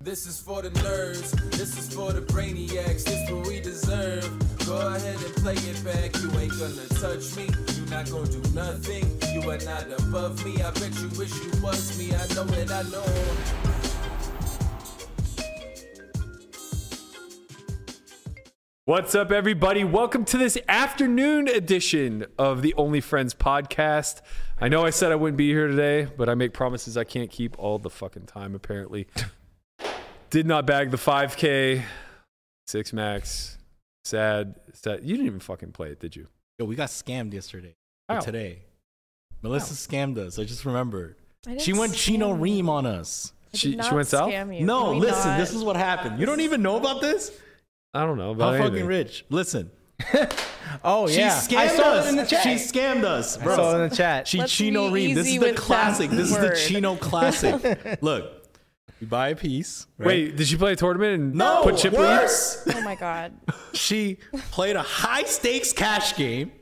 This is for the nerds, this is for the brainiacs, this what we deserve. Go ahead and play it back, you ain't gonna touch me, you not gonna do nothing, you are not above me. I bet you wish you was me, I know it, I know. What's up, everybody? Welcome to this afternoon edition of the Only Friends podcast. I know I said I wouldn't be here today, but I make promises I can't keep all the fucking time, apparently. Did not bag the 5K, 6 max. Sad, sad. You didn't even fucking play it, did you? Yo, we got scammed yesterday. or Oh. How? Today. Melissa scammed us. I just remembered. I didn't She went Chino scam Ream on us. I did She- she not went south? scam you. No, Can we listen, not? this is what happened. You don't even know about this? I don't know. About How fucking anything. rich. Listen. Oh She yeah, scammed I saw us. it in the chat. She scammed us, bro. I saw it in the chat. She Let's Chino be Ream. This easy is the with that classic. This is the word. Chino classic. Look, you buy a piece. right? Wait, did you play a tournament and no, put chip in? worse. Oh my god. She played a high stakes cash game,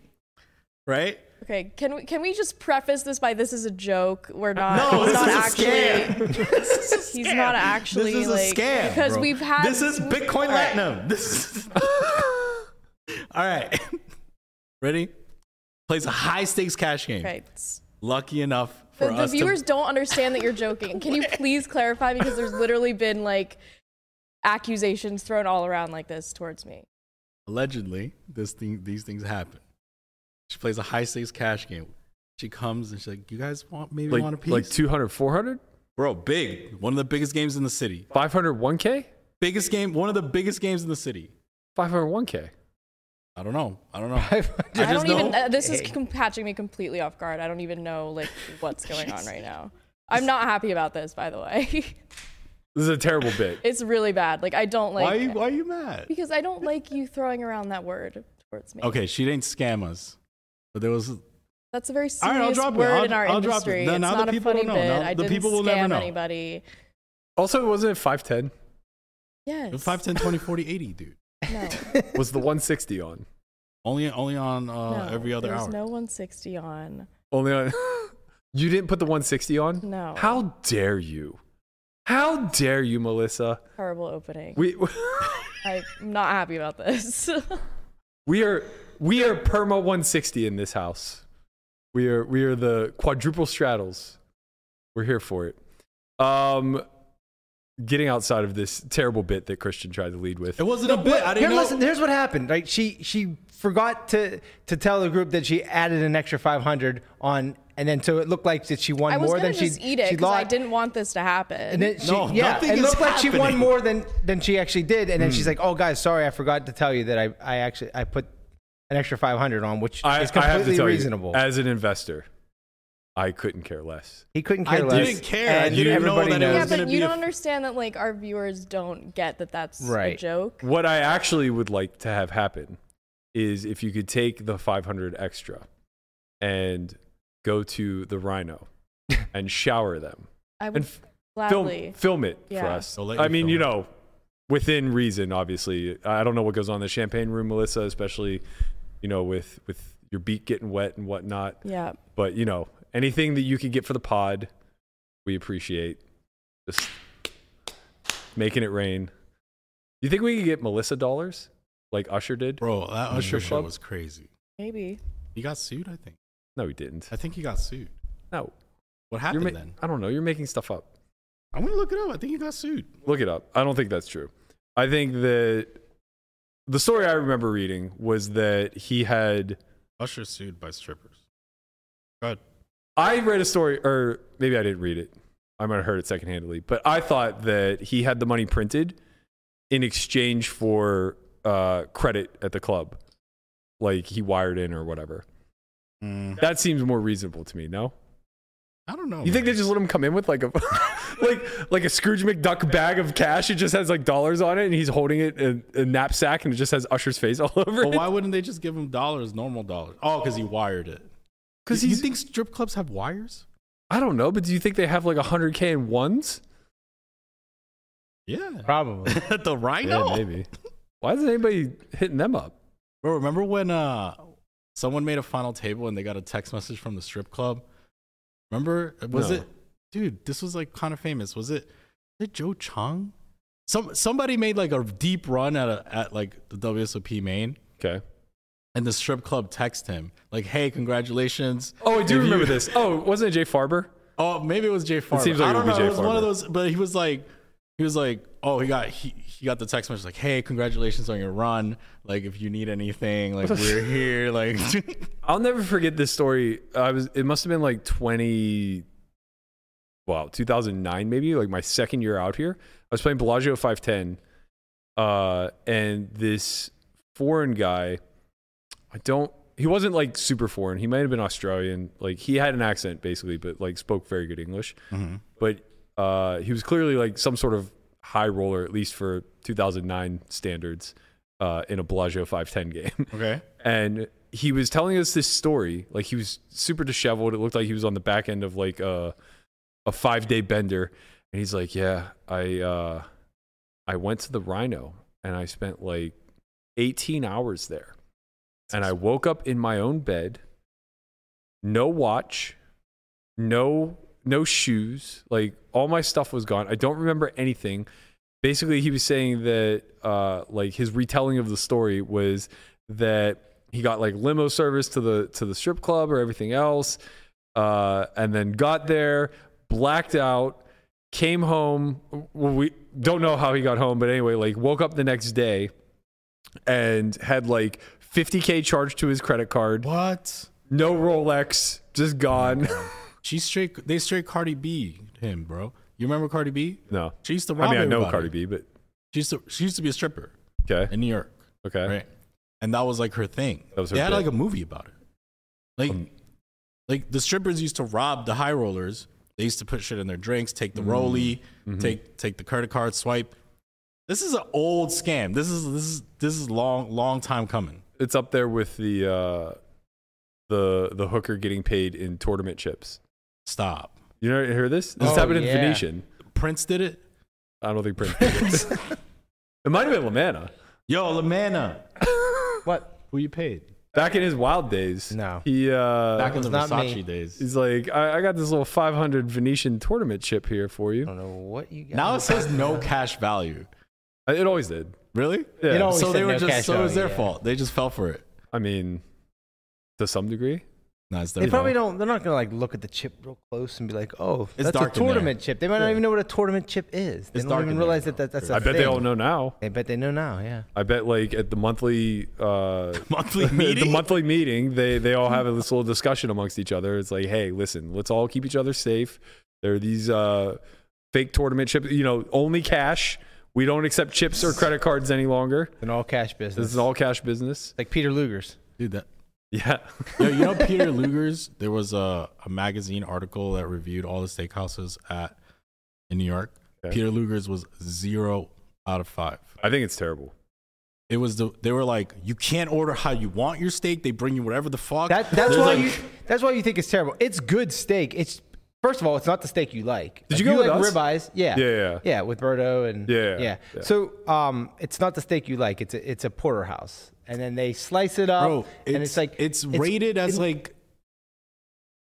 right? Okay, can we can we just preface this by this is a joke? We're not. No, he's this not is a actually. scam. This is a He's scam. not actually, This is like- a scam. because bro. we've had- This is Bitcoin All right. Latinum. This is. All right. Ready? Plays a high stakes cash game. Okay. it's- Lucky enough for The, the us viewers to. don't understand that you're joking. Can you please clarify? Because there's literally been like accusations thrown all around like this towards me. Allegedly, this thing, these things happen. She plays a high stakes cash game. She comes and she's like, "You guys want maybe Like, want a piece?" like 200, 400, Bro, big. One of the biggest games in the city. 500, 1K? Biggest game. One of the biggest games in the city. 501K. I don't know. I don't know. I, just don't even. know- Uh, this is com- catching me completely off guard. I don't even know like what's going on right now. I'm not happy about this, by the way. This is a terrible bit. it's really bad. Like I don't like. why, are you, why are you mad? Because I don't like you throwing around that word towards me. Okay, she didn't scam us, but there was That's a very All serious right, I'll drop it. word I'll- in our I'll drop it. industry. Now- it's now the not a people funny will know. bit. Now I the didn't people will scam never know. anybody. Also, wasn't it 510? Yes. 5, 10, 20, 40, 80, dude. No. Was the 160 on? Only, only on uh, no. every other There's hour. no 160 on. Only on. you didn't put the 160 on? No. How dare you? How dare you, Melissa? Horrible opening. We I'm not happy about this. we are we are perma 160 in this house. We are we are the quadruple straddles. We're here for it. Um, getting outside of this terrible bit that Christian tried to lead with. It wasn't a bit. I Here, didn't know. listen, here's what happened. Like she she forgot to to tell the group that she added an extra 500 on, and then so it looked like that she won I was more gonna than she just eat it she because I lost. didn't want this to happen. And then she, No, yeah, nothing it is looked like she won happening. Hmm. more than than she actually did, and then she's like, "Oh, guys, sorry, I forgot to tell you that I I actually I put an extra 500 on, which I, is I have to completely tell reasonable." you, as an investor, I couldn't care less. he couldn't I care less. didn't care. I and didn't know everybody that it knows. was yeah, gonna but be you a- don't understand that like our viewers don't get that that's a Right. joke. What I actually would like to have happen is if you could take the 500 extra and go to the Rhino and shower them I would and f- gladly. film, film it for Yeah. us. They'll let I you mean, film you it. know, within reason, obviously. I I don't know what goes on in the champagne room, Melissa, especially, you know, with, with your beak getting wet and whatnot. Yeah. But, you know, anything that you could get for the pod, we appreciate. Just making it rain. You think we could get Melissa dollars like Usher did? Bro, that Usher show club? was crazy. Maybe. He got sued, I think. No, he didn't. I think he got sued. No. What You're happened ma- then? I don't know. You're making stuff up. I'm going to look it up. I think he got sued. Look it up. I don't think that's true. I think that the story I remember reading was that he had. Usher sued by strippers. God. I read a story, or maybe I didn't read it. I might have heard it secondhandly, but I thought that he had the money printed in exchange for uh, credit at the club, like he wired in or whatever. That seems more reasonable to me. No, I don't know. Mm. you think they man. just let him come in with like a like like a Scrooge McDuck bag of cash? It just has like dollars on it, and he's holding it in a knapsack, and it just has Usher's face all over But it. why wouldn't they just give him dollars, normal dollars? Oh, because he wired it. Because you, he's you think strip clubs have wires? I don't know, but do you think they have like hundred k in ones? Yeah. Probably. At the Yeah, Rhino? maybe. Why isn't anybody hitting them up? Bro, remember when uh someone made a final table and they got a text message from the strip club? Remember uh, was No. it dude, this was like kind of famous. Was it was it Joe Chung? Some somebody made like a deep run at a, at like the WSOP main, Okay. and the strip club texted him like, "Hey, congratulations." Oh, I do If you- remember this. Oh, wasn't it Jay Farber? Oh, maybe it was Jay Farber. seems like I it would don't be know. Jay it was one Farber. of those, but he was like, he was like, oh, he got he, he got the text message like, hey, congratulations on your run. Like, if you need anything, like we're here. Like, I'll never forget this story. I was it must have been like 20 wow, 2009 maybe, like my second year out here. I was playing Bellagio 510 uh and this foreign guy I don't he wasn't like super foreign. He might have been Australian. Like he had an accent basically, but like spoke very good English. But uh he was clearly like some sort of high roller at least for 2009 standards uh in a Bellagio 510 game okay, and he was telling us this story. Like he was super disheveled. It looked like he was on the back end of like a a five day bender. And he's like, "Yeah, I uh, I went to the Rhino and I spent like 18 hours there. And I woke up in my own bed, no watch, no no shoes, like all my stuff was gone. I don't remember anything. Basically, he was saying that uh, like his retelling of the story was that he got like limo service to the to the strip club or everything else, uh, and then got there, blacked out, came home. Well, we don't know how he got home, but anyway, like woke up the next day and had like 50k charged to his credit card, what? no Rolex, just gone. She straight. They straight Cardi B him, bro. You remember Cardi B? no, She used to rob I mean I know everybody. Cardi B, but She used to she used to be a stripper okay, in New York, okay, right? And that was like her thing. That was her they had bit. like a movie about it. Like, Um, like the strippers used to rob the high rollers. They used to put shit in their drinks, take the rollie, take take the credit card swipe. This is an old scam. This is this is this is long long time coming. it's up there with the uh, the the hooker getting paid in tournament chips. Stop. You know, hear this? This Oh, happened in yeah. Venetian. Prince did it. I don't think Prince. did it. it might have been Lamanna. Yo, Lamanna, What? who you paid? Back in his wild days. No. He uh Back in was the not Versace me. days. he's like, I, I got this little five hundred Venetian tournament chip here for I you. don't know what you got. Now it says no cash value. I- It always did. Really? Yeah. Oh. You know- always So said they were no cash just so it was value, their yeah. fault. They just fell for it. I mean to some degree. No, it's E. their They probably fault. don't. They're not gonna like look at the chip real close and be like, "Oh, that's dark a in there. tournament chip." They might not even know what a tournament chip is. They It's don't dark even in there, realize that, though. that that's. I a I bet they thing. all know now. They bet they know now. Yeah. I bet like at the monthly uh Monthly the meeting? monthly meeting, they they all have this little discussion amongst each other. It's like, hey, listen, let's all keep each other safe. There are these uh, fake tournament chips, you know, only cash. We don't accept chips or credit cards any longer. It's an all cash business. This is all cash business. like Peter Luger's. Dude, that Yeah. Yo, you know Peter Luger's? There was a, a magazine article that reviewed all the steakhouses at in New York. Okay. Peter Luger's was zero out of five. I think it's terrible. It was the they were like, you can't order how you want your steak. They bring you whatever the fuck. That, that's There's why like- you. That's why you think it's terrible. It's good steak. It's first of all, it's not the steak you like. Did If you go like with ribeyes? Yeah. Yeah, yeah, yeah. Yeah, with Berto and Yeah, yeah. yeah. So um, it's not the steak you like. It's a it's a porterhouse, and then they slice it up, bro. and it's like it's, rated as like.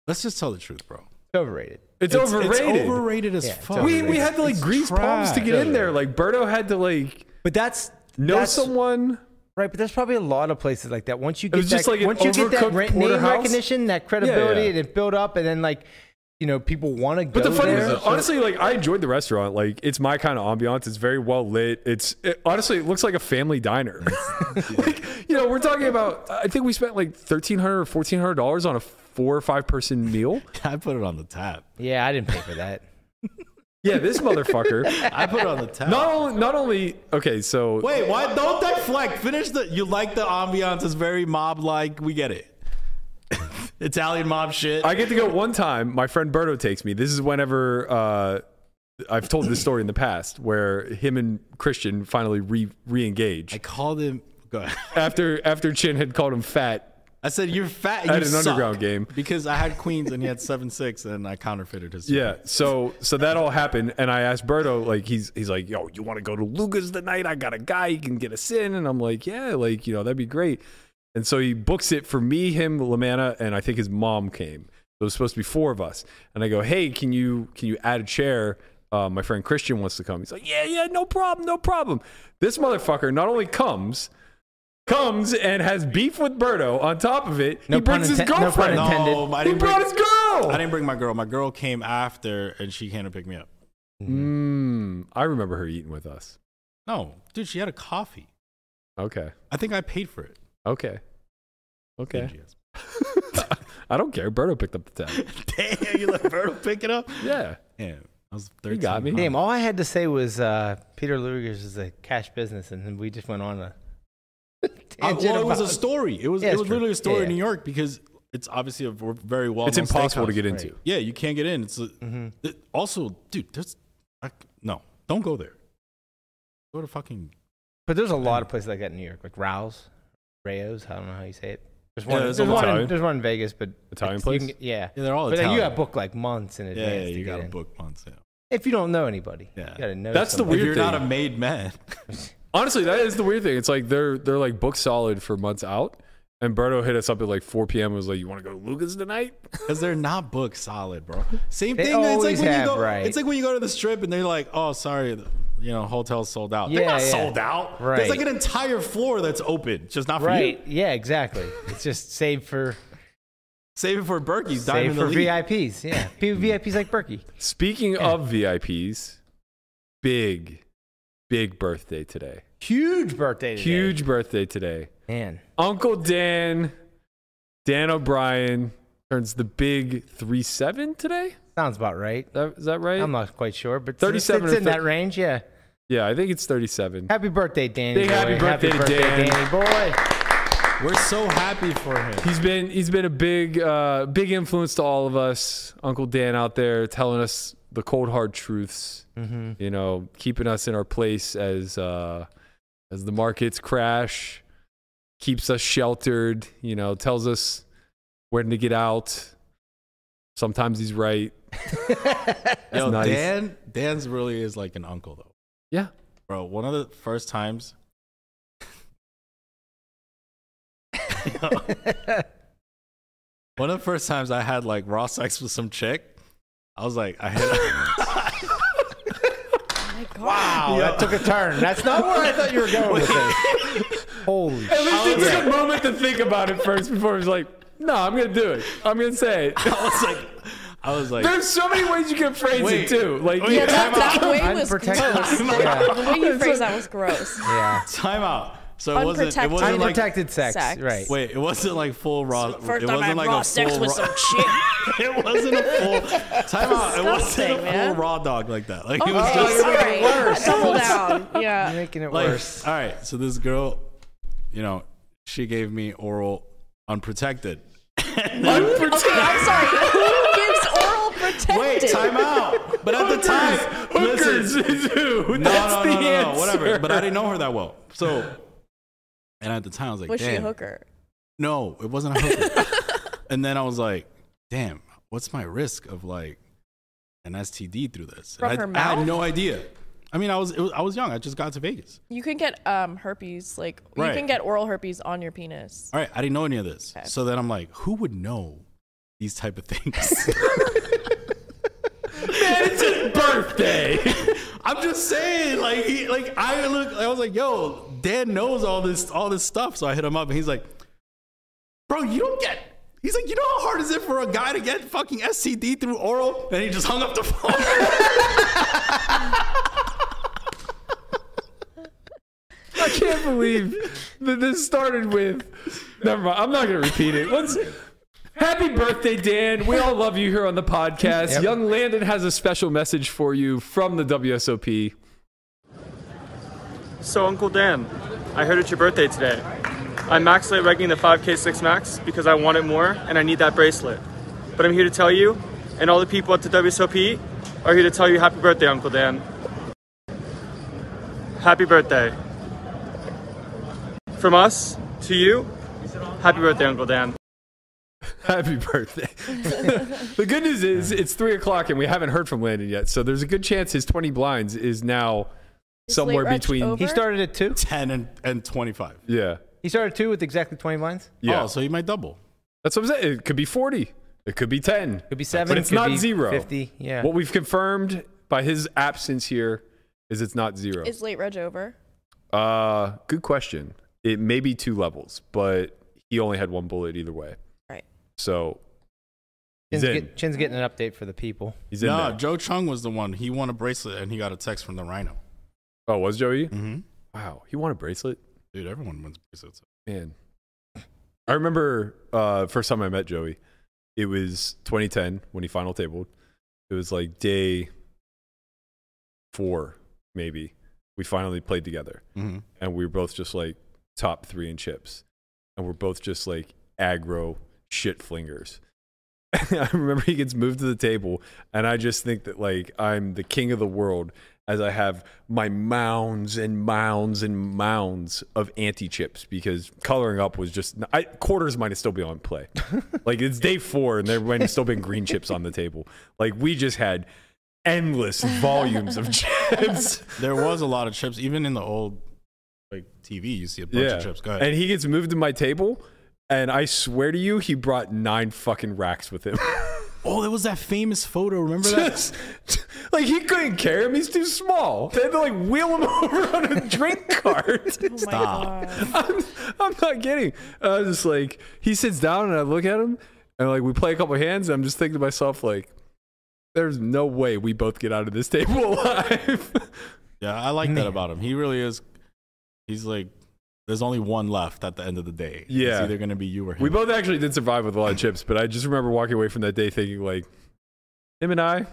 Let's just tell the truth, bro. it's overrated. It's, overrated. It's overrated as Yeah, it's fuck. we we It's- had to like it's grease palms to trash. get in there. Like Berto had to like But that's know that's, someone. Right, but there's probably a lot of places like that. Once you was get just that, like an once you get that overcooked re- name porterhouse. recognition, that credibility, yeah. and it built up, and then like, you know, people want to go But the funny there. is, uh, honestly, like I enjoyed the restaurant. Like it's my kind of ambiance. It's very well lit. It's it, honestly, it looks like a family diner. like you know, we're talking about. I think we spent like thirteen hundred or fourteen hundred dollars on a four or five person meal. I put it on the tap. yeah, I didn't pay for that. Yeah, this motherfucker. I put it on the tap. Not only, not only. Okay, so Wait, why don't deflect? Finish the. You like the ambiance? It's very mob-like. We get it. Italian mob shit. I get to go one time. My friend Berto takes me. This is whenever uh, I've told this story in the past, where him and Christian finally re re-engage I called him. Go ahead. after after Chin had called him fat I said you're fat. At you an suck." underground game. because I had queens and he had seven six, and I counterfeited his. Yeah. So so that all happened, and I asked Berto, like he's he's like, yo, you want to go to Luga's tonight? I got a guy he can get us in, and I'm like, yeah, like you know that'd be great. And so he books it for me, him, Lamanna, and I think his mom came. There was supposed to be four of us, and I go, hey, can you can you add a chair uh, my friend Christian wants to come. He's like, yeah, yeah, no problem, no problem. This motherfucker not only comes, comes and has beef with Berto. On top of it, No he brings pun his inten- no pun girlfriend. intended. No, I he didn't brought bring- his girl. I didn't bring my girl. My girl came after, and she came to pick me up. Mm, I remember her eating with us. No, dude, she had a coffee. Okay, I think I paid for it. okay, okay. MGS. I don't care. Berto picked up the tab. Damn, you let Berto pick it up? Yeah. Yeah, I was 13. You got me. Damn, all I had to say was uh, Peter Luger's is a cash business, and then we just went on a I, tangent Uh, well, it was a about- story. It was Yeah, it it's was true. literally a story Yeah, in yeah. New York because it's obviously a v- very well. It's impossible to get into. Yeah, you can't get in. It's a, Mm-hmm. it- also, dude. There's I, no. Don't go there. Go to fucking. But there's a lot of places like that in New York, like Rao's, Rayo's. I don't know how you say it. There's Yeah, one. there's there's, one one Italian. in, there's one in Vegas, but Italian it's- you place? can- yeah. Yeah, they're all But then you Italian. got booked like months in Yeah, advance. yeah, to you get got to in. book months. Yeah. If you don't know anybody, Yeah. you gotta know. That's the somebody. Weird if you're not thing. a made man, Honestly, that is the weird thing. It's like they're they're like book solid for months out. And Berto hit us up at like 4 p.m. and was like, "You want to go to Lucas tonight?" because they're not booked solid, bro. Same They thing. It's like always when have, you go. right. It's like when you go to the strip and they're like, "Oh, sorry, the- you know, hotel's sold out." they're Yeah, not yeah. sold out. Right. There's like an entire floor that's open, just not for you. Right. Yeah. Exactly. It's just saved for Save it for Berkey's Diamond saved for Elite. VIPs. Yeah. People VIPs like Berkey. Speaking of VIPs, big, big birthday today. Huge birthday. Today. Huge birthday today. man. Uncle Dan, Dan O'Brien turns the big three seven today. Sounds about right. That- Is that right? I'm not quite sure, but it's- 37 It's or in thir- that range. Yeah. yeah, I think it's thirty seven. Happy birthday, Danny. Big boy. happy birthday to Dan. Danny boy. We're so happy for him. He's been he's been a big uh, big influence to all of us. Uncle Dan out there telling us the cold hard truths. You know, keeping us in our place as uh, as the markets crash, keeps us sheltered. You know, tells us when to get out. Sometimes he's right. Yo, nice. Dan, Dan's really is like an uncle though, Yeah, bro. One of the first times. One of the first times I had like raw sex with some chick, I was like, I had. Wow, that took a turn. That's not where I thought you were going with it. Holy at least it shit. took a moment to think about it first before he was like, "No, I'm gonna do it. I'm gonna say it." I was like, I was like, There's so many ways you can phrase Wait. it too. Like, Wait, you- Yeah, that, that way was gross. Unprotected. Yeah, The way you phrased that was gross. Yeah. time out. So it wasn't. It Unprotected. wasn't like. Unprotected sex. sex. Right. Wait, it wasn't like full raw. First it time wasn't I had like raw a sex full with raw, some chick. It wasn't a full. Time out. It wasn't a Disgusting, full man. raw dog like that. Like it Oh, was just. sorry. Double down. You're Yeah. making it like worse. all right so this girl you know she gave me oral unprotected Okay, I'm sorry. Who gives oral protected? wait time out but at the time hookers, listen, dude. no, That's no, the no, no, answer. no, whatever but i didn't know her that well so and at the time i was like Was she a damn. hooker? no it wasn't a hooker and then i was like damn what's my risk of like an std through this From and I, her I had mouth? no idea i mean i was, it was i was young i just got to vegas You can get um, herpes, like Right. you can get oral herpes on your penis. All right, I didn't know any of this. So then I'm like, who would know these type of things? Man, it's his birthday. I'm just saying, like, he, like I look, I was like, yo, Dan knows all this, all this stuff. So I hit him up, and he's like, bro, you don't get. He's like, you know how hard is it for a guy to get fucking STD through oral? And he just hung up the phone. I can't believe that this started with. Never mind. I'm not gonna repeat it. Let's. Happy birthday, Dan. We all love you here on the podcast. Young Landon has a special message for you from the WSOP. So, Uncle Dan, I heard it's your birthday today. I'm max late regging the 5K6 Max because I want it more and I need that bracelet. But I'm here to tell you, and all the people at the WSOP are here to tell you happy birthday, Uncle Dan. Happy birthday. From us to you, happy birthday, Uncle Dan. Happy birthday. the good news is it's three o'clock and we haven't heard from Landon yet. So there's a good chance his 20 blinds is now somewhere late rush between. over? He started at two. Ten and, and twenty five. Yeah. He started at two with exactly 20 lines. Yeah. Oh, so he might double. That's what I'm saying. It could be 40. It could be 10. Could be seven. But it's could not be zero. 50. Yeah. What we've confirmed by his absence here is it's not zero. Is late reg over? Oh Uh, good question. It may be two levels, but he only had one bullet either way. Right. So he's Chin's, in. get, Chin's getting an update for the people. He's in. No, there. Joe Chung was the one. He won a bracelet and he got a text from the Rhino. Oh, was Joey? Mm-hmm. Wow, he won a bracelet. Dude, everyone wins bracelets. Man, I remember uh, first time I met Joey. It was 2010 when he final tabled. It was like day four, maybe. We finally played together, Mm-hmm. and we were both just like top three in chips, and we're both just like aggro shit flingers. I remember he gets moved to the table, and I just think that like I'm the king of the world as I have my mounds and mounds and mounds of anti chips because coloring up was just I, quarters might have still be on play. like it's day four, and there might have still been green chips on the table. Like we just had endless volumes of chips. There was a lot of chips, even in the old like TV. You see a bunch of chips. Go ahead. And he gets moved to my table, and I swear to you, he brought nine fucking racks with him. oh, there was that famous photo. Remember that? Just- like he couldn't carry him; he's too small. They had to like wheel him over on a drink cart. Stop. I'm, I'm not kidding. I was just like, he sits down, and I look at him, and like we play a couple hands, and I'm just thinking to myself, like, there's no way we both get out of this table alive. Yeah, I like that about him. He really is. He's like, there's only one left at the end of the day. Yeah. it's either gonna be you or him. we both actually did survive with a lot of chips, but I just remember walking away from that day thinking, like, him and I,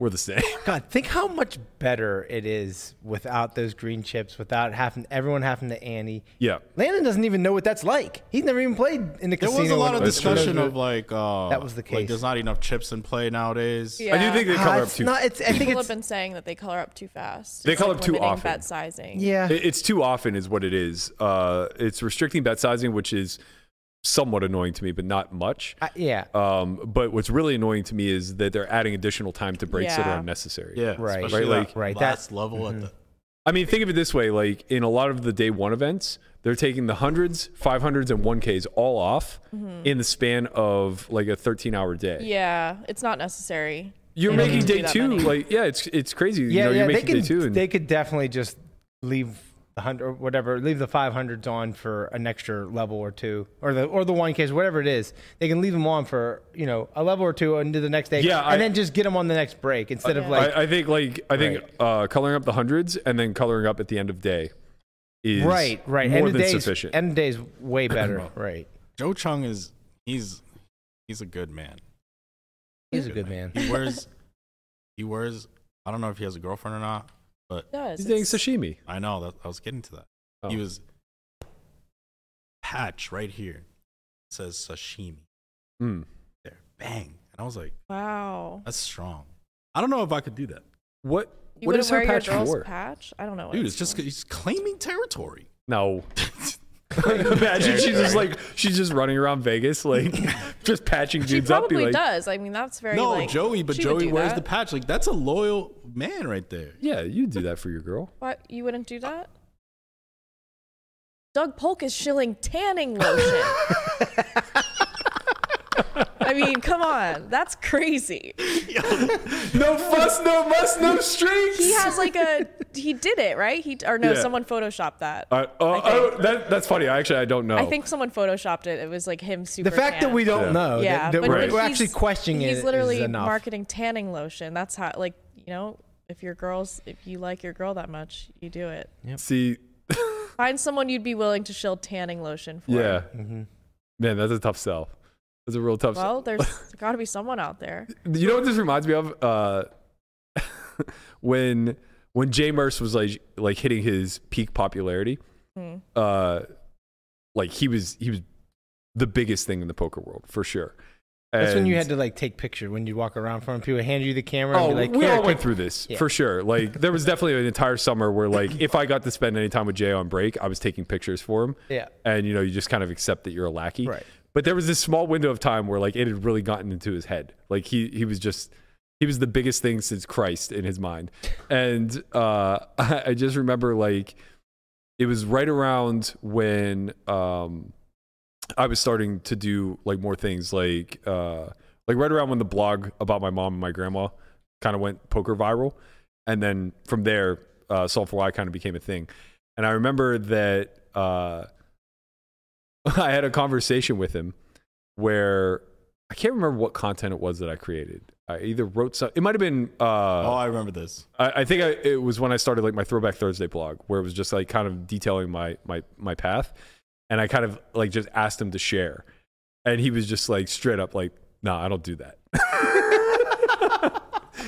we're the same. God, think how much better it is without those green chips, without having everyone having to Annie. Yeah. Landon doesn't even know what that's like. He's never even played in the there casino. was a lot of with- That's true. discussion of like uh, That was the Like, case. there's not enough chips in play nowadays. Yeah. I do think they Ah, color up it's too. not- it's- I think People it's have been saying that they color up too fast. They It's, color like, up too limiting often. Bet sizing. yeah. It- It's too often, is what it is. Uh, it's restricting bet sizing, which is somewhat annoying to me, but not much. I- yeah. Um, but what's really annoying to me is that they're adding additional time to breaks that Yeah. are unnecessary. yeah, Right. especially Right, that like- right, Last that- level at the I mean, think of it this way: like in a lot of the day one events, they're taking the hundreds, five hundreds, and one Ks all off Mm-hmm. in the span of like a thirteen-hour day. Yeah, it's not necessary. You're They don't making need to do day that two, many. like yeah, it's it's crazy. you Yeah, know, yeah, you're they making could day two, and they could definitely just leave the hundred or whatever, leave the five hundreds on for an extra level or two, or the or the one case, whatever it is. They can leave them on for you know a level or two into the next day, Yeah, and I- then just get them on the next break instead of like I, I think like I think Right. uh, coloring up the hundreds and then coloring up at the end of day is right, right, more end of than days, sufficient. end of days way better, right. Joe Chung is he's he's a good man. He's a good man. He wears he wears. I don't know if he has a girlfriend or not, but It does. He's doing It's- sashimi. I know that I was getting to that. He Oh. was patch right here It says sashimi Mm. there, bang, and I was like, wow. that's strong. I don't know if I could do that, What what You wouldn't is her wear patch your girl's for? patch? I don't Oh, know. what dude. It's just for. he's claiming territory. no. Imagine she's just like she's just running around Vegas, like just patching she dudes up. Be probably like, does. I mean, that's very no, like, Joey, but she would Joey do wears that. the patch. Like that's a loyal man right there. yeah, you do that for your girl. What? You wouldn't do that? Doug Polk is shilling tanning lotion. I mean, come on. That's crazy. No fuss, no muss, no strings. He has like a. He did it, right? He Or no, Yeah. someone photoshopped that. I, oh, I think. oh, that, that's funny. I Actually, I don't know. I think someone photoshopped it. It was like him super. The fact that tan. we don't Yeah. know, Yeah, that, that but we're, like, we're he's- actually questioning it He's is literally enough. marketing tanning lotion. That's how, like, you know, if your girl's, if you like your girl that much, you do it. See, Find someone you'd be willing to shill tanning lotion for. yeah, Mm-hmm. man, that's a tough sell. That's a real tough sell. Well, there's got to be someone out there. You know what this reminds me of? Uh, when when Jay Merce was like like hitting his peak popularity, Hmm. uh, like he was he was the biggest thing in the poker world for sure. That's when you And- had to like take picture when you walk around from people hand you the camera. Oh, and be like, we "Here, all went take-" through this Yeah. for sure. Like there was definitely an entire summer where like if I got to spend any time with Jay on break, I was taking pictures for him. Yeah. And you know, you just kind of accept that you're a lackey. Right. But there was this small window of time where like it had really gotten into his head. Like he he was just he was the biggest thing since Christ in his mind. And uh I, I just remember like it was right around when um I was starting to do like more things like uh like right around when the blog about my mom and my grandma kind of went poker viral, and then from there, uh, Solful Eye kind of became a thing. And I remember that uh, I had a conversation with him where I can't remember what content it was that I created. I either wrote some. It might have been. Uh, oh, I remember this. I, I think I, it was when I started like my Throwback Thursday blog, where it was just like kind of detailing my my my path, and I kind of like just asked him to share, and he was just like straight up like, "Nah, I don't do that."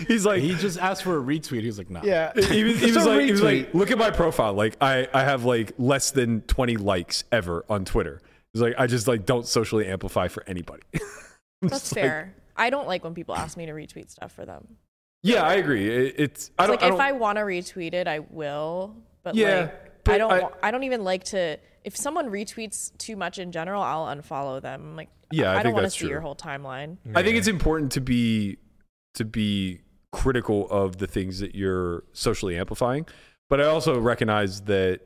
He's like, He just asked for a retweet. He was like, nah. Yeah. he was, he It's was a like, he was retweet. like, look at my profile. Like, I, I have like less than 20 likes ever on Twitter. He's like, I just like don't socially amplify for anybody. That's fair. I don't like when people ask me to retweet stuff for them. yeah, I agree. It, it's, I don't, like I if don't- I want to retweet it, I will. But Yeah, like but I don't. I- I, I don't even like to. If someone retweets too much in general, I'll unfollow them. I'm like, Yeah, I I, don't think want to that's see true. your whole timeline. I think it's important to be to be critical of the things that you're socially amplifying, but I also recognize that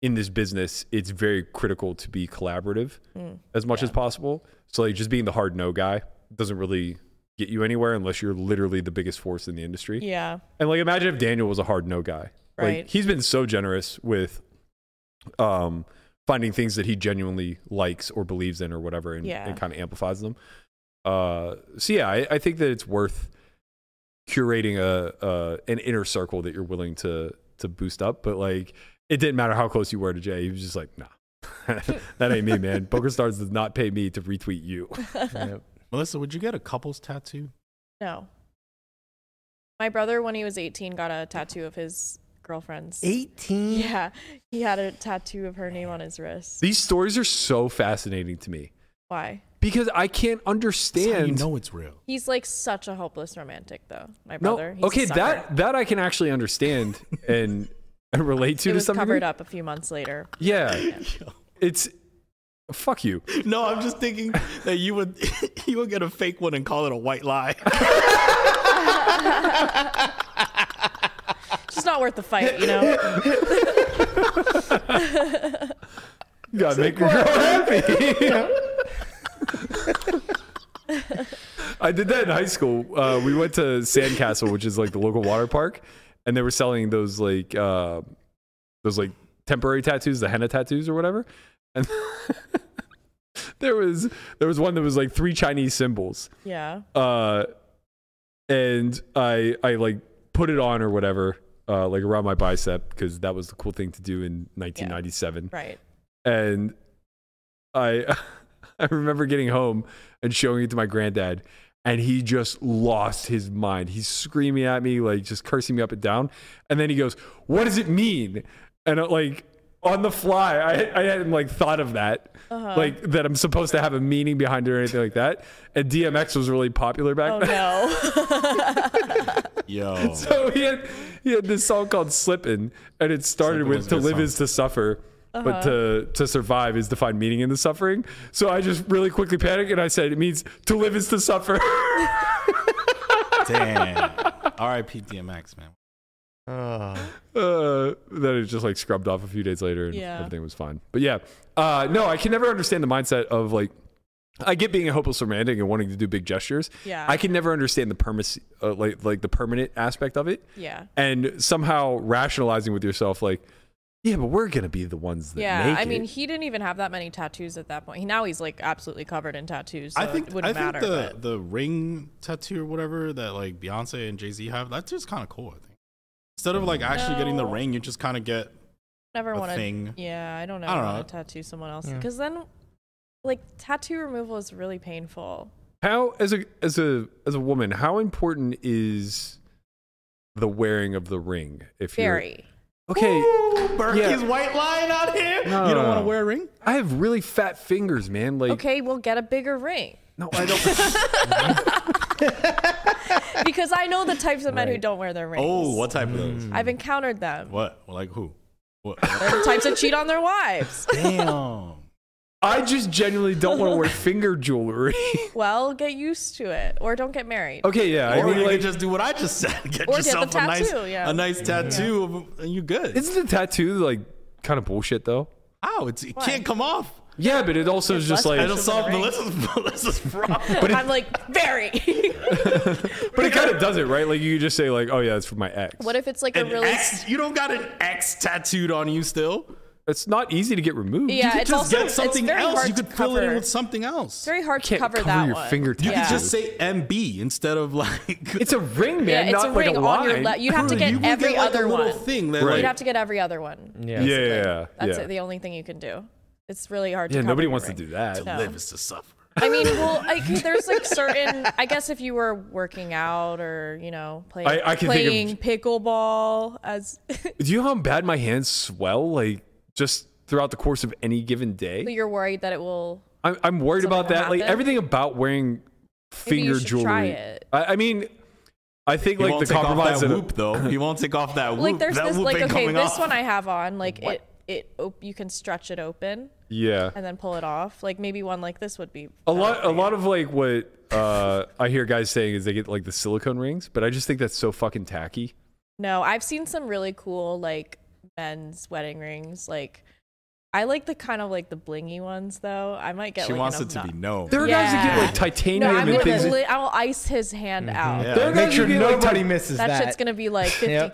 in this business, it's very critical to be collaborative Mm. as much as possible. So like just being the hard no guy doesn't really get you anywhere unless you're literally the biggest force in the industry. Yeah, And like imagine if Daniel was a hard no guy. Like Right. he's been so generous with um finding things that he genuinely likes or believes in or whatever and, Yeah. and kind of amplifies them. Uh so yeah, I, I think that it's worth curating a uh an inner circle that you're willing to to boost up. But like it didn't matter how close you were to Jay, he was just like, nah. that ain't me, man. Poker Stars does not pay me to retweet you. Melissa, would you get a couple's tattoo? no. My brother, when he was 18, got a tattoo of his girlfriend's. 18. Yeah, he had a tattoo of her name on his wrist. These stories are so fascinating to me Why? because I can't That's how understand you know it's real. He's like such a hopeless romantic, though. My No, brother. He's a okay, sucker. that that I can actually understand and and relate to it to was some covered degree. up a few months later. Yeah, it's fuck you. No, I'm just thinking that you would you would get a fake one and call it a white lie. It's just not worth the fight, you know. God, make me happy. I did that in high school. Uh, we went to Sandcastle, which is like the local water park, and they were selling those like uh, those like temporary tattoos, the henna tattoos or whatever. And there was there was one that was like three Chinese symbols, Yeah. uh, and I I like put it on or whatever, uh, like around my bicep because that was the cool thing to do in 1997. Right. And I I remember getting home and showing it to my granddad, and he just lost his mind. He's screaming at me, like just cursing me up and down. And then he goes, "What does it mean?" And uh, like on the fly, I I hadn't like thought of that. Like that, I'm supposed to have a meaning behind it or anything like that. And DMX was really popular back Oh then. no. Yo. So he had he had this song called Slippin', and it started Slippin' with was a "To good live song. is to suffer, but Uh-huh. to to survive is to find meaning in the suffering." So I just really quickly panicked and I said, "It means to live is to suffer." Damn. R.I.P. DMX, man. uh, then it just like scrubbed off a few days later, and Yeah. everything was fine. But yeah, uh, no, I can never understand the mindset of like. I get being a hopeless romantic and wanting to do big gestures. Yeah. I can never understand the permis- uh, like like the permanent aspect of it. yeah. and somehow rationalizing with yourself like yeah but we're gonna be the ones that Yeah. make I mean, it. he didn't even have that many tattoos at that point. He, now he's like absolutely covered in tattoos. So I think it I wouldn't think matter. the but- the ring tattoo or whatever that like Beyonce and Jay Z have that's just kind of cool. I think instead of like actually getting the No. ring, you just kind of get never a want to. thing. Yeah, I don't I ever don't know. want to tattoo someone else because then, like, tattoo removal is really painful. how as a as a as a woman how important is the wearing of the ring if Very. you're okay Berkey's white line out here. No, you don't no, want no. to wear a ring. i have really fat fingers man like Okay, we'll get a bigger ring no i don't because I know the types of men who Right. don't wear their rings. Oh, what type of those? I've encountered them. What? Like who? What? They're the types that cheat on their wives. Damn. i just genuinely don't want to wear finger jewelry Well, get used to it, or don't get married. okay yeah or i mean you like could just do what I just said. Get Or get the yourself a nice tattoo, yeah. a nice tattoo, of- and you good. isn't the tattoo like kind of bullshit though Ow! It's, it can't come off. Yeah, but it also is just less like It'll solve Melissa's, Melissa's problem. But it- I'm like very. But it kind of does it, right? Like you just say, like, "Oh yeah, it's for my ex." what if it's like An a really? X, you don't got an X tattooed on you still. It's not easy to get removed. Yeah, You it's Just also get something it's very else. Hard You to could fill it in cover. with something else. It's very hard to can't cover, cover that your one. fingertips. You yeah. could just say MB instead of like. It's a ring, Yeah, man. it's not a like ring a on line. your left. You'd have to get you could every get like other a little one. thing that Right. You'd like, have to get every other one. Yeah. yeah, yeah, yeah. That's yeah. it, the only thing you can do. It's really hard. Yeah, to cover nobody your wants to ring. do that. No. live is to suffer. I mean, well, I, there's like certain. I guess if you were working out or you know play, I- I can think of- playing pickleball as Do you know how bad my hands swell? Like just throughout the course of any given day. you're worried that it will. I'm, I'm worried Something about will that. Like happen? everything about wearing Maybe you finger should jewelry. try it. I, I mean, I think He like won't the take off compromise that that- whoop though. He won't take off that whoop. Like there's that this whoop like ain't okay, coming this off. one I have on like it it op- you can stretch it open yeah. and then pull it off. Like maybe one like this would be A better lot, for a you. lot of like what uh, I hear guys saying is they get like the silicone rings, but I just think that's so fucking tacky. No, I've seen some really cool like men's wedding rings. Like I like the kind of like the blingy ones though. I might get. She like, wants an it to be obnox- known. There are guys that get Yeah. like No, titanium I'm and Mm-hmm. gonna. things. Li- I'll ice his hand out. Yeah. There are Make guys sure who get, like, nobody ti- misses That, that. shit's gonna be like 50k.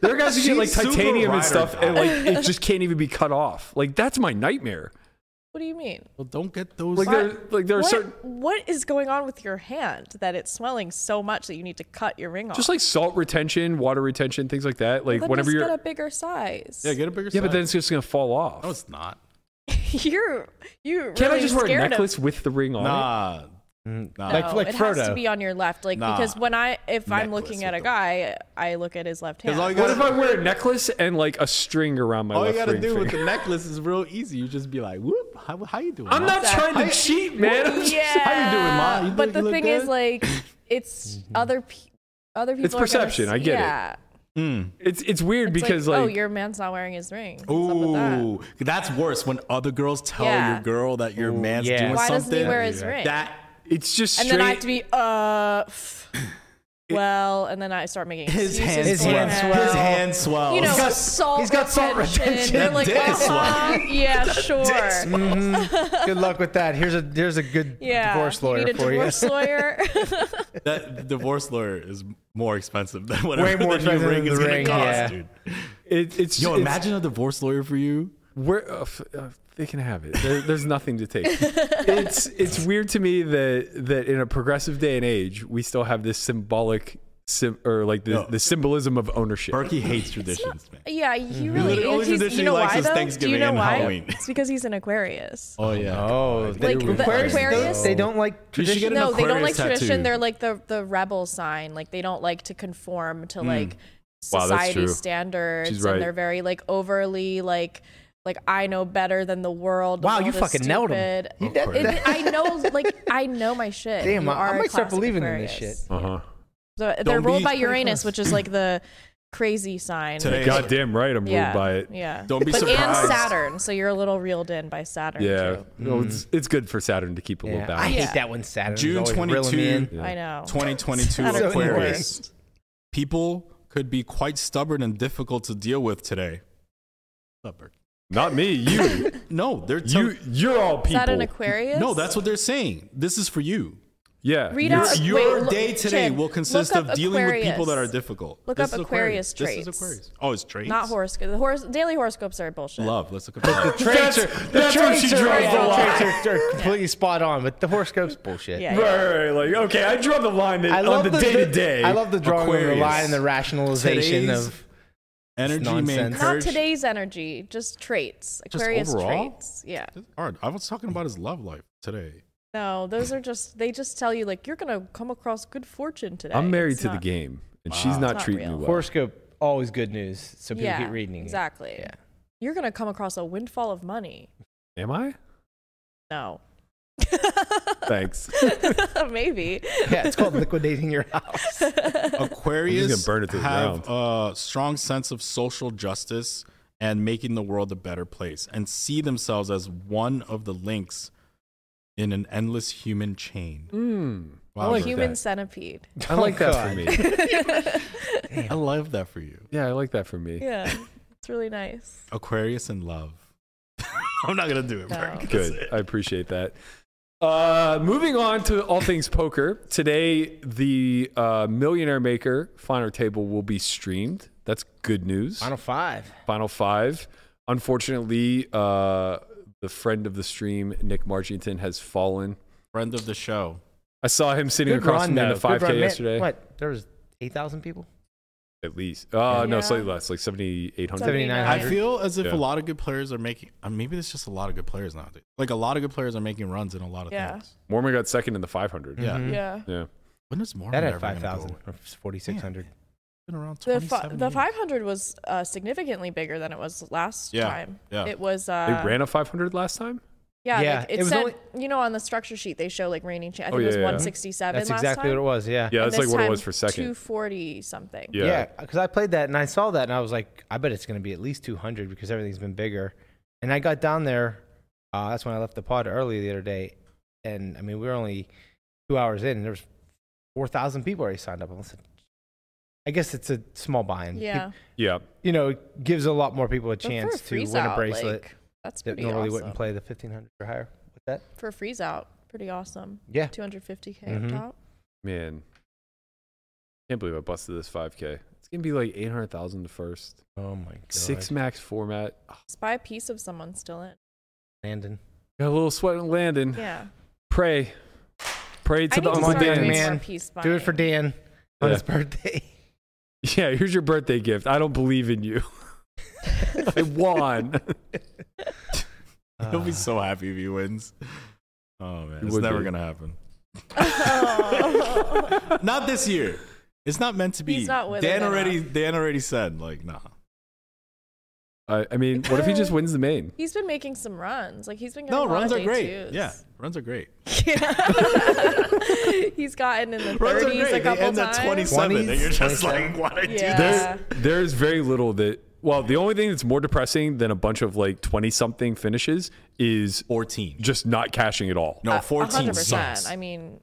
There are guys who get like She's super titanium and ride or stuff, die. and like it just can't even be cut off. Like that's my nightmare. What do you mean? Well, don't get those. Like there, like there are What, certain, what is going on with your hand that it's swelling so much that you need to cut your ring off? just like salt retention, water retention, things like that. Like then whenever just you're, get a bigger size. yeah, get a bigger. yeah, but size. then it's just gonna fall off. no, it's not. you're you. Can't really I just wear a scared of- necklace with the ring on it? Nah, nah. Like- No, like it has to Frodo. be on your left, like Nah. because when I if I'm Necklace looking at with a the- guy, I look at his left hand. Because all you What if I gotta, wear a necklace and like a string around my all you left gotta ring do with finger? the necklace is real easy. You just be like, whoop. How, how you doing? I'm ma? not trying to cheat, man. I'm just- yeah. How you doing, Ma? You but look- the you look thing is, good? Mm-hmm. like, it's other pe- other people. It's are gonna perception, s- I get it. yeah. it. It's it's weird because like, like, oh, your man's not wearing his ring. What's up with that? Ooh, that's worse when other girls tell Yeah. your girl that your man's yeah. doing Why something. doesn't he wear his ring? That it's just and straight. then I have to be uh. pff, well, and then I start making his hand, excuses His for hand him. swell. His hand swells. You know, He's got- salt. he's got salt retention. They're That like, dick is uh-huh, yeah, sure. good luck with that. Here's a there's a good Yeah, divorce lawyer you need a for divorce you. lawyer. that divorce lawyer is more expensive than whatever Way more the new expensive ring than is the going to ring, cost, yeah. dude. It, it's Yo, it's, imagine a divorce lawyer for you. We're, uh, f- uh, they can have it. There, there's nothing to take. It's it's weird to me that that in a progressive day and age, we still have this symbolic sim, or like the, No. the symbolism of ownership. Berkey hates traditions, man. yeah, he really. The only he's- tradition he you know likes why is though? Do you Thanksgiving know and why? Halloween. It's because he's an Aquarius. Oh yeah. Oh, Like the Aquarius, They don't like You should tradition. get an no, they don't like Aquarius tradition. tattoo. They're like the the rebel sign. Like they don't like to conform to like Wow, that's society true. standards, She's right. and they're very like overly like like I know better than the world. the Wow, you world is fucking nailed 'em. stupid. It- I know, like I know my shit. Damn, You I- I are a might start classic believing in this Aquarius. shit. Uh huh. So they're Don't ruled be- by Pretty Uranus, close. which is like the crazy sign. Today- Goddamn right, I'm yeah, ruled by it. Yeah. Don't be but surprised. And Saturn, so you're a little reeled in by Saturn. Yeah, too. no, it's it's good for Saturn to keep a Mm. Yeah, little I balance. Yeah. hate that one. Saturn. June June twenty 22. two. Yeah. I know. 2022 Saturn. Aquarius. People could be quite stubborn and difficult to deal with today. What's up, Berkey? Not me, you, No, they're tell- you, you're all Is that an people. Aquarius? No, that's what they're saying. This is for you. Yeah, Read you're- out- Your Wait, look- day today Chin, will consist look of up dealing with people Aquarius. that are difficult. Look This up is Aquarius This is traits. Aquarius. Oh, it's traits. Not horoscope. The horos- daily horoscopes are bullshit. Love. Let's look up. That's, that's where she draws the line. Traits are, are completely spot on, but the horoscopes bullshit. Yeah. Right, right, right, like okay, I draw the line that, I on love the day to day. I love the drawing of Aquarius. the line and the rationalization Today's of. Energy may nonsense. Not encourage. today's energy, just traits. Aquarius overall? traits. Yeah. Alright, I was talking about his love life today. No, those are just they just tell you like you're gonna come across good fortune today. I'm married It's to not- the game, and she's not, It's not treating real. me well. Horoscope always good news, so people yeah, keep reading it. Exactly. Yeah. You're gonna come across a windfall of money. Am I? No. Thanks. Maybe. Yeah, it's called liquidating your house. Aquarius I'm just gonna burn it to the have a strong sense of social justice and making the world a better place, and see themselves as one of the links in an endless human chain. Wow, I like Human that. centipede. I like that for Oh, God. me. I love that for you, Yeah, I like that for me. Yeah. It's really nice. Aquarius and love. I'm not gonna do it. bro. No. Good. I appreciate that. Uh, moving on to all things poker. Today, the uh, Millionaire Maker Final Table will be streamed. That's good news. Final five. Final Five. Unfortunately, uh, the friend of the stream, Nick Margington, has fallen. Friend of the show. I saw him sitting across from me in though. a Good 5K run, man. yesterday. What? There was eight thousand people. At least. Oh, no, Yeah. slightly less, like 7,800. 79. I Hundred. feel as if Yeah. a lot of good players are making. Uh, maybe there's just a lot of good players nowadays. Like a lot of good players are making runs in a lot of Yeah. things. Mormon got second in the 500. Yeah. Yeah. Yeah. When is Mormon That ever Mm-hmm. gonna had five go thousand away? or forty six hundred. It's Been around The, 27 fi- the years. 500 was uh, significantly bigger than it was last Yeah, time. yeah. It was. Uh, They ran a 500 last time? Yeah, Yeah, like it, it was said, only- you know, on the structure sheet, they show like reigning champ. I Oh, think it was yeah, yeah. 167 That's last exactly time. what it was. Yeah. Yeah, And that's like this what it time, was for second. 240 something. Yeah. because I played that and I saw that and I was like, I bet it's going to be at least 200 because everything's been bigger. And I got down there. Uh, that's when I left the pod early the other day, and I mean we were only two hours in. and There was 4,000 people already signed up. I said, I guess it's a small buy-in. Yeah. Peop- Yeah. you know, it gives a lot more people a But for chance a to freeze win a out, bracelet like, that's that pretty normally awesome. wouldn't play the 1,500 or higher. With that, For a freeze out, pretty awesome. yeah, 250K Mhm. up Mm-hmm. top. Man. Can't believe I busted this 5K. It's going to be like 800,000 to first. Oh my god. Six max format. Just buy a piece of someone still in. Landon. Got a little sweat on Landon. Yeah. Pray. Pray to the I need to Come on, uncle start Dan, Dan. doing man. more piece buying. Do it for Dan on Yeah. his birthday. Yeah, here's your birthday gift. I don't believe in you. I won. He'll be so happy if he wins. Oh man, He it's would never be. gonna happen. Oh. Not this year. It's not meant to be. He's not with it Dan enough. already. Dan already said like, nah. I, I mean, what if he just wins the main? He's been making some runs. Like he's been getting No, a lot runs of are day great. twos. Yeah, runs are great. Yeah. he's gotten in the Runs are 30s great. a couple they end times. at 27, and you're just 20s, like, why did I do Yeah. this? There, there is very little that. Well, the only thing that's more depressing than a bunch of like twenty-something finishes is 14. just not cashing at all. No, A- 14 100%. sucks. I mean,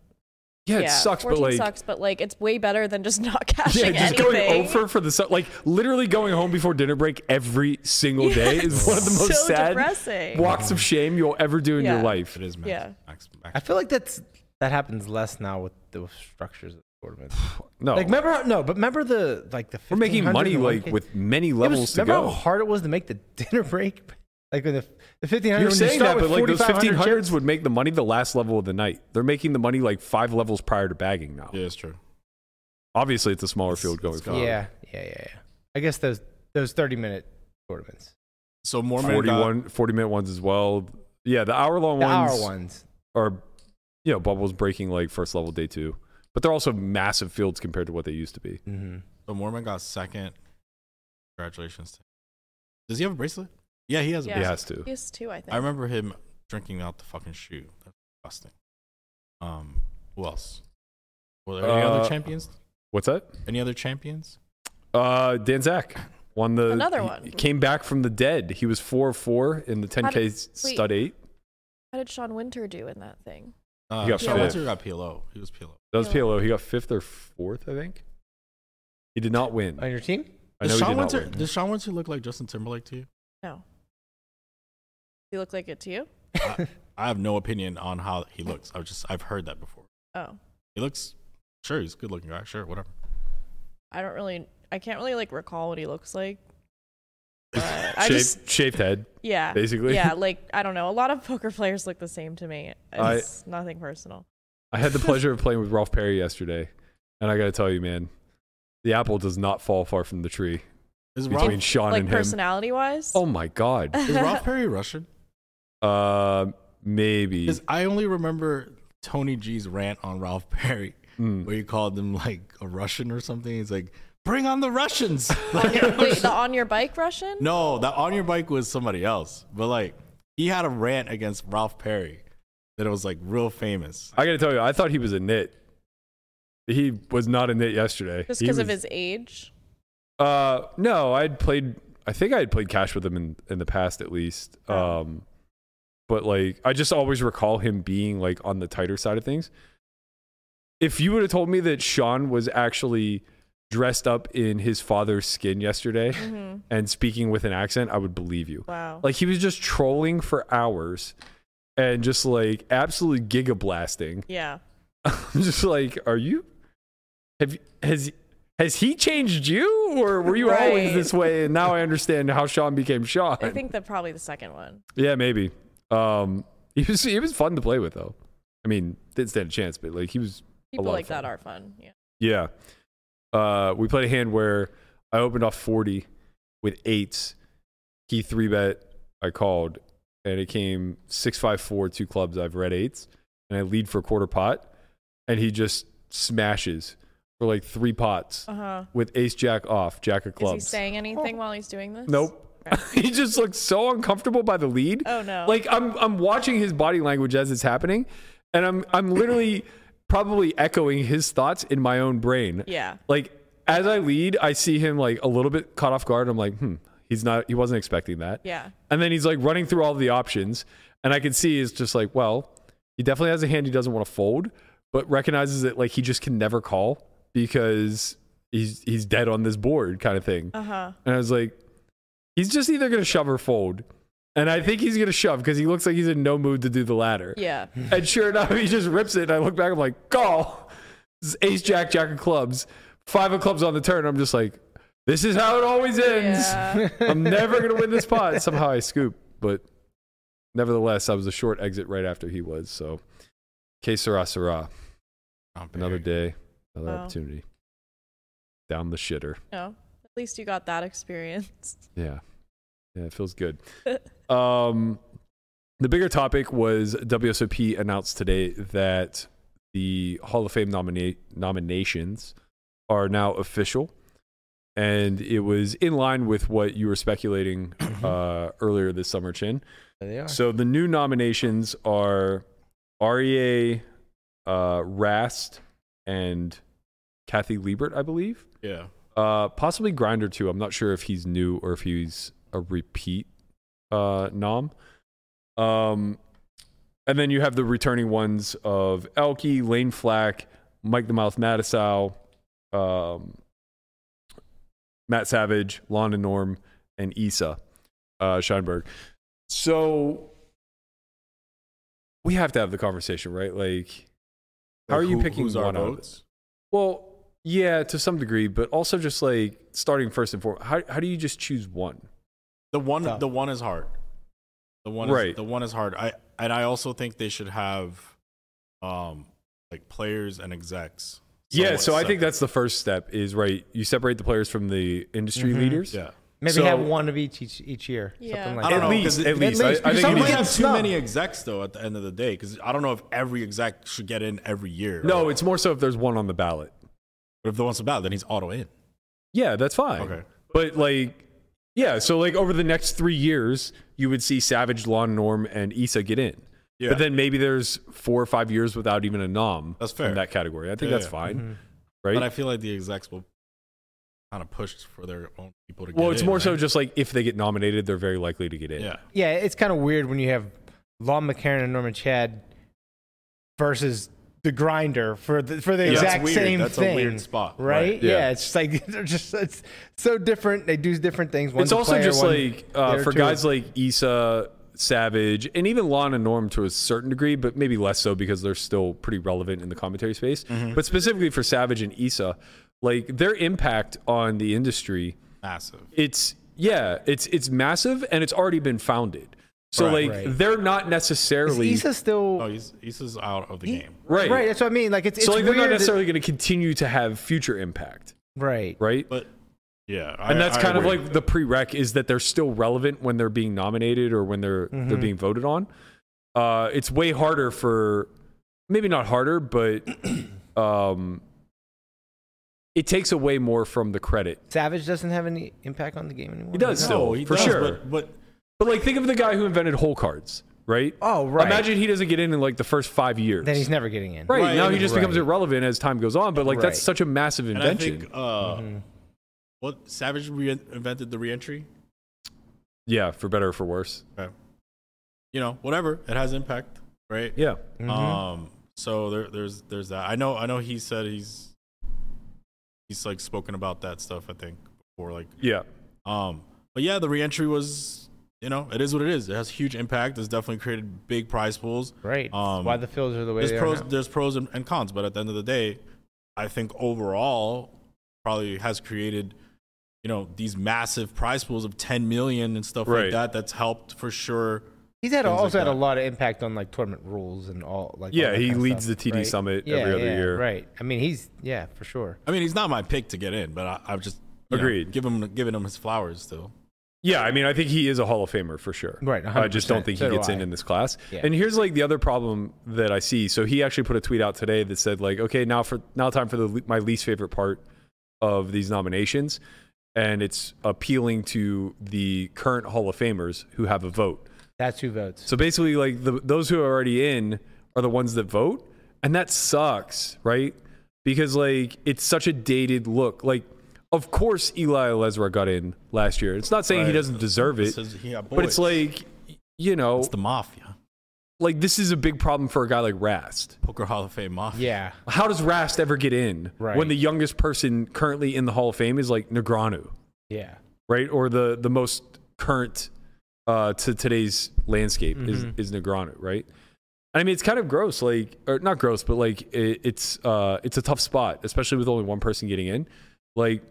yeah, it yeah, sucks, but 14 like, sucks, but like it's way better than just not cashing yeah, just anything. going over for the su- like literally going home before dinner break every single Yeah, day is one of the it's most so sad depressing. walks of shame you'll ever do in your Yeah. life. It is max. Yeah. max, I max. feel like that's that happens less now with the structures of the tournament. No, Like remember how- no, but remember the like the Oh. we're making 1500 money and like 1K? with many It was- levels to remember go. how hard it was to make the dinner break. Like when the the fifteen hundred. You're saying that, but like those 1500s 1500s would make the money the last level of the night. They're making the money like five levels prior to bagging now. Yeah, it's true. Obviously, it's a smaller It's- field going it's forward. Yeah, yeah, yeah, yeah. I guess those those thirty minute tournaments, So Mormon 41, 40 minute ones as well. Yeah, the hour long the ones hour ones. are, you know, bubbles breaking like first level day two, but they're also massive fields compared to what they used to be. Mm-hmm. So Mormon got second. Congratulations. to him. Does he have a bracelet? Yeah, he has a Yeah. He bracelet. has to. Yes, too. I think. I remember him drinking out the fucking shoe. That's disgusting. Um, who else? Were there any Uh, other champions? What's that? Any other champions? Uh, Dan Zach won the Another he- one. Came back from the dead. He was four of four in the ten How k did- stud wait. eight. How did Sean Winter do in that thing? Uh, He got Sean fifth. Winter got PLO. He was PLO. That was Yeah. PLO. He got fifth or fourth, I think. He did not win. On your team, I know he Does Sean, did not Winter, win. does Sean Winter look like Justin Timberlake to you? No. He looked like it to you. I, I have no opinion on how he looks. I've just I've heard that before. Oh, He looks sure he's a good looking guy. Sure, whatever. I don't really. I can't really like recall what he looks like. But I Shaved, just shaved head. yeah. basically. Yeah, like I don't know. A lot of poker players look the same to me. I- It's nothing personal. I had the pleasure of playing with Ralph Perry yesterday, and I got to tell you, man, the apple does not fall far from the tree Is between Ralph, Sean like and him. personality wise. Oh my god. is Ralph Perry Russian? Uh, maybe. Because I only remember Tony G's rant on Ralph Perry, where he called him like a Russian or something. He's like, "Bring on the Russians!" Like, Wait, the on your bike Russian? no, that on your bike was somebody else. But like, he had a rant against Ralph Perry that was like real famous. I got to tell you, I thought he was a nit. He was not a nit yesterday. Just He because of was- his age. Uh, no, I had played. I think I had played cash with him in in the past, at least. Oh. Um, but like, I just always recall him being like on the tighter side of things. If you would have told me that Sean was actually dressed up in his father's skin yesterday Mm-hmm. and speaking with an accent, I would believe you. Wow. Like he was just trolling for hours and just like absolutely giga blasting. yeah. I'm just like, are you? Have you- has has he changed you, or were you always Right. this way? And now I understand how Sean became Sean. I think that probably the second one. Yeah, maybe. Um, he was he was fun to play with though. I mean, didn't stand a chance, but like he was a People lot like of fun. that are fun. Yeah. Yeah. Uh, we played a hand where I opened off 40 with eights. He three bet. I called, and it came six five four two clubs. I've red eights, and I lead for a quarter pot, and he just smashes for like three pots Uh huh. with ace jack off, jack of Is he clubs. saying anything while he's doing this? Nope. he just looks so uncomfortable by the lead. Oh, no. Like I'm I'm watching his body language as it's happening, and I'm I'm literally probably echoing his thoughts in my own brain. Yeah. Like as I lead, I see him like a little bit caught off guard. I'm like, hmm, he's not he wasn't expecting that. Yeah. And then he's like running through all the options, and I can see he's just like, well, he definitely has a hand he doesn't want to fold, but recognizes that like he just can never call because he's he's dead on this board kind of thing. Uh huh. And I was like, he's just either going to shove or fold. And I think he's going to shove because he looks like he's in no mood to do the latter. Yeah. And sure enough, he just rips it. And I look back, I'm like, call. This is ace, jack, jack of clubs. Five of clubs on the turn. I'm just like, this is how it always ends. Yeah. I'm never going to win this pot. Somehow I scoop. But nevertheless, I was a short exit right after he was. So, que sera, sera. Another day, another Wow. opportunity. Down the shitter. No. At least you got that experience. Yeah. Yeah, it feels good. um, the bigger topic was WSOP announced today that the Hall of Fame nomina- nominations are now official. And it was in line with what you were speculating uh, earlier this summer, Chin. There they are. So the new nominations are REA, uh, Rast, and Kathy Liebert, I believe. Yeah. Uh, possibly Grinder too. I'm not sure if he's new or if he's a repeat uh, nom. Um, and then you have the returning ones of Elke, Lane Flack, Mike the Mouth Mattisau, um, Matt Savage, Lon and Norm, and Issa uh, Scheinberg. So we have to have the conversation, right? Like, how are Like, you who- picking who's our one out of votes? well, yeah, to some degree, but also just like starting first and foremost, how, how do you just choose one? The one, Tough. the one is hard. The one, Right. Is, the one is hard. I and I also think they should have, um, like players and execs. yeah, somewhat so I think separate. that's the first step is right. You separate the players from the industry leaders. Mm-hmm. yeah. Maybe So- have one of each each, each year. Yeah. Something I like don't At that. know, 'cause least, it- at at least, least, I, I because think some it We might is. have have too snubbed. many execs though. At the end of the day, because I don't know if every exec should get in every year. no, Or- it's more so if there's one on the ballot. but if the one's about, then he's auto in. Yeah, that's fine. Okay. But like, yeah, so like over the next three years, you would see Savage, Lon, Norm, and Issa get in. Yeah. But then maybe there's four or five years without even a nom. That's fair. In that category. I think Yeah, that's yeah. Mm-hmm. fine. Mhm. Right. But I feel like the execs will kind of push for their own people to. well, get it's in, more so right? just like if they get nominated, they're very likely to get in. yeah. Yeah, it's kind of weird when you have Lon McCarron and Norman Chad versus the grinder for the for the Yeah, that's exact weird. same That's a thing. weird spot. right? Right. Yeah. Yeah. it's just like they're just it's so different. They do different things. One's it's a also player, just one- like uh, they're for two- guys like Issa, Savage, and even Lon and Norm to a certain degree, but maybe less so because they're still pretty relevant in the commentary space. Mm-hmm. But specifically for Savage and Issa, like their impact on the industry, Massive. it's yeah, it's it's massive and it's already been founded. So Right. like Right. they're not Is necessarily Issa Oh, still he's he's out of the He- game. right. right? That's what I mean. Like it's, so it's like they're weird not that- necessarily going to continue to have future impact, right. right? But yeah, and that's kind of like the prereq is that they're still relevant when they're being nominated or when they're they're Mm-hmm. being voted on. Uh, it's way harder for maybe not harder, but um, it takes away more from the credit. Savage doesn't have any impact on the game anymore. He does No. still he for does, sure. But, But, but like, think of the guy who invented hole cards, right? Oh, right. Imagine he doesn't get in in like the first five years. Then he's never getting in. right, Right, now, and- he just becomes Right. irrelevant as time goes on. But like, Right. that's such a massive and I invention. think uh, Mm-hmm. what Savage reinvented the reentry. yeah, for better or for worse. Okay. You know, whatever it has impact, right? Yeah. Mhm. Um. So there, there's there's that. I know I know he said he's he's like spoken about that stuff. I think before like Yeah. um, but yeah, the reentry was, you know, it is what it is. It has huge impact. It's definitely created big prize pools. Right. Um, Why the fields are the way There's they pros, are. Now. there's pros and, and cons, but at the end of the day, I think overall probably has created, you know, these massive prize pools of 10 million and stuff Right. like that. That's helped for sure. He's had things like also had that. a lot of impact on like tournament rules and all. Like all Yeah, that he kind of leads stuff, the TD right? Summit Yeah, every other yeah, year. Right. I mean, he's yeah for sure. I mean, he's not my pick to get in, but I, I've just you know, Agreed. give him giving him his flowers still. Yeah, I mean, I think he is a Hall of Famer for sure. Right, I just don't 100%. think So he do gets in I. in this class. Yeah. And here's like the other problem that I see. So he actually put a tweet out today that said like, okay, now for now time for the le- my least favorite part of these nominations, and it's appealing to the current Hall of Famers who have a vote. That's who votes. So basically, like the, those who are already in are the ones that vote, and that sucks, right? Because like it's such a dated look. Like, of course, Eli Lesra got in last year. It's not saying he Right. doesn't deserve it, This is- he got but it's boys. like, you know, it's the mafia, like this is a big problem for a guy like Rast. poker Hall of Fame mafia. Yeah. How does Rast ever get in when Right. the youngest person currently in the Hall of Fame is like Negranu, Yeah. right? Or the the most current uh, to today's landscape Mhm. is is Negranu, right? I mean, it's kind of gross, like or not gross, but like it, it's uh, it's a tough spot, especially with only one person getting in. Like,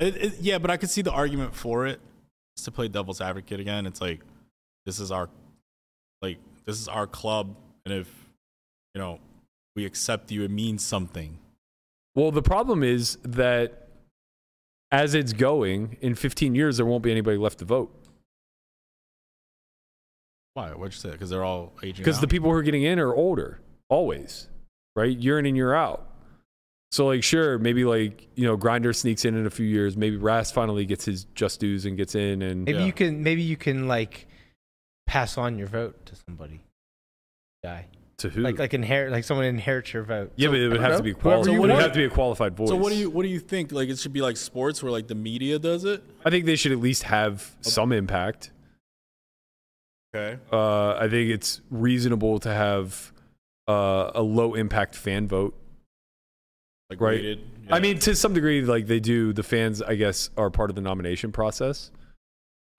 It, it, yeah, but I could see the argument for it. Just to play devil's advocate again, it's like this is our like this is our club, and if you know we accept you, it means something. well, the problem is that as it's going in 15 years, there won't be anybody left to vote. Why? What'd you say? Because they're all aging. because the out? people who are getting in are older always right year in and year out so like sure maybe like you know grinder sneaks in in a few years maybe ras finally gets his just dues and gets in and Maybe Yeah. you can. Maybe you can like pass on your vote to somebody. Guy. to who Like like inherit like someone inherits your vote. yeah but it would have to be Whoever qualified you it would want. have to be a qualified voice So what do you what do you think? Like it should be like sports, where like the media does it. i think they should at least have some impact Okay. uh, i think it's reasonable to have uh, a low impact fan vote Like Right. rated. I yeah. mean, to some degree, like they do. The fans, I guess, are part of the nomination process.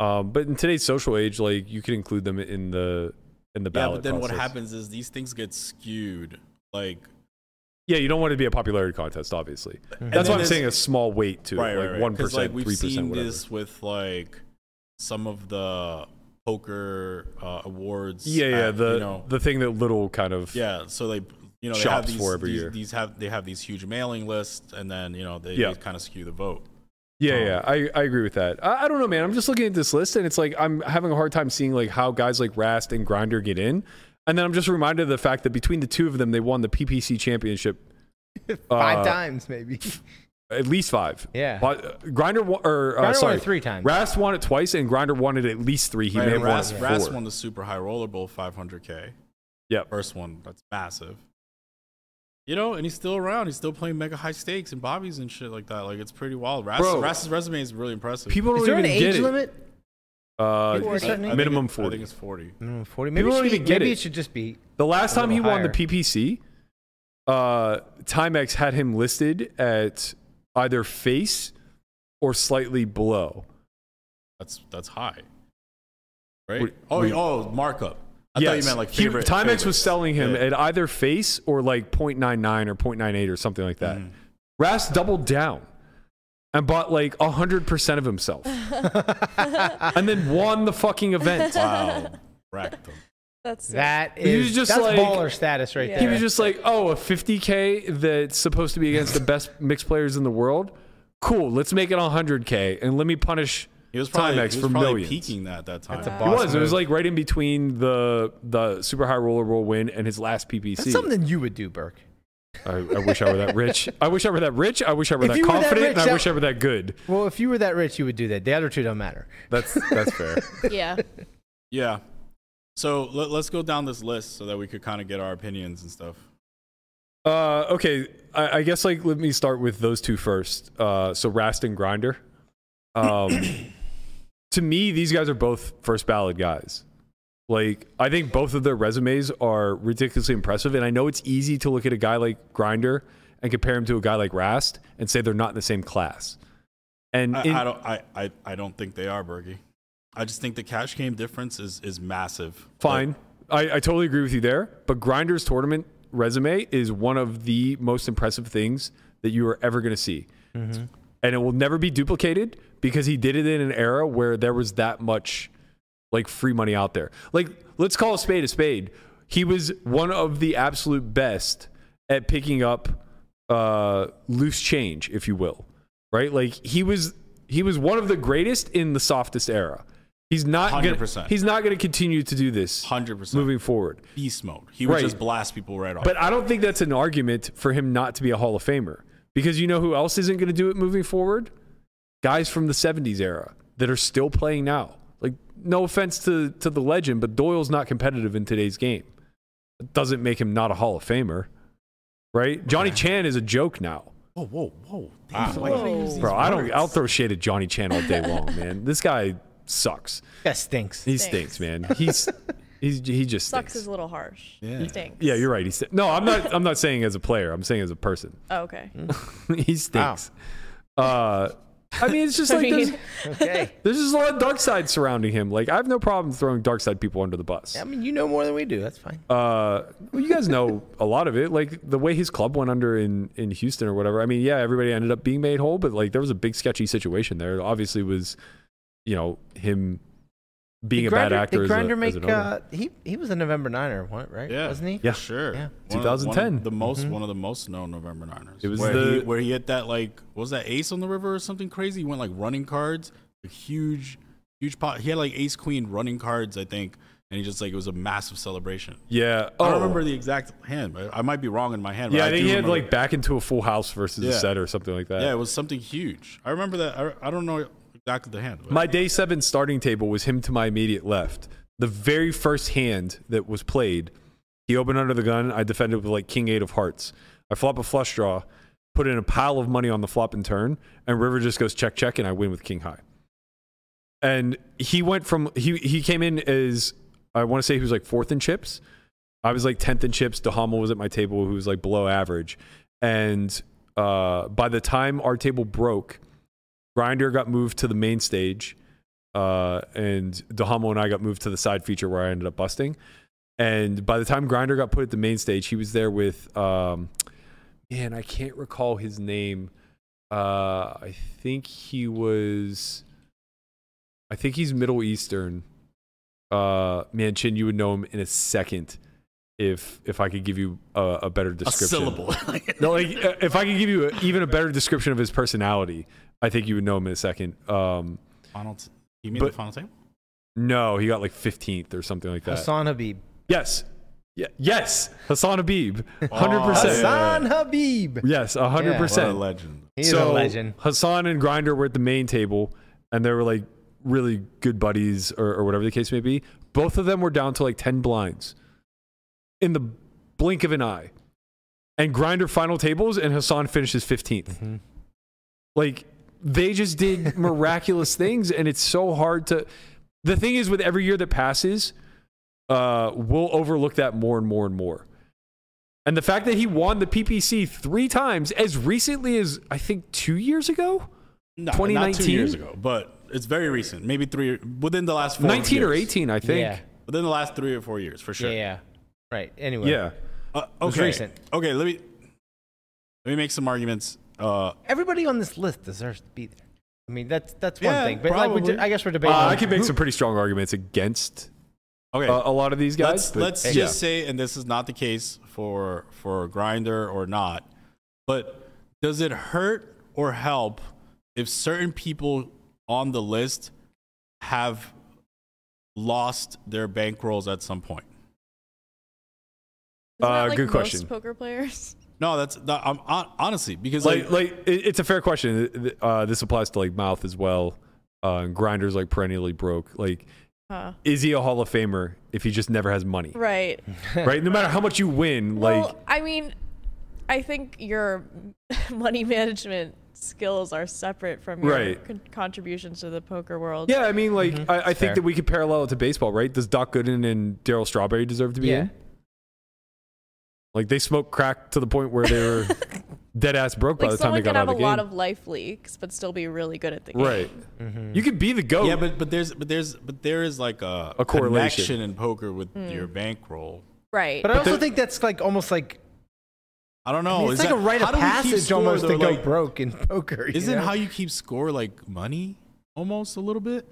Um, but in today's social age, like you could include them in the in the yeah. ballot. But then what process. happens is these things get skewed. Like Yeah, you don't want it to be a popularity contest, obviously. and That's why then I'm there's- saying a small weight to it, like one 'Cause, percent, Like we've three percent, seen whatever. this with like some of the poker uh, awards. yeah, yeah, at, the you know, the thing that little kind of yeah. So they you know they have shops these, for every these, year. these have they have these huge mailing lists, and then you know they, Yeah. kind of skew the vote. Yeah, Um, yeah, I, I agree with that. I, I don't know, man. I'm just looking at this list, and it's like I'm having a hard time seeing like how guys like Rast and Grinder get in, and then I'm just reminded of the fact that between the two of them, they won the PPC championship Five uh, times maybe. at least five. Yeah. Grinder or uh, Grindr won sorry, it three times. Rast won it twice, and Grinder won it at least three. He Right, may have and Ras, won it Ras four. won the Super High Roller Bowl 500k. Yep. First one, that's massive. You know, and he's still around. He's still playing mega high stakes and bobbies and shit like that. Like it's pretty wild. Ras, Bro. Ras's resume is really impressive. People don't Is there an even get age it. limit? Uh, People are it's certain- I think minimum it- I think forty. it's 40. Mm, Forty. Maybe, People it don't should- even get maybe it. it should just be The last a time he little won the higher. PPC, uh, Timex had him listed at either face or slightly below. That's that's high, right? What- oh, what- oh, markup. I thought you meant like He- favorite. Timex was favorites. selling him Yeah. at either face or like 0.99 or 0.98 or something like that. Mhm. Ras doubled down and bought like 100% of himself and then won the fucking event. Wow, racked him. That's sick. That He was is just that's like- baller status right there. He was just like, oh, a 50K that's supposed to be against the best mixed players in the world? Cool, let's make it 100K and let me punish He was Timex probably, he was for probably millions. peaking that that time. That's a It boss was. It was move. like right in between the the super high roller roll win and his last PPC. That's something you would do, Burke. I, I wish I were that rich. I wish I were that rich. I wish I were If that you were that confident. rich, and I that- wish I were that good. Well, if you were that rich, you would do that. The other two don't matter. That's that's fair. Yeah. yeah. So let, let's go down this list so that we could kind of get our opinions and stuff. Uh, okay, I, I guess like let me start with those two first. Uh, so Rast and Grinder. Um, to me, these guys are both first ballot guys. Like I think both of their resumes are ridiculously impressive, and I know it's easy to look at a guy like Grinder and compare him to a guy like Rast and say they're not in the same class. And I, in- I don't. I, I, I don't think they are Bergie. I just think the cash game difference is is massive. fine, I, I totally agree with you there. But Grinder's tournament resume is one of the most impressive things that you are ever going to see, and it will never be duplicated because he did it in an era where there was that much like free money out there. Like, let's call a spade a spade. He was one of the absolute best at picking up uh, loose change, if you will, right? Like he was he was one of the greatest in the softest era. He's not gonna 100%. he's not gonna continue to do this Hundred percent. moving forward. Beast mode. He would Right. just blast people right off. But I don't think that's an argument for him not to be a Hall of Famer because you know who else isn't going to do it moving forward? Guys from the 70s era that are still playing now. Like, no offense to, to the legend, but Doyle's not competitive in today's game. It doesn't make him not a Hall of Famer, right? Johnny Chan is a joke now. whoa, whoa, whoa! Damn, why Whoa. you use these Bro, I don't, words? I'll throw shade at Johnny Chan all day long, man. This guy sucks. That stinks. He Stinks. stinks, man. He's, he's, he just Sucks stinks. is a little harsh. Yeah. Stinks. Yeah, you're right. He st- no, I'm not. I'm not saying as a player. I'm saying as a person. Oh, okay. he stinks. Uh, I mean, it's just I like there's, mean- Okay. there's just a lot of dark side surrounding him. Like I have no problem throwing dark side people under the bus. I mean, you know more than we do. That's fine. Uh, well, you guys know a lot of it. Like the way his club went under in in Houston or whatever. I mean, yeah, everybody ended up being made whole, but like there was a big sketchy situation there. It obviously was, you know, him being Did a bad Grinder- actor. Did as a- Grinder as make? an owner. uh, he he was a November Niner, what, right? Yeah. Wasn't he? Yeah. Sure. Yeah. Mm-hmm. One of- one of 2010. the most one of the most known November Niners. It was where, the- he, where he hit that like what was that ace on the river or something crazy. He went like running cards, a huge, huge pot. He had like ace queen running cards, I think, and he just like it was a massive celebration. yeah. I Oh. don't remember the exact hand, but I might be wrong in my hand. but Yeah, I think do he had remember- like back into a full house versus a Yeah. set or something like that. yeah, it was something huge. I remember that. I, I don't know exactly the hand. But My day seven starting table was him to my immediate left. The very first hand that was played, he opened under the gun. I defended with like king eight of hearts. I flop a flush draw, put in a pile of money on the flop and turn, and river just goes check check, and I win with king high. And he went from he he came in as I want to say he was like fourth in chips. I was like tenth in chips. DeHamel was at my table, who was like below average. And uh, by the time our table broke, Grinder got moved to the main stage, uh, and DeHamo and I got moved to the side feature where I ended up busting. And by the time Grinder got put at the main stage, he was there with, um, man, I can't recall his name. Uh, I think he was, I think he's Middle Eastern. Uh, man, Chin, you would know him in a second if if I could give you a, a better a description. syllable. No, like uh, if I could give you a, even a better description of his personality, I think you would know him in a second. Um, final t- you mean But- the final table? no, he got like 15th or something like that. Hassan Habib. Yes, yeah, yes, Hassan Habib, hundred yeah. percent. Hassan Habib. Yes, hundred What a percent. legend. He's so a legend. Hassan and Grinder were at the main table, and they were like really good buddies or, or whatever the case may be. Both of them were down to like ten blinds in the blink of an eye, and Grinder final tables, and Hassan finishes 15th Mm-hmm. Like they just did miraculous things, and it's so hard to. The thing is, with every year that passes, uh, we'll overlook that more and more and more. And the fact that he won the PPC three times as recently as I think two years ago, No, not 2019? two years ago, but it's very recent. Maybe three within the last four nineteen or years. eighteen, I think. Yeah. within the last three or four years for sure. Yeah. Yeah. Right. Anyway. Yeah. Uh, was okay. recent. Okay. Let me let me make some arguments. Uh, Everybody on this list deserves to be there. I mean, that's that's one Yeah, thing. But like, we're, probably. I guess we're Uh, debating. I on can make who- some pretty strong arguments against okay. uh, a lot of these guys. let's but- let's Yeah. just say, and this is not the case for for grinder or not, but does it hurt or help if certain people on the list have lost their bankrolls at some point? Isn't Uh, that, like good most question. Poker players. No, that's that, I'm hon- honestly because like, like like it- it's a fair question. Uh, this applies to like mouth as well. Uh, and grinders like perennially broke. Like, Huh. is he a Hall of Famer if he just never has money? Right. Right. No matter how much you win, like well, I mean, I think your money management skills are separate from your Right. con- contributions to the poker world. Yeah, I mean, like I, I think Fair. that we could parallel it to baseball, right? Does Doc Gooden and Daryl Strawberry deserve to be Yeah. in? Like they smoked crack to the point where they were dead ass broke by Like the time they someone got can out have a of the game. lot of life leaks, but still be really good at the game. right. You could be the goat. Yeah, but but there's but there's but there is like a, oh. A correlation. connection in poker with your bankroll. Right. But I also think that's like almost like I don't know. I mean, it's Oh, is like that- a rite of how do we keep passage score, almost though? to go Like, broke in poker. you Isn't know? how you keep score like money almost a little bit?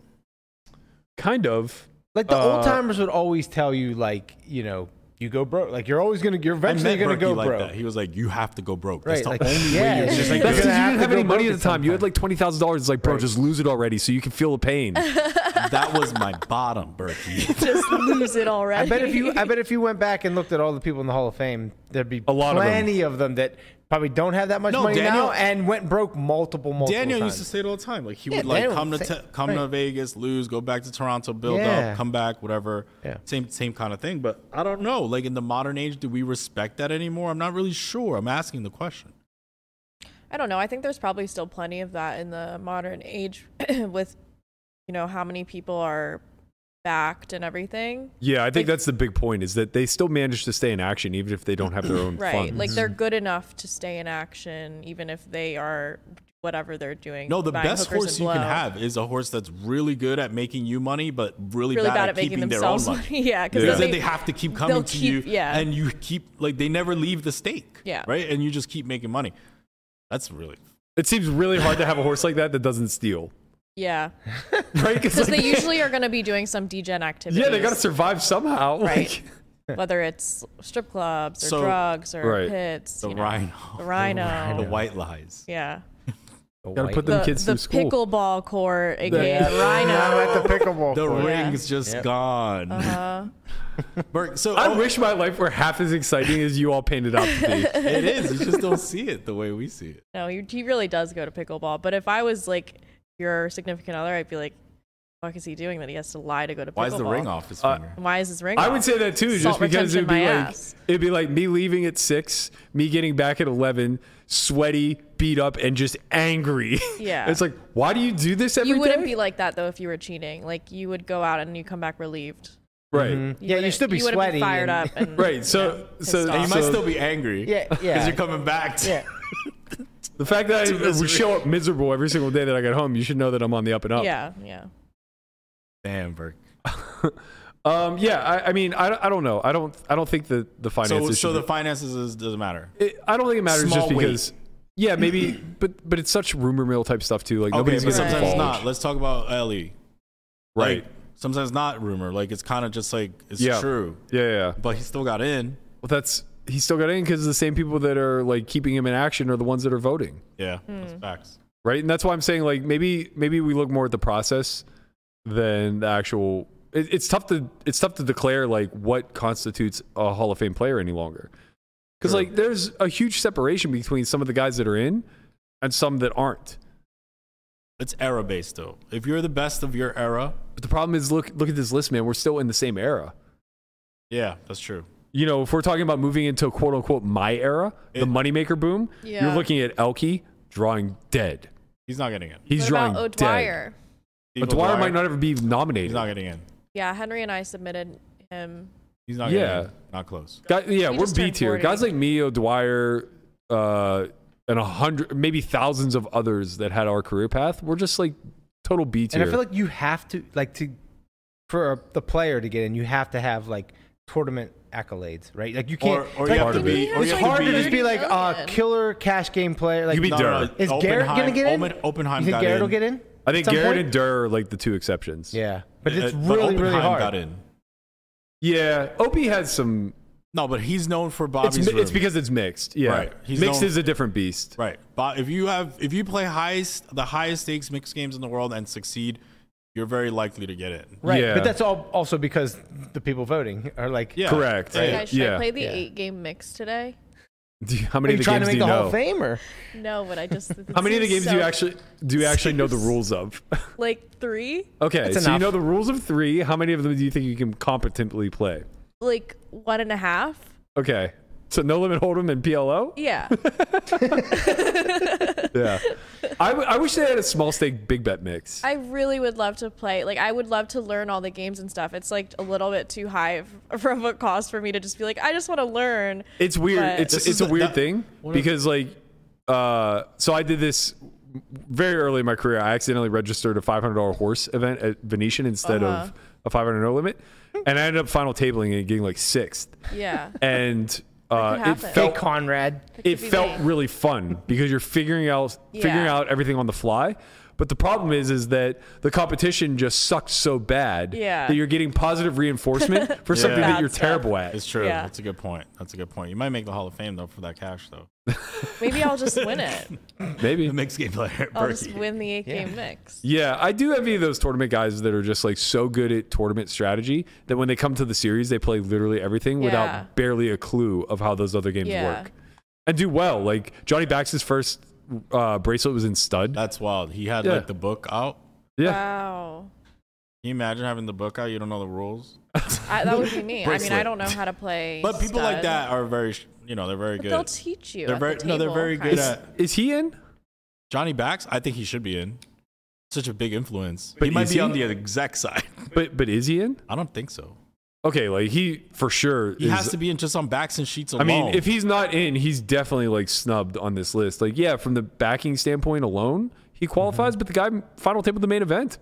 kind of. like the uh, old timers would always tell you like you know you go broke like you're always gonna you're I eventually met gonna Berkey go like broke. that. He was like, "You have to go broke. Right, That's like, the only yeah, way you're it's just just like like- That's because You're gonna you have didn't to have go any money broke at the at time. some You had like point. twenty thousand dollars. Like, bro, just lose it already, so you can feel the pain. that was my bottom, Berkey. Just lose it already. I bet if you I bet if you went back and looked at all the people in the Hall of Fame, there'd be A lot of them. plenty of them, that probably don't have that much No, money Daniel- now and went broke multiple multiple Daniel times. used to say it all the time. Like he Yeah, would like Daniel come to would say- te- come to right. Vegas, lose, go back to Toronto, build Yeah. up, come back, whatever. Yeah. Same same kind of thing. But I don't know. Like in the modern age, do we respect that anymore? I'm not really sure. I'm asking the question. I don't know. I think there's probably still plenty of that in the modern age with, you know, how many people are backed and everything. Yeah, I think Like- that's the big point is that they still manage to stay in action even if they don't have their own Right. funds. Like they're good enough to stay in action even if they are whatever they're doing. No, the buying best horse hookers and you can blow. have is a horse that's really good at making you money, but really, Really bad, at, making keeping their own themselves money. money. yeah, because Yeah. Because then they have to keep coming they'll to keep- you, yeah. and you keep like they never leave the stake, Yeah. right? And you just keep making money. That's really It seems really hard to have a horse like that that doesn't steal. yeah, Right? Cuz because they usually are going to be doing some degen activity. Yeah, they got to survive somehow. Right. Like, whether it's strip clubs or So- drugs or Right. pits. the you know. rhino, The rhino. the white lies. Yeah. The Gotta white- put them The, kids the through school. pickleball court, aka Yeah. the rhino. Now I'm at the pickleball The Oh, court. ring's just Yep. gone. Uh-huh. Burke, so I oh, wish my life were half as exciting as you all painted out to be. it is. You just don't see it the way we see it. No, he, he really does go to pickleball. But if I was like your significant other, I'd be like, "What is he doing that he has to lie to go to pickleball?" Why is the ring off his Uh, finger? Why is his ring? I off? would say that too, just Salt because it'd retention be in my like ass. it'd be like me leaving at six, me getting back at eleven, sweaty, beat up, and just angry. Yeah. it's like, why do you do this every day? You wouldn't be like that though if you were cheating. Like you would go out and you come back relieved. right, Mm-hmm. Mm-hmm. Yeah, you wouldn't- still be you wouldn't sweaty. Be fired and- up. And, right. So, yeah, so, pissed so off. You might still be angry. Yeah, Because yeah. you're coming back. To, Yeah. The fact that I To would misery. show up miserable every single day that I got home, you should know that I'm on the up and up. Yeah, yeah. Damn, Burke. Um, yeah. I, I mean, I, I don't know. I don't. I don't think that the finances. So, should so be- the finances is, doesn't matter. It, I don't think it matters Small just because. Yeah, maybe, but but it's such rumor mill type stuff too. Like Okay, nobody's but gonna sometimes it's divulge. not. Let's talk about Ellie. Right. Like, sometimes not rumor. Like it's kind of just like it's Yeah. true. yeah, yeah, yeah. But he still got in. Well, that's he still got in because the same people that are like keeping him in action are the ones that are voting, Yeah. Hmm. That's facts. right? And that's why I'm saying like maybe maybe we look more at the process than the actual. It, it's tough to it's tough to declare like what constitutes a Hall of Fame player any longer, because like there's a huge separation between some of the guys that are in and some that aren't. It's era based though. If you're the best of your era, But the problem is, look look at this list, man. We're still in the same era. yeah, that's true. you know, if we're talking about moving into quote unquote my era, the It- moneymaker boom, you're Yeah. looking at Elke drawing dead. He's not getting in. He's what drawing about O'Dwyer? dead. Steve O'Dwyer O'Dwyer, might not ever be nominated. He's not getting in. Yeah, Henry and I submitted him. He's not Yeah. getting in. Not close. Guy- yeah, He we're just B turned tier. 40. Guys like me, O'Dwyer, uh, and a hundred, maybe thousands of others that had our career path, we're just like total B tier. And I feel like you have to like to for a, the player to get in, you have to have like tournament accolades, right? Like you can't. Or, or like, you have Part to of be, it. or it's you have hard to to be, just be like a Million. killer cash game player. Like You be No, no, no. Durr. Is Garrett Oppenheim- gonna get in? Oppen- Oppenheim you think got Garrett in. will get in? I think At some Garrett point? and Durr are like the two exceptions. Yeah, but it's Uh, really really Oppenheim hard. Got in. Yeah. Opie had some. No, but he's known for It's, Bobby's. mi- room. it's because it's mixed. Yeah. Right. He's Mixed known- is a different beast. right. But if you have if you play highest the highest stakes mixed games in the world and succeed, you're very likely to get in. Right, Yeah. but that's all also because the people voting are like. Yeah. Correct. Right. Guys, should Yeah. I play the Yeah. eight game mix today? Do you- How Are many of you the trying games to do make you the Hall know? of Fame or? No, but I just. How many of the games do you so- actually do you actually know the rules of? Like three. Okay, That's so you enough. know the rules of three. How many of them do you think you can competently play? Like one and a half. Okay, so no limit hold'em and PLO. Yeah. Yeah, I, w- I wish they had a small stake big bet mix. I really would love to play. Like, I would love to learn all the games and stuff. It's like a little bit too high of- from a cost for me to just be like, I just want to learn. It's weird. But- It's This it's is a the- weird that- thing because like uh, so I did this very early in my career. I accidentally registered a $500 horse event at Venetian instead Uh-huh. of a 500 no limit, and I ended up final tabling and getting like sixth. Yeah. And uh, it happen. Hey, felt Conrad. it could be felt late. really fun because you're figuring out Yeah. figuring out everything on the fly. But the problem is, is that the competition just sucked so bad Yeah. that you're getting positive reinforcement for something that Bad you're stuff. terrible at. It's true. Yeah. That's a good point. That's a good point. You might make the Hall of Fame though for that cash though. Maybe I'll just win it. Maybe. The mixed game player. I'll just Berkey. win the eight game mix. Yeah, I do envy those tournament guys that are just like so good at tournament strategy that when they come to the series, they play literally everything Yeah. without barely a clue of how those other games Yeah. work and do well. Like Johnny Bax's first uh, bracelet was in stud. That's wild. He had Yeah. like the book out. yeah, Wow. Can you imagine having the book out? You don't know the rules. I, that would be me. I mean, I Bracelet. don't know how to play. But people like stud. that are very, sh- you know, they're very But good. they'll teach you. They're at very- the no, they're table, very kind good of. at- is he in? Johnny Bax, I think he should be in. Such a big influence. But he might is be he? on the exact side. But but is he in? I don't think so. Okay, like he for sure. He is, has to be in just on backs and sheets I alone. mean, if he's not in, he's definitely like snubbed on this list. Like, yeah, from the backing standpoint alone, he Mm-hmm. qualifies. But the guy final table the main event,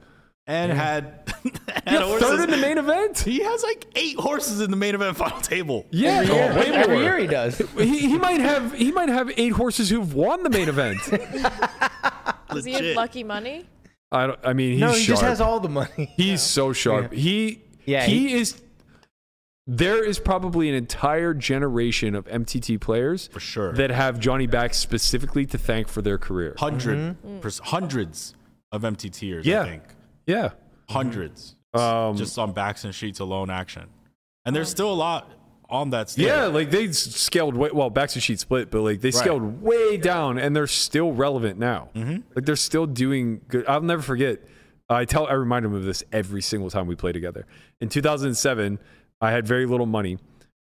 and had, had yeah, third horses- in the main event. He has like eight horses in the main event final table. Yeah, Oh, Every, way year, more. every year he does. he, he might have he might have eight horses who've won the main event. Does he have lucky money? I don't, I mean he's no, sharp. he just has all the money. he's so sharp. He Yeah, he, is. There is probably an entire generation of MTT players for sure. that have Johnny Back specifically to thank for their career. 100 pers- hundreds of MTTers, Mm-hmm. Yeah. I think. Yeah, 100s Um, just on backs and sheets alone action. And there's still a lot on that stage. yeah. Like they s- scaled way, well, backs and sheet split, but like they scaled way down, and they're still relevant now. Mm-hmm. Like they're still doing good. I'll never forget. I tell I remind him of this every single time we play together. In 2007, I had very little money,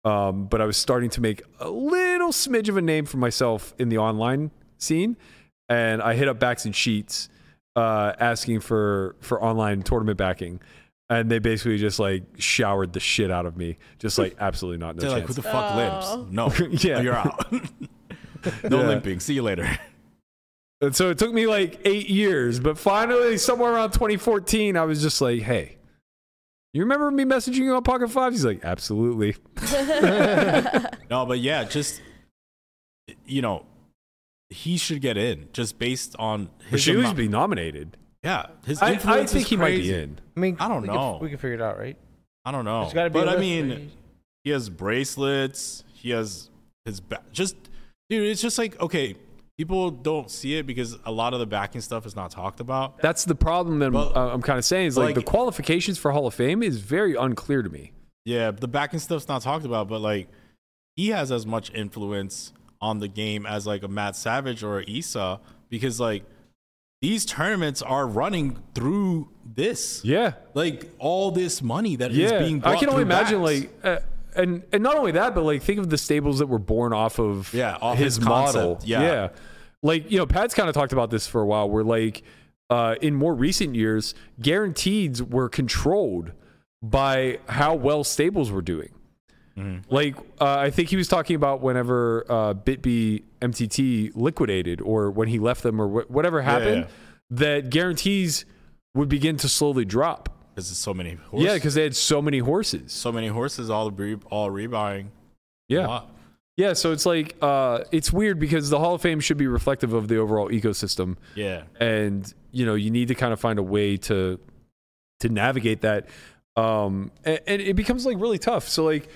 um, but I was starting to make a little smidge of a name for myself in the online scene, and I hit up Backs and Sheets uh, asking for for online tournament backing. And they basically just like showered the shit out of me, just like absolutely not no They're like, chance. who the fuck Oh. limps? No. Yeah. You're out. no Yeah. limping. See you later. And so it took me like eight years, but finally, somewhere around 2014, I was just like, hey, you remember me messaging you on Pocket Fives? He's like, absolutely. No, but yeah, just, you know, he should get in just based on But his. she would amount- be nominated. yeah. His I, I influence think is he might be crazy. in. I mean, I don't we know. Can, we can figure it out, right? I don't know. There's gotta be but a I list mean, where you- he has bracelets. He has his back. Just dude, it's just like okay, people don't see it because a lot of the backing stuff is not talked about. That's the problem that I'm- Well, uh, I'm, kind of saying is like, like- the qualifications for Hall of Fame is very unclear to me. Yeah, the backing stuff's not talked about, but like he has as much influence on the game as like a Matt Savage or a Issa because like these tournaments are running through this. Yeah. Like all this money that is Yeah. being brought I can only through imagine, backs. like, uh, and, and not only that, but like, think of the stables that were born off of Yeah, off his, his concept. model. Yeah. Like, you know, Pat's kind of talked about this for a while where, like, uh, in more recent years, guarantees were controlled by how well stables were doing. Mm-hmm. Like, uh, I think he was talking about whenever uh, Bitby MTT liquidated or when he left them or wh- whatever happened, that guarantees would begin to slowly drop. because there's so many horses. Yeah, because they had so many horses. so many horses all re- all rebuying. Yeah. Wow. Yeah, so it's like uh, it's weird because the Hall of Fame should be reflective of the overall ecosystem, Yeah. and you know you need to kind of find a way to to navigate that, um, and, and it becomes like really tough. So like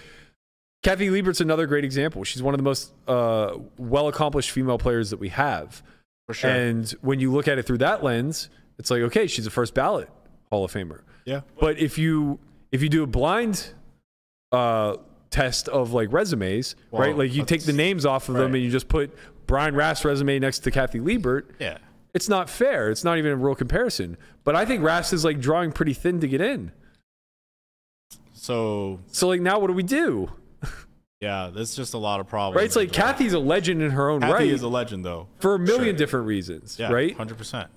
Kathy Liebert's another great example. She's one of the most uh, well accomplished female players that we have, For sure. and when you look at it through that lens, it's like okay, she's a first ballot Hall of Famer. yeah. But if you if you do a blind uh, test of like resumes, Well, right? Like you take the that's- names off of them right. and you just put Brian Raff's resume next to Kathy Liebert. Yeah. It's not fair. It's not even a real comparison. But I think Raff's is like drawing pretty thin to get in. So So like now what do we do? yeah, there's just a lot of problems. Right? It's like Kathy's a legend in her own Oh, Kathy right is a legend though. for a million different reasons, Yeah. right? Hundred percent.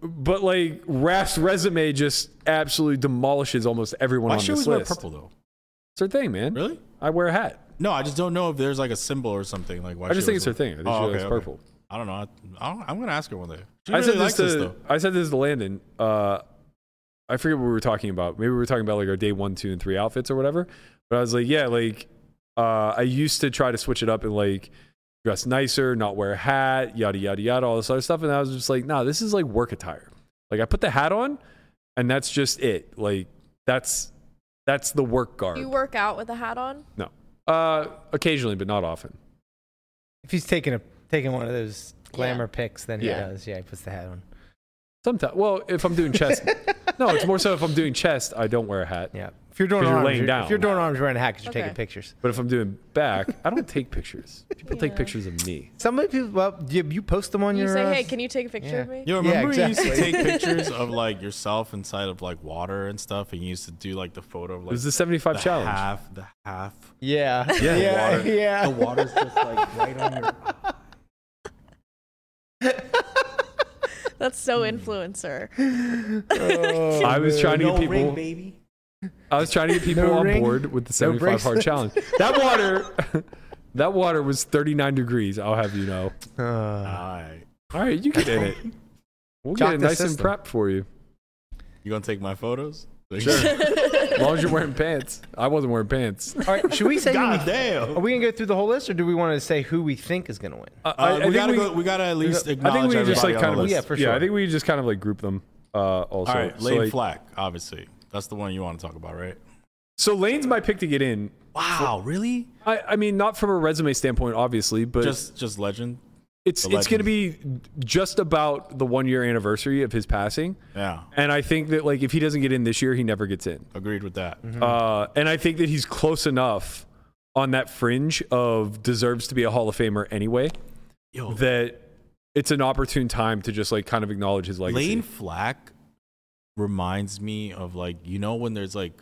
But like Raff's resume just absolutely demolishes almost everyone Why on she this always wear list. purple though? It's her thing, man. Really? I wear a hat. No, I just don't know if there's like a symbol or something. Like why I just she think it's her always thing. I wear- think she likes purple. I don't know. I, I don't, I'm gonna ask her one day. She I really said likes this this to though. I said this to Landon. Uh, I forget what we were talking about. Maybe we were talking about like our day one, two, and three outfits or whatever. But I was like, yeah, like uh, I used to try to switch it up and like dress nicer, not wear a hat, yada yada yada, all this other stuff. And I was just like, nah, this is like work attire. Like I put the hat on, and that's just it. Like that's that's the work garb. You work out with a hat on? no, uh, occasionally, but not often. If he's taking a taking one of those glamour pics, then he Yeah. does. Yeah, he puts the hat on. Sometimes, well, if I'm doing chest, no, it's more so if I'm doing chest, I don't wear a hat. Yeah. If you're doing 'Cause you're arms, laying you're- down. if you're doing arms, you're wearing a hat because you're taking Okay. pictures. But if I'm doing back, I don't take pictures. People take pictures of me. Some of the people, well, you, you post them on You your. say, uh, hey, can you take a picture of yeah. me? Yo, Yeah, remember you used to exactly. take pictures of like yourself inside of like water and stuff, and you used to do like the photo of like It was the 75 the challenge. half, the half. yeah, the yeah, water- yeah. The water's just like right on your. That's so Hmm. influencer. I was trying to No get people. ring, baby. I was trying to get people No on ring. board with the No 75 hard bracelets. challenge. That water, that water was 39 degrees. I'll have you know. Uh-huh. Uh, Alright. All right, you get in it. We'll Jock get it the nice and system. prepped for you, You gonna take my photos? as long as you're wearing pants. I wasn't wearing Uh, pants. all right, should we say? who we- God damn. Are we gonna go through the whole list, or do we want to say who we think is gonna win? I, Uh, I- I we think gotta we- go, we gotta at least I acknowledge think we just everybody like on kind the of list. Yeah, for I sure. think we just kind of like group them. Uh, also, All right, so, Lane like- Flack, obviously. That's the one you want to talk about, right? so Lane's my pick to get in. Wow, really? I, I mean, not from a resume standpoint, obviously, but Just just legend. it's the it's going to be just about the one year anniversary of his passing. Yeah, And I think that like if he doesn't get in this year, he never gets in. agreed with that. Uh, and I think that he's close enough on that fringe of deserves to be a Hall of Famer anyway Yo, that it's an opportune time to just like kind of acknowledge his legacy. Lane Flack reminds me of like you know when there's like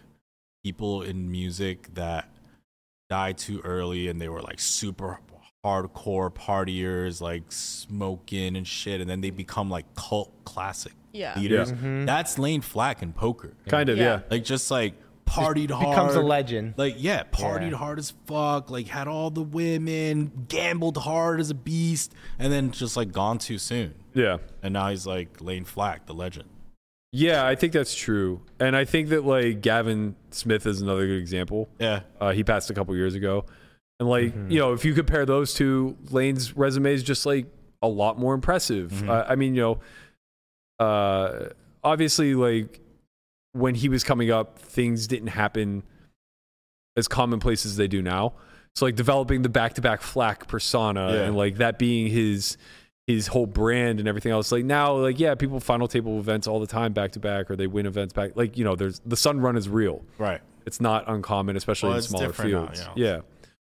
people in music that die too early and they were like super hardcore partiers, like smoking and shit, and then they become like cult classic Yeah. leaders. Mm-hmm. That's Lane Flack in poker. kind of, yeah. Yeah. Like just like partied hard. Becomes a legend. Like yeah, partied hard as fuck. Like had all the women, gambled hard as a beast, and then just like gone too soon. yeah, And now he's like Lane Flack, the legend. Yeah, I think that's true. And I think that like Gavin Smith is another good example. Yeah, Uh, he passed a couple years ago. And like, you know, if you compare those two, Lane's resume is just like a lot more impressive. Uh, I mean, you know, uh, obviously, like when he was coming up, things didn't happen as commonplace as they do now. So like developing the back to back flack persona Yeah. and like that being his his whole brand and everything else. Like now, like yeah, people final table events all the time back to back, or they win events back. Like you know, there's the sun run is real right. it's not uncommon, especially Well, in it's smaller different now, fields. you yeah.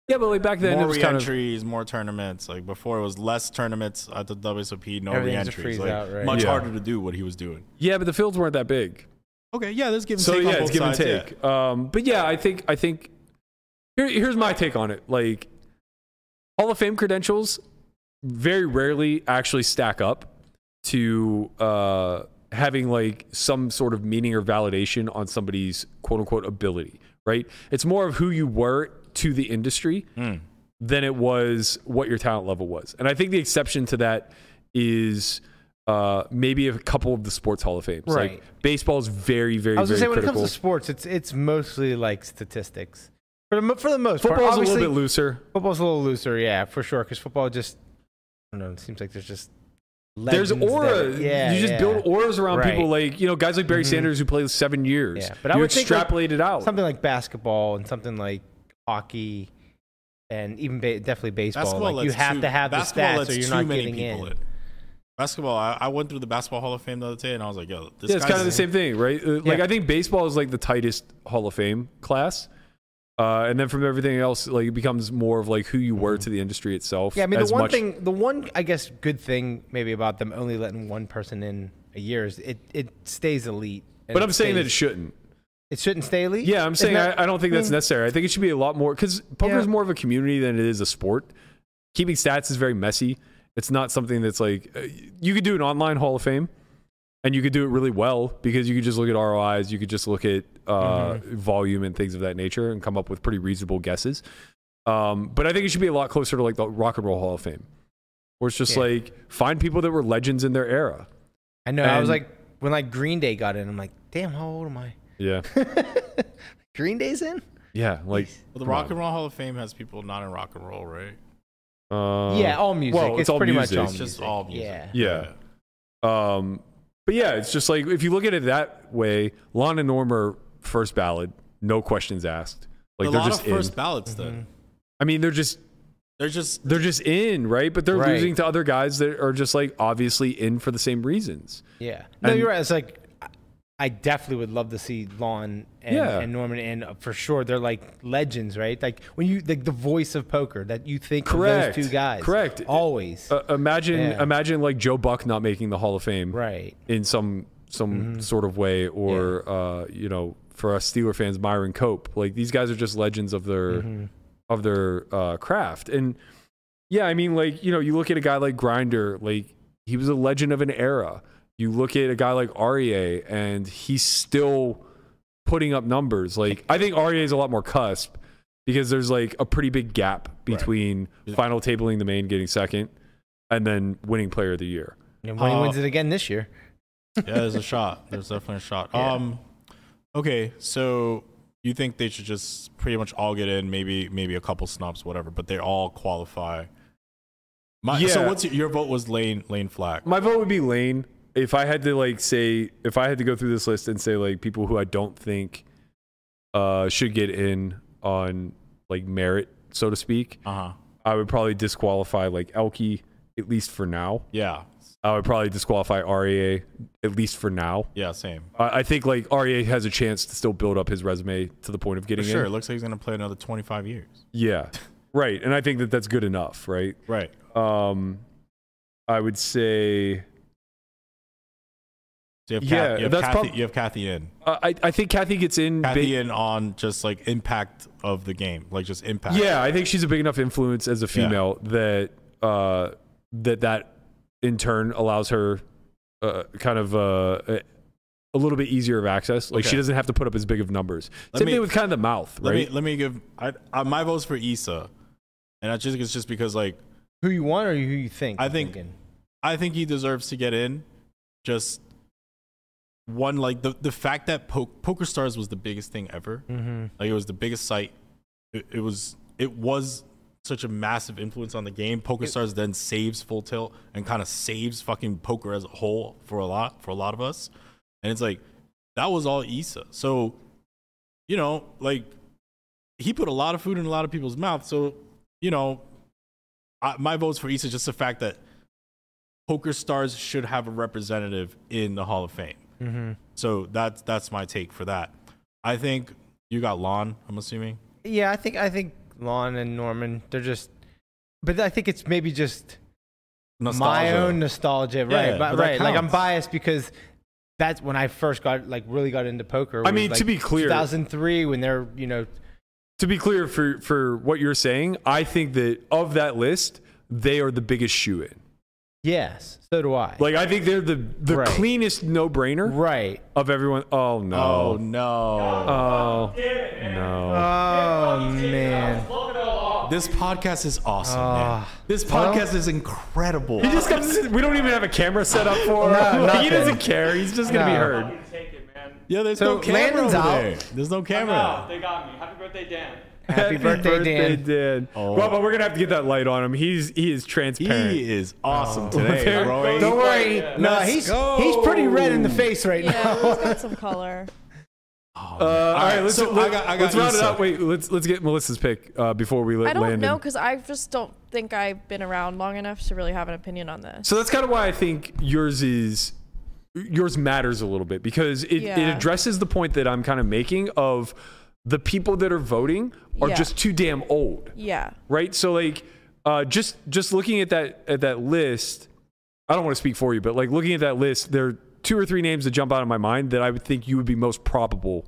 Yeah, but like back then more it was kind of reentries, more tournaments. Like before, it was less tournaments at the WSOP, no Everything's a reentries. freeze Like out, right? much Yeah. harder to do what he was doing. yeah, but the fields weren't that big. Okay, yeah, there's give and So take. on yeah, it's both give and sides, yeah. take. Um, but yeah, I think I think here, here's my take on it. Like Hall of Fame credentials very rarely actually stack up to uh, having like some sort of meaning or validation on somebody's quote unquote ability. Right? It's more of who you were to the industry than it was what your talent level was. And I think the exception to that is uh, maybe a couple of the sports Hall of Fames. Like Right. baseball is very, very, I was very gonna say when it critical. comes to sports, it's it's mostly like statistics for the mo- for the most part. Football's a Obviously, little bit looser. football's a little looser, yeah, for sure. Because football just I don't know. It seems like there's just There's legends that- aura. yeah, you just yeah. build auras around Right. Mm-hmm. people like you know guys like Barry Sanders who played seven years. Yeah, but I you would think, like, extrapolate it out. something like basketball and something like hockey and even ba- definitely baseball. Basketball, like you lets have too- to have the basketball stats, lets or you're too not many getting in. people Basketball. I, I went through the basketball Hall of Fame the other day, and I was like, yo, this yeah, it's guy's kind of the same thing, right? Uh, Like Yeah. I think baseball is like the tightest Hall of Fame class. Uh, and then from everything else, like it becomes more of like who you were to the industry itself. Mm-hmm. Yeah, I mean the as one much- thing, the one I guess good thing maybe about them only letting one person in a year is it it stays elite. and but I'm saying that it stays- shouldn't. it shouldn't stay elite. Yeah, I'm It's saying not- I, I don't think that's mean, necessary. I think it should be a lot more because poker is Yeah. more of a community than it is a sport. Keeping stats is very messy. It's not something that's like uh, you could do an online Hall of Fame, and you could do it really well because you could just look at ROIs, you could just look at uh, Mm-hmm. volume and things of that nature, and come up with pretty reasonable guesses. Um, but I think it should be a lot closer to like the Rock and Roll Hall of Fame, where it's just Yeah. like find people that were legends in their era. I know. I was And- like, when like Green Day got in, I'm like, damn, how old am I? Yeah, Green Day's in? yeah, like Well, the Come Rock on. and Roll Hall of Fame has people not in rock and roll, right? um, yeah, all music. well, it's, it's all pretty music. much all It's music. just all music. Yeah. Yeah. Um, but yeah, it's just like if you look at it that way, Lana Normer first ballad, no questions asked. Like a they're lot just of first in. ballots, then I mean, they're just they're just they're just in, right? But they're Right. losing to other guys that are just like obviously in for the same reasons. Yeah. No, And- you're right. It's like I- I definitely would love to see Lon and, Yeah. and Norman and uh, for sure they're like legends, right? Like when you like the voice of poker that you think Correct. of those two guys. Correct. Always. Uh, imagine Yeah. imagine like Joe Buck not making the Hall of Fame, right. In some some sort of way, or uh, you know, for us Steeler fans, Myron Cope. Like these guys are just legends of their of their uh, craft. And yeah, I mean, like you know, you look at a guy like Grinder, like he was a legend of an era. You look at a guy like Aria, and he's still putting up numbers. Like I think Aria is a lot more cusp because there's like a pretty big gap between final tabling the main, getting second, and then winning player of the year. And when he Uh, wins it again this year. yeah. There's a shot. There's definitely a shot. Um, okay, so you think they should just pretty much all get in? Maybe maybe a couple snubs, whatever, but they all qualify. My, So Yeah. what's your, your vote? Was Lane Lane Flack? My vote would be Lane. If I had to like say, if I had to go through this list and say like people who I don't think uh, should get in on like merit, so to speak, Uh huh. I would probably disqualify like Elke at least for now. Yeah. I would probably disqualify REA at least for now. Yeah. Same. I, I think like REA has a chance to still build up his resume to the point of For getting sure. It in. looks like he's gonna play another 25 years. Yeah, right. And I think that that's good enough, right? Right. Um, I would say So you have Yeah, Kathy, you have that's Kathy, prob- you have Kathy in. I I think Kathy gets in. Kathy ba- in on just like impact of the game, like just impact. Yeah, I think she's a big enough influence as a female that uh, that that in turn allows her uh, kind of uh, a- a little bit easier of access. Like she Okay. doesn't have to put up as big of numbers. Let Same me- thing with kind of the mouth, Let right? me let me give I, I my vote's for Issa, and I just think it's just because like Who you want or who you think? I you're think- thinking? I think he deserves to get in. Just one like the the fact that po- Poker Stars was the biggest thing ever. Like it was the biggest site. It, it was it was such a massive influence on the game. Poker Stars then saves Full Tilt and kind of saves fucking poker as a whole for a lot for a lot of us. And it's like that was all Issa. So you know, like he put a lot of food in a lot of people's mouth. So you know, I, my vote's for Issa just the fact that poker stars should have a representative in the Hall of Fame. So that's that's my take for that. I think you got Lon. I'm assuming. Yeah, I think I think Lon and Norman, they're just but I think it's maybe just my Nostalgia. own nostalgia, right? Yeah, but, but that right. Like I'm counts. biased because that's when I first got like really got into poker. I was, mean, like, to be clear- 2003 when they're you know to be clear, for for what you're saying, I think that of that list, they are the biggest shoe in. yes, so do I. Like I think they're the the Right. cleanest no brainer right. of everyone. Oh Oh no. no! Oh, no. Oh man, Oh. this podcast is awesome. man. Ah. This podcast is incredible. He just comes. We don't even have a camera set up for him. No, Like, he nothing. doesn't care. He's just gonna be No. heard. Take it, man. yeah, there's So no camera Landon's over out. there. There's no I'm camera. out. They got me. Happy birthday, Dan. happy birthday, Dan. Oh. Well, but we're gonna have to get that light on him. He's he is He transparent. is awesome Oh. today, Roy. Don't worry, no, Let's he's go. he's pretty red in the face right Yeah, now. Lou's got some color. Uh, all right, right, let's so let, I got- I let's got round it Issa. out. Wait, let's let's get Melissa's pick uh, before we let I don't Landon. know because I just don't think I've been around long enough to really have an opinion on this. So that's kind of why I think yours is yours matters a little bit because it, it Yeah. addresses the point that I'm kind of making of the people that are voting are Yeah. just too damn old. yeah. right? So like uh, just just looking at that at that list, I don't want to speak for you, but like looking at that list, there are two or three names that jump out of my mind that I would think you would be most probable.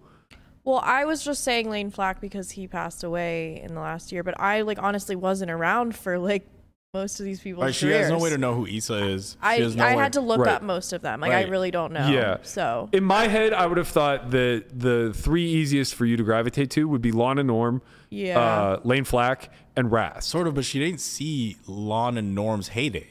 Well, I was just saying Lane Flack because he passed away in the last year, but I like honestly wasn't around for like most of these people's Like, she careers. has no way to know who Issa is. She I, has no I way- had to look Right. up most of them. Like Right. I really don't know. Yeah. Um, So In my head, I would have thought that the three easiest for you to gravitate to would be Lana Norm, Yeah. uh, Lane Flack, and Raz. Sort of, but she didn't see Lon and Norm's heyday.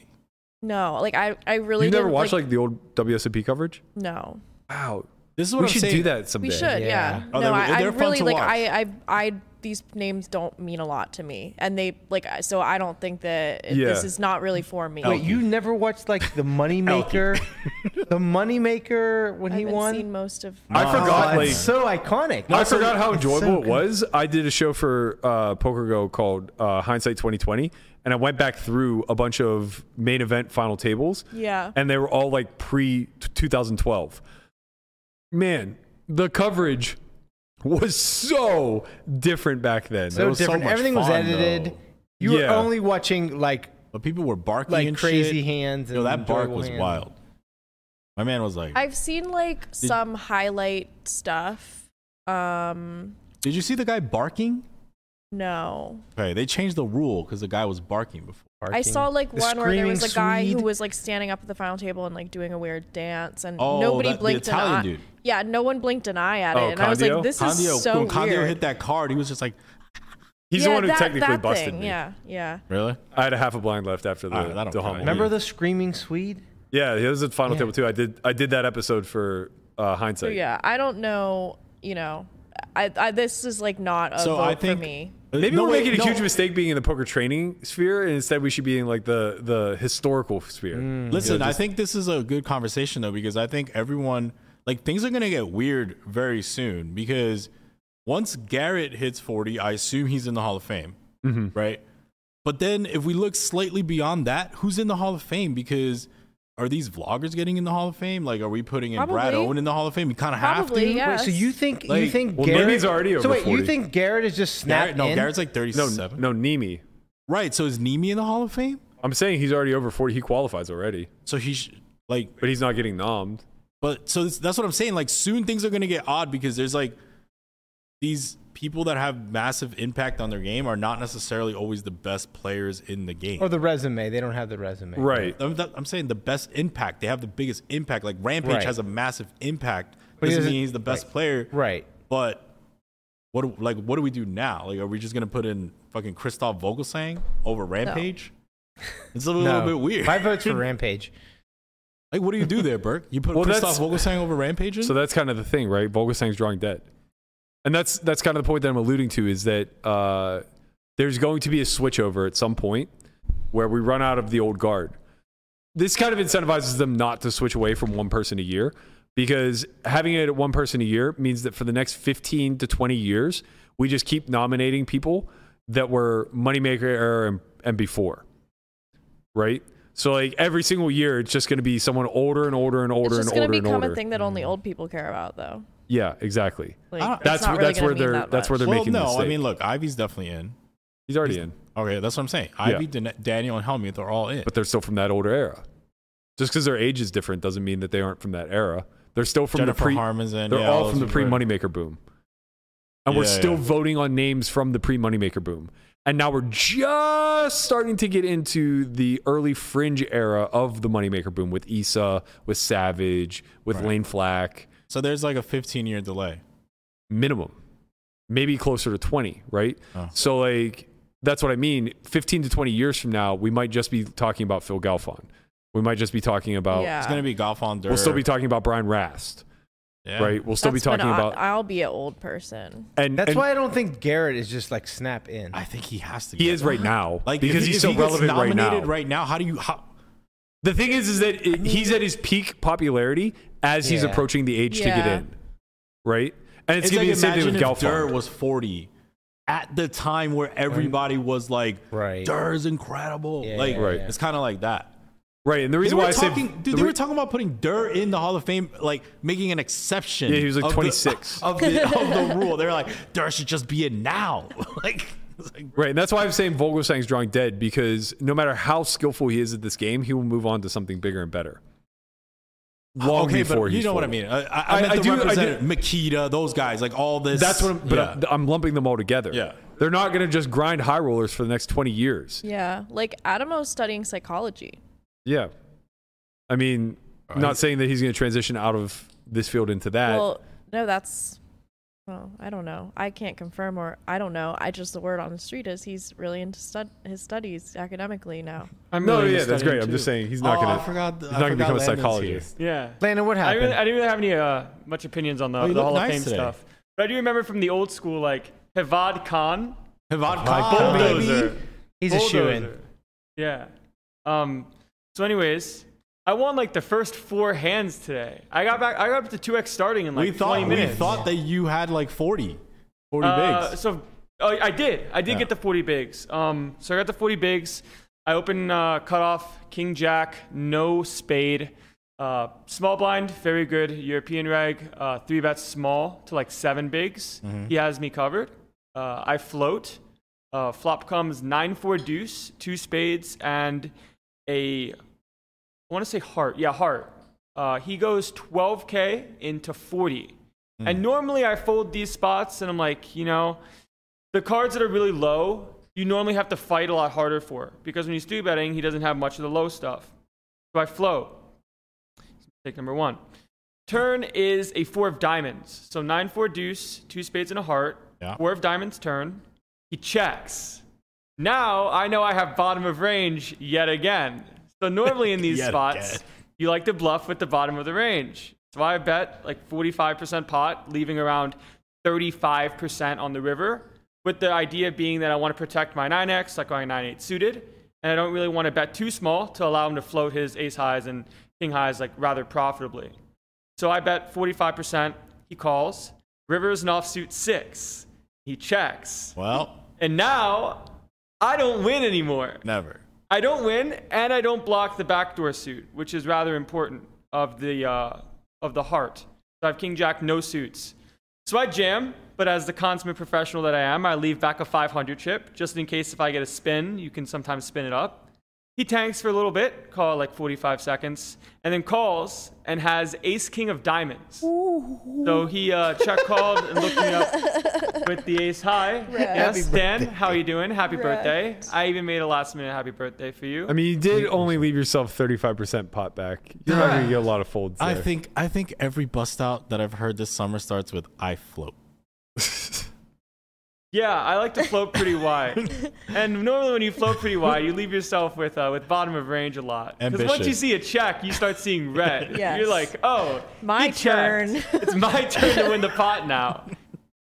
No, like I, I really You've never didn't, watched like, the old WSOP coverage? no. Wow. This is what We I'm should saying. do that someday. We should, yeah. Yeah. Oh, no, they're- I, I they're fun really to like watch. I, I I these names don't mean a lot to me, and they like I- so I don't think that it- this Yeah. is not really for me. Wait, you never watched like the Moneymaker, the Moneymaker when I he haven't won. seen most of. I forgot Oh, like it's so iconic. I Also, forgot how it's enjoyable so it was. I did a show for uh, Poker Go called uh, Hindsight 2020, and I went back through a bunch of main event final tables. Yeah. and they were all like pre 2012. Man, the coverage was so different back then. so was so different. much Everything was fun, edited. though. You Yeah. were only watching like But people were barking like and crazy shit. hands. And Yo, that bark enjoyable was hands. wild. My man was like, I've seen like some highlight stuff. Um, "Did you see the guy barking?" no, Okay, they changed the rule because the guy was barking before. I saw like The one where there screaming was a guy who Swede. was like standing up at the final table and like doing a weird dance, and Oh, nobody that- the blinked an Italian eye. dude. Yeah, no one blinked an eye at it, Oh, and I was like, Candio? "This Condio, is so when Condio weird." hit that card, he was just like, He's yeah, the one who that, technically that busted thing. me. Yeah, yeah. "Really?" I had a half a blind left after the, Ah, that don't the count. humble. Remember yeah. the screaming Swede? Yeah, it was at final Yeah. table too. I did I did that episode for uh, So Hindsight. yeah, I don't know. You know, I, I this is like not a So vote I think for me. Maybe No, we're wait, making a no. huge mistake being in the poker training sphere, and instead we should be in like the the historical sphere. Mm-hmm. Listen, I think this is a good conversation though because I think everyone like things are gonna get weird very soon because once Garrett hits forty, I assume he's in the Hall of Fame, Mm-hmm. right? But then if we look slightly beyond that, who's in the Hall of Fame? Because are these vloggers getting in the Hall of Fame? Like, are we putting in Brad Probably. Owen in the Hall of Fame? We kind of have to. Probably, yeah. Wait, so you think you Like- think Well, Garrett? Nemi's already over so wait, 40. you think Garrett is just snapped Garrett, no, in? Garrett's like No, thirty-seven. no, Nimi. Right. So is Nimi in the Hall of Fame? I'm saying he's already over 40. He qualifies already, So he sh- like but he's not getting nommed. But so this, that's what I'm saying. Like soon things are gonna get odd because there's like these people that have massive impact on their game are not necessarily always the best players in the game. or the resume? They don't have the resume. Right. I'm, that- I'm saying the best impact. They have the biggest impact. Like Rampage Right. has a massive impact. But he doesn't doesn't- mean he's the best right. player. Right. But what do- like what do we do now? Like are we just gonna put in fucking Christoph Vogelsang over Rampage? It's a little, No. bit weird. My vote's for Rampage. like what do you do there, Burke? You put Well, Christoph that's- Vogelsang over Rampage? in? So that's kind of the thing, right? Volgasang's drawing dead. And that's that's kind of the point that I'm alluding to is that uh, there's going to be a switchover at some point where we run out of the old guard. This kind of incentivizes them not to switch away from one person a year because having it at one person a year means that for the next 15 to 20 years, we just keep nominating people that were moneymaker era and, and before. Right? So like every single year, it's just going to be someone older and older and older It's just and gonna older and become older. a thing that only old people care about, though. Yeah, exactly. Like, don't- Ah, it's That's not wh- really that's gonna where mean they're- that that's where much. they're well, making the no, I mistake. mean, look, Ivy's definitely in. He's already in, Okay, that's what I'm saying. Yeah. Ivy, Dan- Daniel, and Helmuth are all in. but they're still from that older era. Just because their age is different doesn't mean that they aren't from that era. They're still from Jennifer the pre. Harmon's in. they're yeah, all those from the are- pre moneymaker boom, and we're Yeah, still yeah. voting on names from the pre moneymaker boom. And now we're just starting to get into the early fringe era of the moneymaker boom with Issa, with Savage, with Right. Lane Flack. So there's like a 15 year delay. minimum, maybe closer to 20, right? Oh. So, like, that's what I mean. 15 to 20 years from now, we might just be talking about Phil Galfond. We might just be talking about, Yeah. It's gonna Ah. be golf on dirt. we'll still be talking about Brian Rast, yeah. right? We'll still be That's talking when I- about, I'll be an old person. and That's and why I don't think Garrett is just like snap in. I think he has to. he get is it. right now, Like because if, he's if so he gets relevant right nominated now. Right now, how do you? How, The thing is, is that it, he's at his peak popularity as he's Yeah. approaching the age to get Yeah. in, right? And it's, it's gonna like be the same thing imagine with if Durr Galfond. was 40 at the time where everybody was like, Right. Durr is incredible. Yeah, like, yeah, Right. yeah. it's kind of like that. right, and the They reason were why I talking, say dude, the they re- were talking about putting Durr in the Hall of Fame, like making an exception. Yeah, he was, like, of the- 26. of the, of the rule. They were like, Durr should just be in now. like, it's like, Right, and that's why I'm saying Vogelsang's drawing dead because no matter how skillful he is at this game, he will move on to something bigger and better. Long okay, before but you he's know what I 40. mean. I, I, I, I- meant I the do- I do- representative, Makita, those guys, like all this. That's what, I'm, but uh, yeah. I'm, I'm lumping them all together. Yeah. they're not going to just grind high rollers for the next 20 years. Yeah, like Adamo's studying psychology. Yeah, I mean, All right. not saying that he's going to transition out of this field into that. well, no, that's Well, I don't know. I can't confirm or I don't know. I just the word on the street is he's really into stud- his studies academically now. I'm No, really yeah, that's studying great. I'm too. just saying he's not oh, gonna. I forgot. he's not gonna become a psychologist. Yeah. Landon, what I, happened? really, I didn't really have any uh, much opinions on the, Oh, you the look Hall nice of Fame today. stuff. But I do remember from the old school, like Hevad Khan, Havad Khan, Khan, bulldozer. baby. Oh, He's a shoe in. Bulldozer. Yeah. Um. So, anyways, I won like the first four hands today. I got back. I got up to two x starting in we like thought 20 we minutes. thought that you had like 40, 40 Uh, bigs. So uh, I did. I did Yeah. get the 40 bigs. Um, so I got the 40 bigs. I open uh, cutoff, king jack, no spade. Uh, small blind, very good. European reg, uh, three bets small to like seven bigs. Mm-hmm. He has me covered. Uh, I float. Uh, flop comes nine four deuce, two spades, and a. I want to say heart. Yeah, heart. Uh, he goes 12k into 40. And normally I fold these spots and I'm like, you know, the cards that are really low, you normally have to fight a lot harder for because when he's three betting, he doesn't have much of the low stuff. So I float. Take number one. Turn is a four of diamonds. So nine, four deuce, two spades and a heart. Yeah. Four of diamonds turn. He checks. Now I know I have bottom of range yet again. So normally in these Yet spots, again. you like to bluff with the bottom of the range. So I bet like 45% pot, leaving around 35% on the river, with the idea being that I want to protect my 9x, like my 9.8 suited, and I don't really want to bet too small to allow him to float his ace highs and king highs like rather profitably. So I bet 45%. He calls. River is an offsuit six. He checks. well, And now I don't win anymore. never. I don't win, and I don't block the backdoor suit, which is rather important of the uh, of the heart. So I have King Jack, no suits. So I jam, but as the consummate professional that I am, I leave back a 500 chip just in case if I get a spin, you can sometimes spin it up. He tanks for a little bit, call like 45 seconds, and then calls and has Ace King of Diamonds. So he uh, check called and looked me up with the Ace High. Yes, Dan, how you doing? Happy birthday! I even made a last minute happy birthday for you. I mean, you did only leave yourself 35% pot back. You're not going to get a lot of folds. There. I think I think every bust out that I've heard this summer starts with I float. Yeah, I like to float pretty wide. and normally, when you float pretty wide, you leave yourself with uh, with bottom of range a lot. Because once Ambitious. you see a check, you start seeing red. Yes. You're like, oh, My he checked. turn. it's my turn to win the pot now.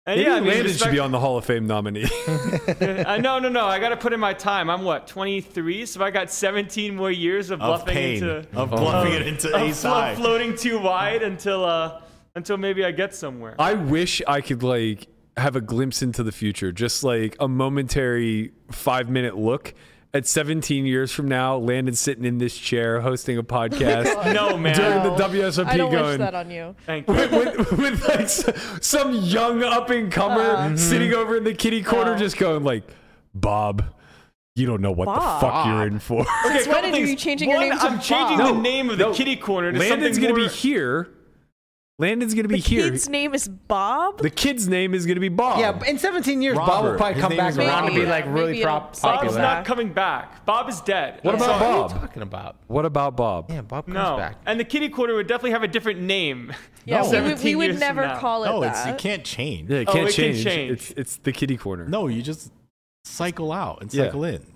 And Maybe yeah, I mean, Landon should be respect- on the Hall of Fame nominee. I no, no, no. I got to put in my time. I'm what 23, so I got 17 more years of, Of bluffing pain. into of bluffing it into of ace flo- high. floating too wide until uh until maybe I get somewhere. I wish I could like have a glimpse into the future, just like a momentary five minute look. At 17 years from now, Landon sitting in this chair hosting a podcast Oh no man. during No. the WSOP I don't wish going that on you. Thank you. with, with like s- some young up and comer Uh, mm-hmm. sitting over in the kitty corner, No. just going like, "Bob, you don't know what Bob. the fuck you're in for." when Okay, couple are you things. changing your One, name to I'm changing Bob? the name of the kitty corner to Landon's something gonna more. be here. Landon's gonna be The here. kid's name is Bob. The kid's name is gonna be Bob. Yeah, in 17 years, Bob will Robert. probably His come name back is around and be Robert. like really Maybe prop it'll- popular. Bob's Bob's not back. coming back. Bob is dead. What I'm about sorry. What are you Bob? talking about? What about Bob? Yeah, Bob comes No. back. And the kitty corner would definitely have a different name. yeah, we, would- 17 we years would from never now. call it no, it's, that. you can't change. Yeah, it Oh, can't it can change. change. It's it's the kitty corner. No, you just cycle out and Yeah. cycle in.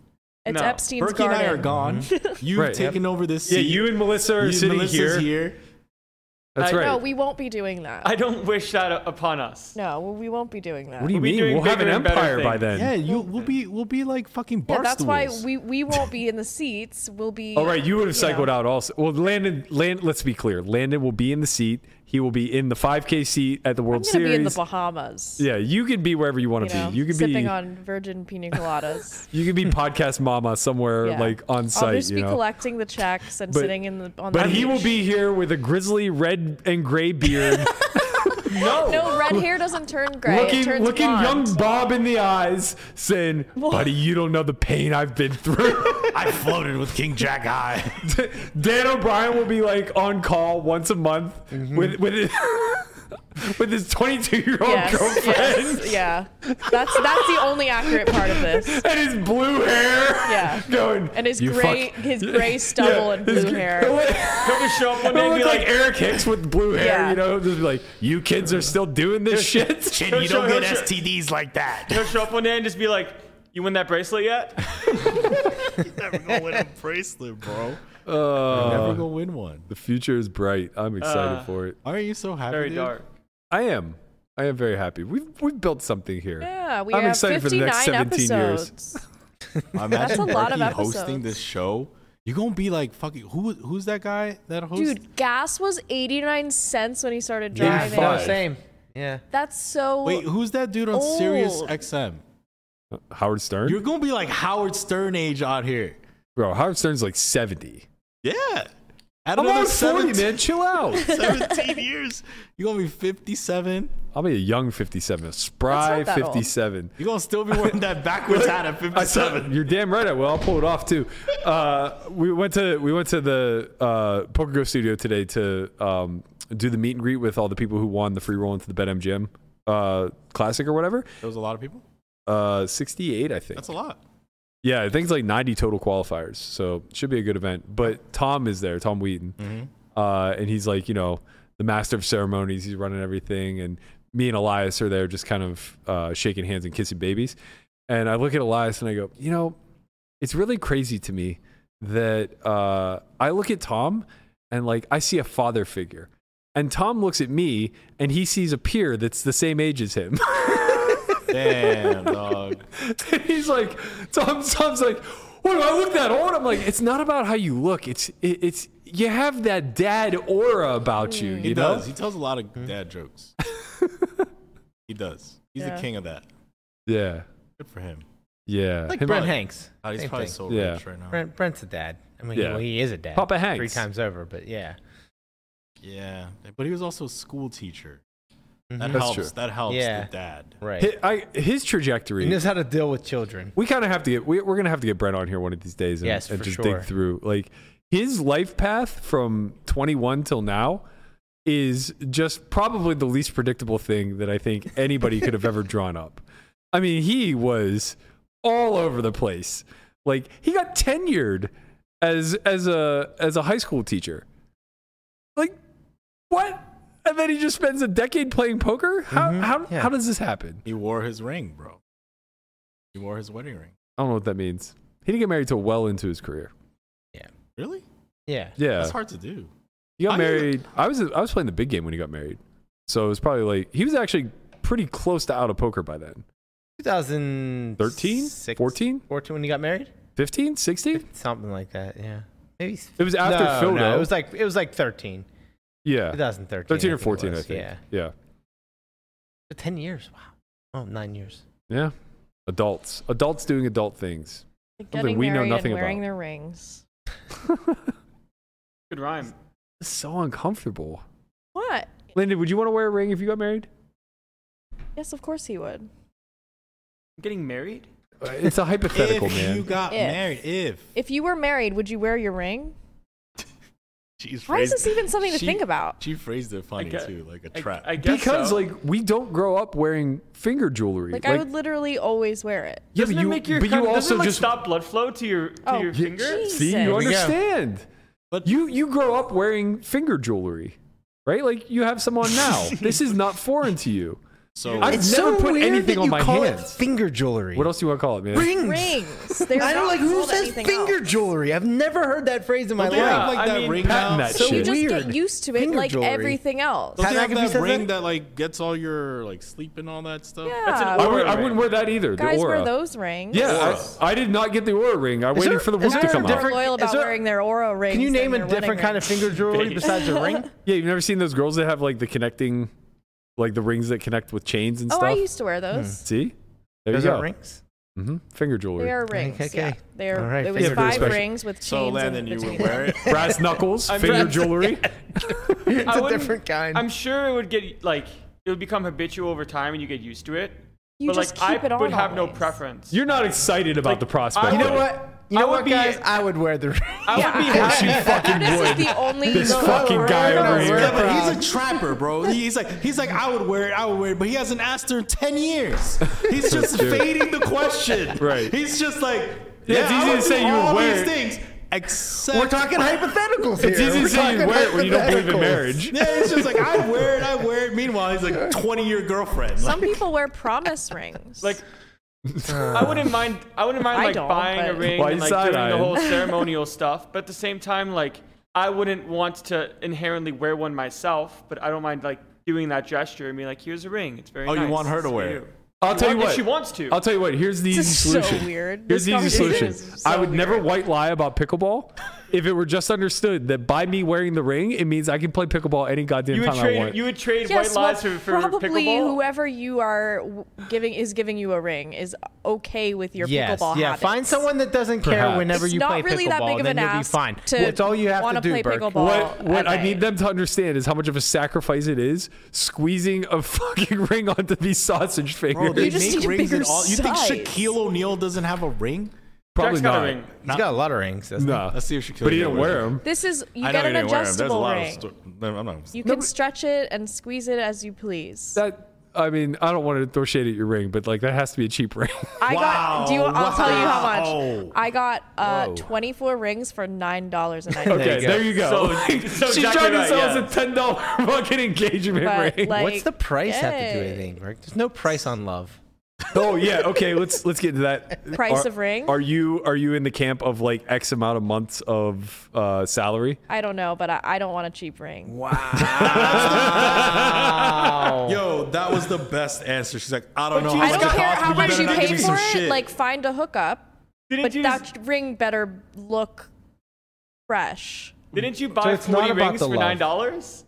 It's No. Epstein's Berkey and garden. Mm-hmm. I are gone. You've Right. taken over this Yeah, seat. you and Melissa are You- sitting Melissa's here. here. That's I- right. No, we won't be doing that. I don't wish that upon us. no, we won't be doing that. what do you We'll be mean? doing We'll have an bigger and better empire by things. then. Yeah, you we'll be we'll be like fucking yeah, barstools. that's why we, we won't be in the seats. We'll be. All right, you would have know. cycled out also. Well, Landon, Land, let's be clear. Landon will be in the seat. He will be in the 5K seat at the World I'm gonna Series. be in the Bahamas. yeah, you can be wherever you want You to know, be. You can sipping be on virgin pina coladas. you can be podcast mama somewhere Yeah. like on I'll site, just you be know. collecting the checks and But- sitting in the on but the he will beach. be here with a grizzly red and gray beard, No. No, red hair doesn't turn gray. it looking turns looking blonde. young Bob in the eyes, saying, "Buddy, you don't know the pain I've been through." I floated with King Jack High. Mm-hmm. Dan O'Brien will be like on call once a month with with with his 22 year old Yes, girlfriend yes, yeah. That's that's the only accurate part of this. and his blue hair. Yeah. Going. And his "You gray fuck-" his gray stubble Yeah, and his blue gr- hair. He'll look- He'll just show up one day he'll and be look like, like Eric Hicks with blue hair. Yeah. You know, just be like, you kids are still doing this shit. you don't get STDs like that. he'll show up one day and just be like, you win that bracelet yet? Never gonna win a bracelet, bro. Never Uh, gonna win one. the future is bright. I'm excited Uh, for it. Why are you so happy? Very dude? dark. I am. I am very happy. We've we've built something here. Yeah, we I'm have excited for the 59 next 17 years. episodes. Imagine a lot of Berkey hosting episodes. this show. You're gonna be like fucking who? Who's that guy that hosts? Dude, gas was 89 cents when he started Yeah, driving. fuck. no, Five. same. Yeah. That's so Wait, who's that dude on Sirius Oh. Old. XM? Howard Stern, You're gonna be like Howard Stern age out here. bro. Howard Stern's like 70. Yeah. At I'm another almost 40, 17 man. Chill out. 17 years. You're gonna be 57. I'll be a young 57, a spry That's not that old. 57. You're gonna still be wearing that backwards hat at I saw- 57. You're damn right. I will. I'll pull it off too. Uh, we went to we went to the uh, Poker Go Studio today to um, do the meet and greet with all the people who won the free roll into the BetMGM uh, Classic or whatever. There was a lot of people. Uh, 68, I think. That's a lot. Yeah, I think it's like 90 total qualifiers. So it should be a good event. But Tom is there, Tom Wheaton. Uh, and he's like, you know, the master of ceremonies. He's running everything. And me and Elias are there just kind of uh, shaking hands and kissing babies. And I look at Elias and I go, you know, it's really crazy to me that uh, I look at Tom and like I see a father figure. And Tom looks at me and he sees a peer that's the same age as him. Damn, dog. And he's like, Tom, Tom's like, what do I look that old? I'm like, it's not about how you look. It's it, it's you have that dad aura about you. Mm. He You know, does. Hmm. He tells a lot of dad jokes. he does. He's Yeah. the king of that. yeah, Good for him. yeah. Like Him- Brent Hanks. Oh, he's Same probably thing. so Yeah. rich right now. Brent, Brent's a dad. I mean, Yeah. well, he is a dad. Papa Three Hanks. times over, but yeah. Yeah, but he was also a school teacher. That Mhm. That's helps. true. That helps Yeah. the dad. Right. Hi- I- his trajectory. He knows how to deal with children. we kind of have to get. We, we're gonna have to get Brent on here one of these days and, Yes, and for just sure. dig through like his life path from 21 till now is just probably the least predictable thing that I think anybody could have ever drawn up. I mean, he was all over the place. Like he got tenured as as a as a high school teacher. Like what? And then he just spends a decade playing poker? How how Mm-hmm. yeah. how does this happen? He wore his ring, bro. He wore his wedding ring. I don't know what that means. He didn't get married till well into his career. Really? Yeah. Yeah. That's hard to do. He got I mean- married. I was I was playing the big game when he got married, so it was probably like he was actually pretty close to out of poker by then. 2013? 14? 14 when you got married? 15, 16? Something like that, yeah. Maybe s- It was after no, Phil, no, though. it was like it was like 13. Yeah, 2013. thirteen I or think it fourteen, was, I think. Yeah. yeah, So 10 years. Wow. Oh, 9 years. yeah. Adults, adults doing adult things. getting we know married nothing and wearing about. their rings. Good rhyme. It's so uncomfortable. What? Linda, would you want to wear a ring if you got married? Yes, of course he would. Getting married? Uh, It's a hypothetical, if man. you got If. married, if If you were married, would you wear your ring? she's Why is this even something to think about? She phrased it funny gue- too, like a uh, I, trap. I guess because so. like we don't grow up wearing finger jewelry. Like, I would literally always wear it. yeah, doesn't but it you, make your but cut- you doesn't also it, like, just stop blood flow to your to Oh, your yeah, finger? geez. See, Here you we go. understand. But But- you you grow up wearing finger jewelry, right? Like you have some on now. this is not foreign to you. so I- It's never so put weird anything that on you my call it hands. finger jewelry. What else do you want to call it, man? Rings. Rings. They're I don't not like who called says anything finger else. jewelry. I've never heard that phrase in my Don't they have, Yeah, life. like I that mean, ring patent now? that So you shit. just Weird. get used to it Finger like jewelry. everything else. Don't Pat they have McAfee that says ring that? that? like gets all your like sleep and all that stuff? Yeah. an I, aura would, ring. not wear that either. Guys the aura. wear those rings. Yeah, I, I did not get the aura ring. I waited there- for the wolf is there to a come They're different- out. loyal Is about there- wearing their aura rings. Can you name and a their wedding different kind of rings. finger jewelry Face. besides a ring? Yeah, you've never seen those girls that have like the connecting, like the rings that connect with chains and Oh, stuff. I used to wear Hmm. those. See, there Those you are go. rings. hmm Finger jewelry, They are rings. Okay, Yeah. okay. They are, All right, it was finger five jewelry. rings with chains. So Landon, in you would between wear it. them. brass knuckles, finger brass- jewelry. It's I a wouldn't- different kind. I'm sure it would get like it would become habitual over time and you get used to it. You but just like keep I it on would have no always. preference. You're not excited about the prospect. I you know though. what? You I know would what, be- guys? I would wear the ring. I would be happy. you fucking This would. is the only This the- fucking guy no, over no, here. we're- Yeah, but he's a trapper, bro. He's like, he's like, I would wear it, I would wear it, but he hasn't asked her in ten years. He's just fading the question. Right. He's just like, Yeah, yeah, it's I easy to do say you would all wear these it. things except We're talking hypotheticals here. It's easy We're to say you talking wear it when you don't believe in hypotheticals. marriage. Yeah, it's just like I wear it, I wear it. Meanwhile, he's like twenty year girlfriend. Some people wear promise rings. Like, I wouldn't mind. I wouldn't mind I like don't, buying a but- ring Why and you like doing side-eyeing? the whole ceremonial stuff. But at the same time, like, I wouldn't want to inherently wear one myself. But I don't mind like doing that gesture and be like, "Here's a ring. It's very." Oh, you nice. want her It's to for wear it. I'll tell you If what. she wants to. I'll tell you what. Here's the easy This is so solution. weird. Here's This the easy conversation solution. is so I would never weird. white lie about pickleball if it were just understood that by me wearing the ring, it means I can play pickleball any goddamn You would time I trade. want. You would trade Yes, white well, lies for, for probably pickleball. whoever you are w- giving is giving you a ring is okay with your Yes. pickleball yeah. habits. Find someone that doesn't care Perhaps. whenever It's you play not really pickleball, that big of then an you'll be ask fine. to That's all you have to wanna do, play Burke. pickleball. what what at I need night. them to understand is how much of a sacrifice it is squeezing a fucking ring onto these sausage fingers. Bro, they You just make need a rings and bigger all. You think size. Shaquille O'Neal doesn't have a ring? Probably Jack's got not. a ring. He's got a lot of rings. That's Nah. Let's see if Shaquille. But he O'Neal didn't wears wear it. them. This is you I know get he an didn't wear 'em. There's a adjustable lot ring. Of sto- no, I'm not- You can stretch it and squeeze it as you please. That I mean, I don't want to throw shade at your ring, but like that has to be a cheap ring. I got. Do you? Wow, I'll tell you how much. wow. I got uh, 24 rings for nine dollars and ninety. Okay, you go. there you go. So- so She's exactly trying to right, sell yeah. us a ten dollar fucking engagement But, ring. like- What's the price have to do yay. with anything, Burke? There's no price on love. oh yeah, okay. Let's let's get to that. Price Are- of ring? Are you are you in the camp of like X amount of months of uh, salary? I don't know, but I, I don't want a cheap ring. Yo, that was the best answer. She's like, I don't know. you how I just don't much it got- care cost, how but much better you not give pay me for some it. shit. Like find a hookup, Didn't but you? that ring better look fresh. didn't you buy it's not forty about rings the for love. nine dollars?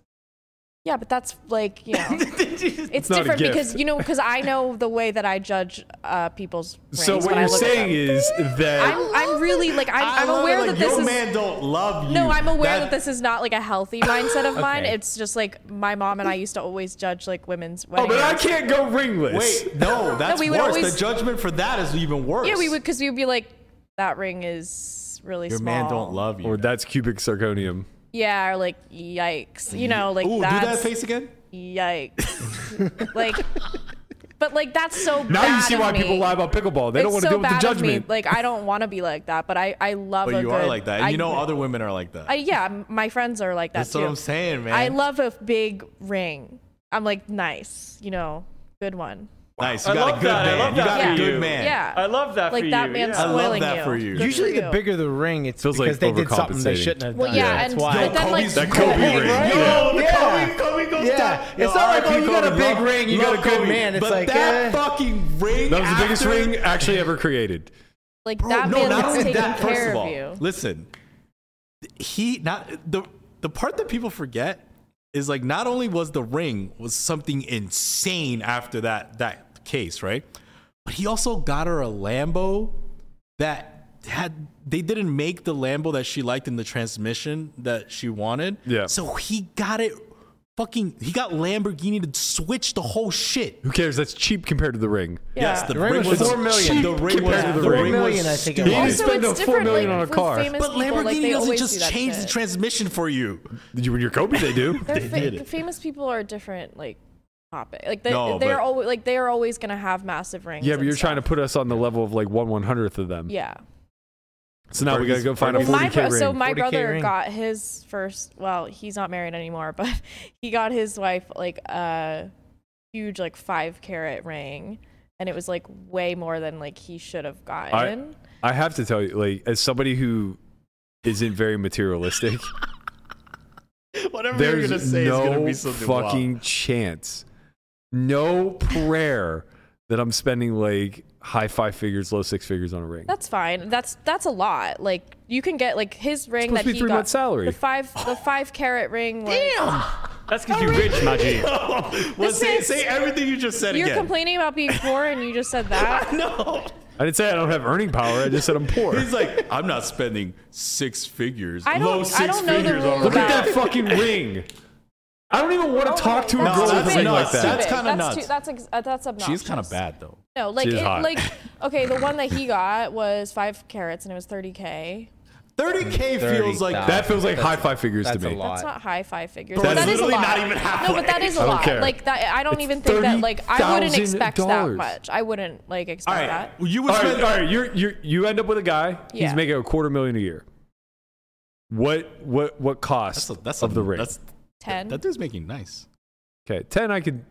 Yeah, but that's like you know, it's not a different gift. because you know because I know the way that I judge uh, people's rings. So what when I you're look at saying them. is that I'm, I'm really like I I'm, I'm love it, aware like, that this your is man don't love you. No, I'm aware that, this is not like a healthy mindset of mine. Okay. It's just like my mom and I used to always judge like women's oh, weddings. but I can't go ringless. Wait, no, that's we would worse. always- The judgment for that is even worse. yeah, we would because we would be like, that ring is really Your small. man don't love you. Or that's cubic zirconium. Yeah, or like yikes, you know, like Ooh, do that that's face again. yikes, like. But like that's so. Now bad you see of why me. people lie about pickleball. They it's don't want so to deal with the bad of me. judgment. Like I don't want to be like that, but I I love. But a you good, are like that. And I, you know, other women are like that. I, yeah, m- my friends are like that That's too. what I'm saying, man. I love a big ring. I'm like, nice, you know, good one. Nice. You I got a love good that, I man. love you that got a for good you. man. Yeah. I love that Like for that you. man's yeah. I love spoiling that for you. Good for Usually, the you. bigger the ring, it's Feels like because they did something they overcompensating. shouldn't have Well, done. yeah, That's and why. but then like Kobe's that Kobe Kobe, ring. right? Yeah. Yo, the Yeah. Kobe, Kobe goes Yeah. down. It's not like, RIP oh, you got a Kobe. big ring, you got Love a good Kobe. man. It's but like, that eh. fucking ring. that was the biggest after- ring actually ever created. like Bro, that no, man not was only taking that. First care of of, all, you. listen. He not the the part that people forget is like not only was the ring was something insane after that that case, right? But he also got her a Lambo that had they didn't make the Lambo that she liked in the transmission that she wanted. Yeah. So he got it fucking he got Lamborghini to switch the whole shit. Who cares? That's cheap compared to the ring. Yes, the, The ring was four million. The ring was compared to the the ring. ring Four was million, I think stupid. it was. He didn't Also, spend it's the four different, million like, on a with car. famous But people, like, Lamborghini they doesn't always just do that change the shit. transmission for you. You- When you're Kobe, they do. They're fa- did it. Famous people are different, like topic. Like they, No, they're but- always like they are always gonna have massive rings. yeah, but and you're trying to stuff. put us on the level of like one one hundredth of them. Yeah. So now we gotta go find a Well, my 40k bro- ring. so my 40K brother ring. got his first. Well, he's not married anymore, but he got his wife like a huge like five carat ring, and it was like way more than like he should have gotten. I have to tell you, like, as somebody who isn't very materialistic, Whatever there's no something wild. fucking chance, no prayer that I'm spending like high five figures, low six figures on a ring. That's fine. That's that's a lot. Like you can get like his ring supposed that to be he three got. months' salary. The five the five carat ring. Like, That's because you're rich, my G. well, This say, is- say everything you just said You're again. complaining about being poor, and you just said that. no. I didn't say I don't have earning power. I just said I'm poor. He's like, I'm not spending six figures, I low don't- I six don't know the figures rule on a Look ring. at that fucking ring. I don't even want to talk to a No, girl with Oh, that's a ring nuts. like that. That's kinda That's, nuts. too, that's, ex- uh, that's obnoxious. She's kind of bad though. No, like She's it, hot. like okay, the one that he got was five carats and it was thirty k. Thirty k feels like $30,000. that feels like high five figures to That's a me. lot. That's not high five figures. That's but that is a literally lot. not even halfway. No, but that is a I don't lot. care. Like that, I don't It's even think that. Like I wouldn't expect that $30,000. much. I wouldn't like All expect right, that. you All would right, spend. all right. You're, you're, you end up with a guy. He's Yeah. making a quarter million a year. What what what cost That's a, that's of a, the ring? That's, Ten. that dude's making nice. okay, ten. I could.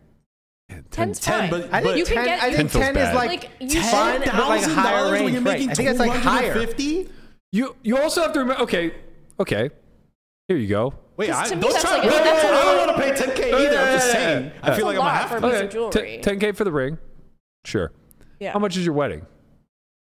Ten's Ten, fine. but, I but think You can 10, get- I think Ten 10 feels is bad. like, Like, you- fine, but like a $10,000 higher when range. you're Right. making I think that's like higher. 250? You you also have to remember. Okay, okay. Here you go. Wait, I, Because to me, don't that's try like- to. that's I a don't lot. want to pay 10k either. I'm just Yeah. saying. I That's feel a like I'm gonna lot have for to. me. piece of jewelry. Ten k for the ring. Sure. yeah. How much Oh. is your wedding?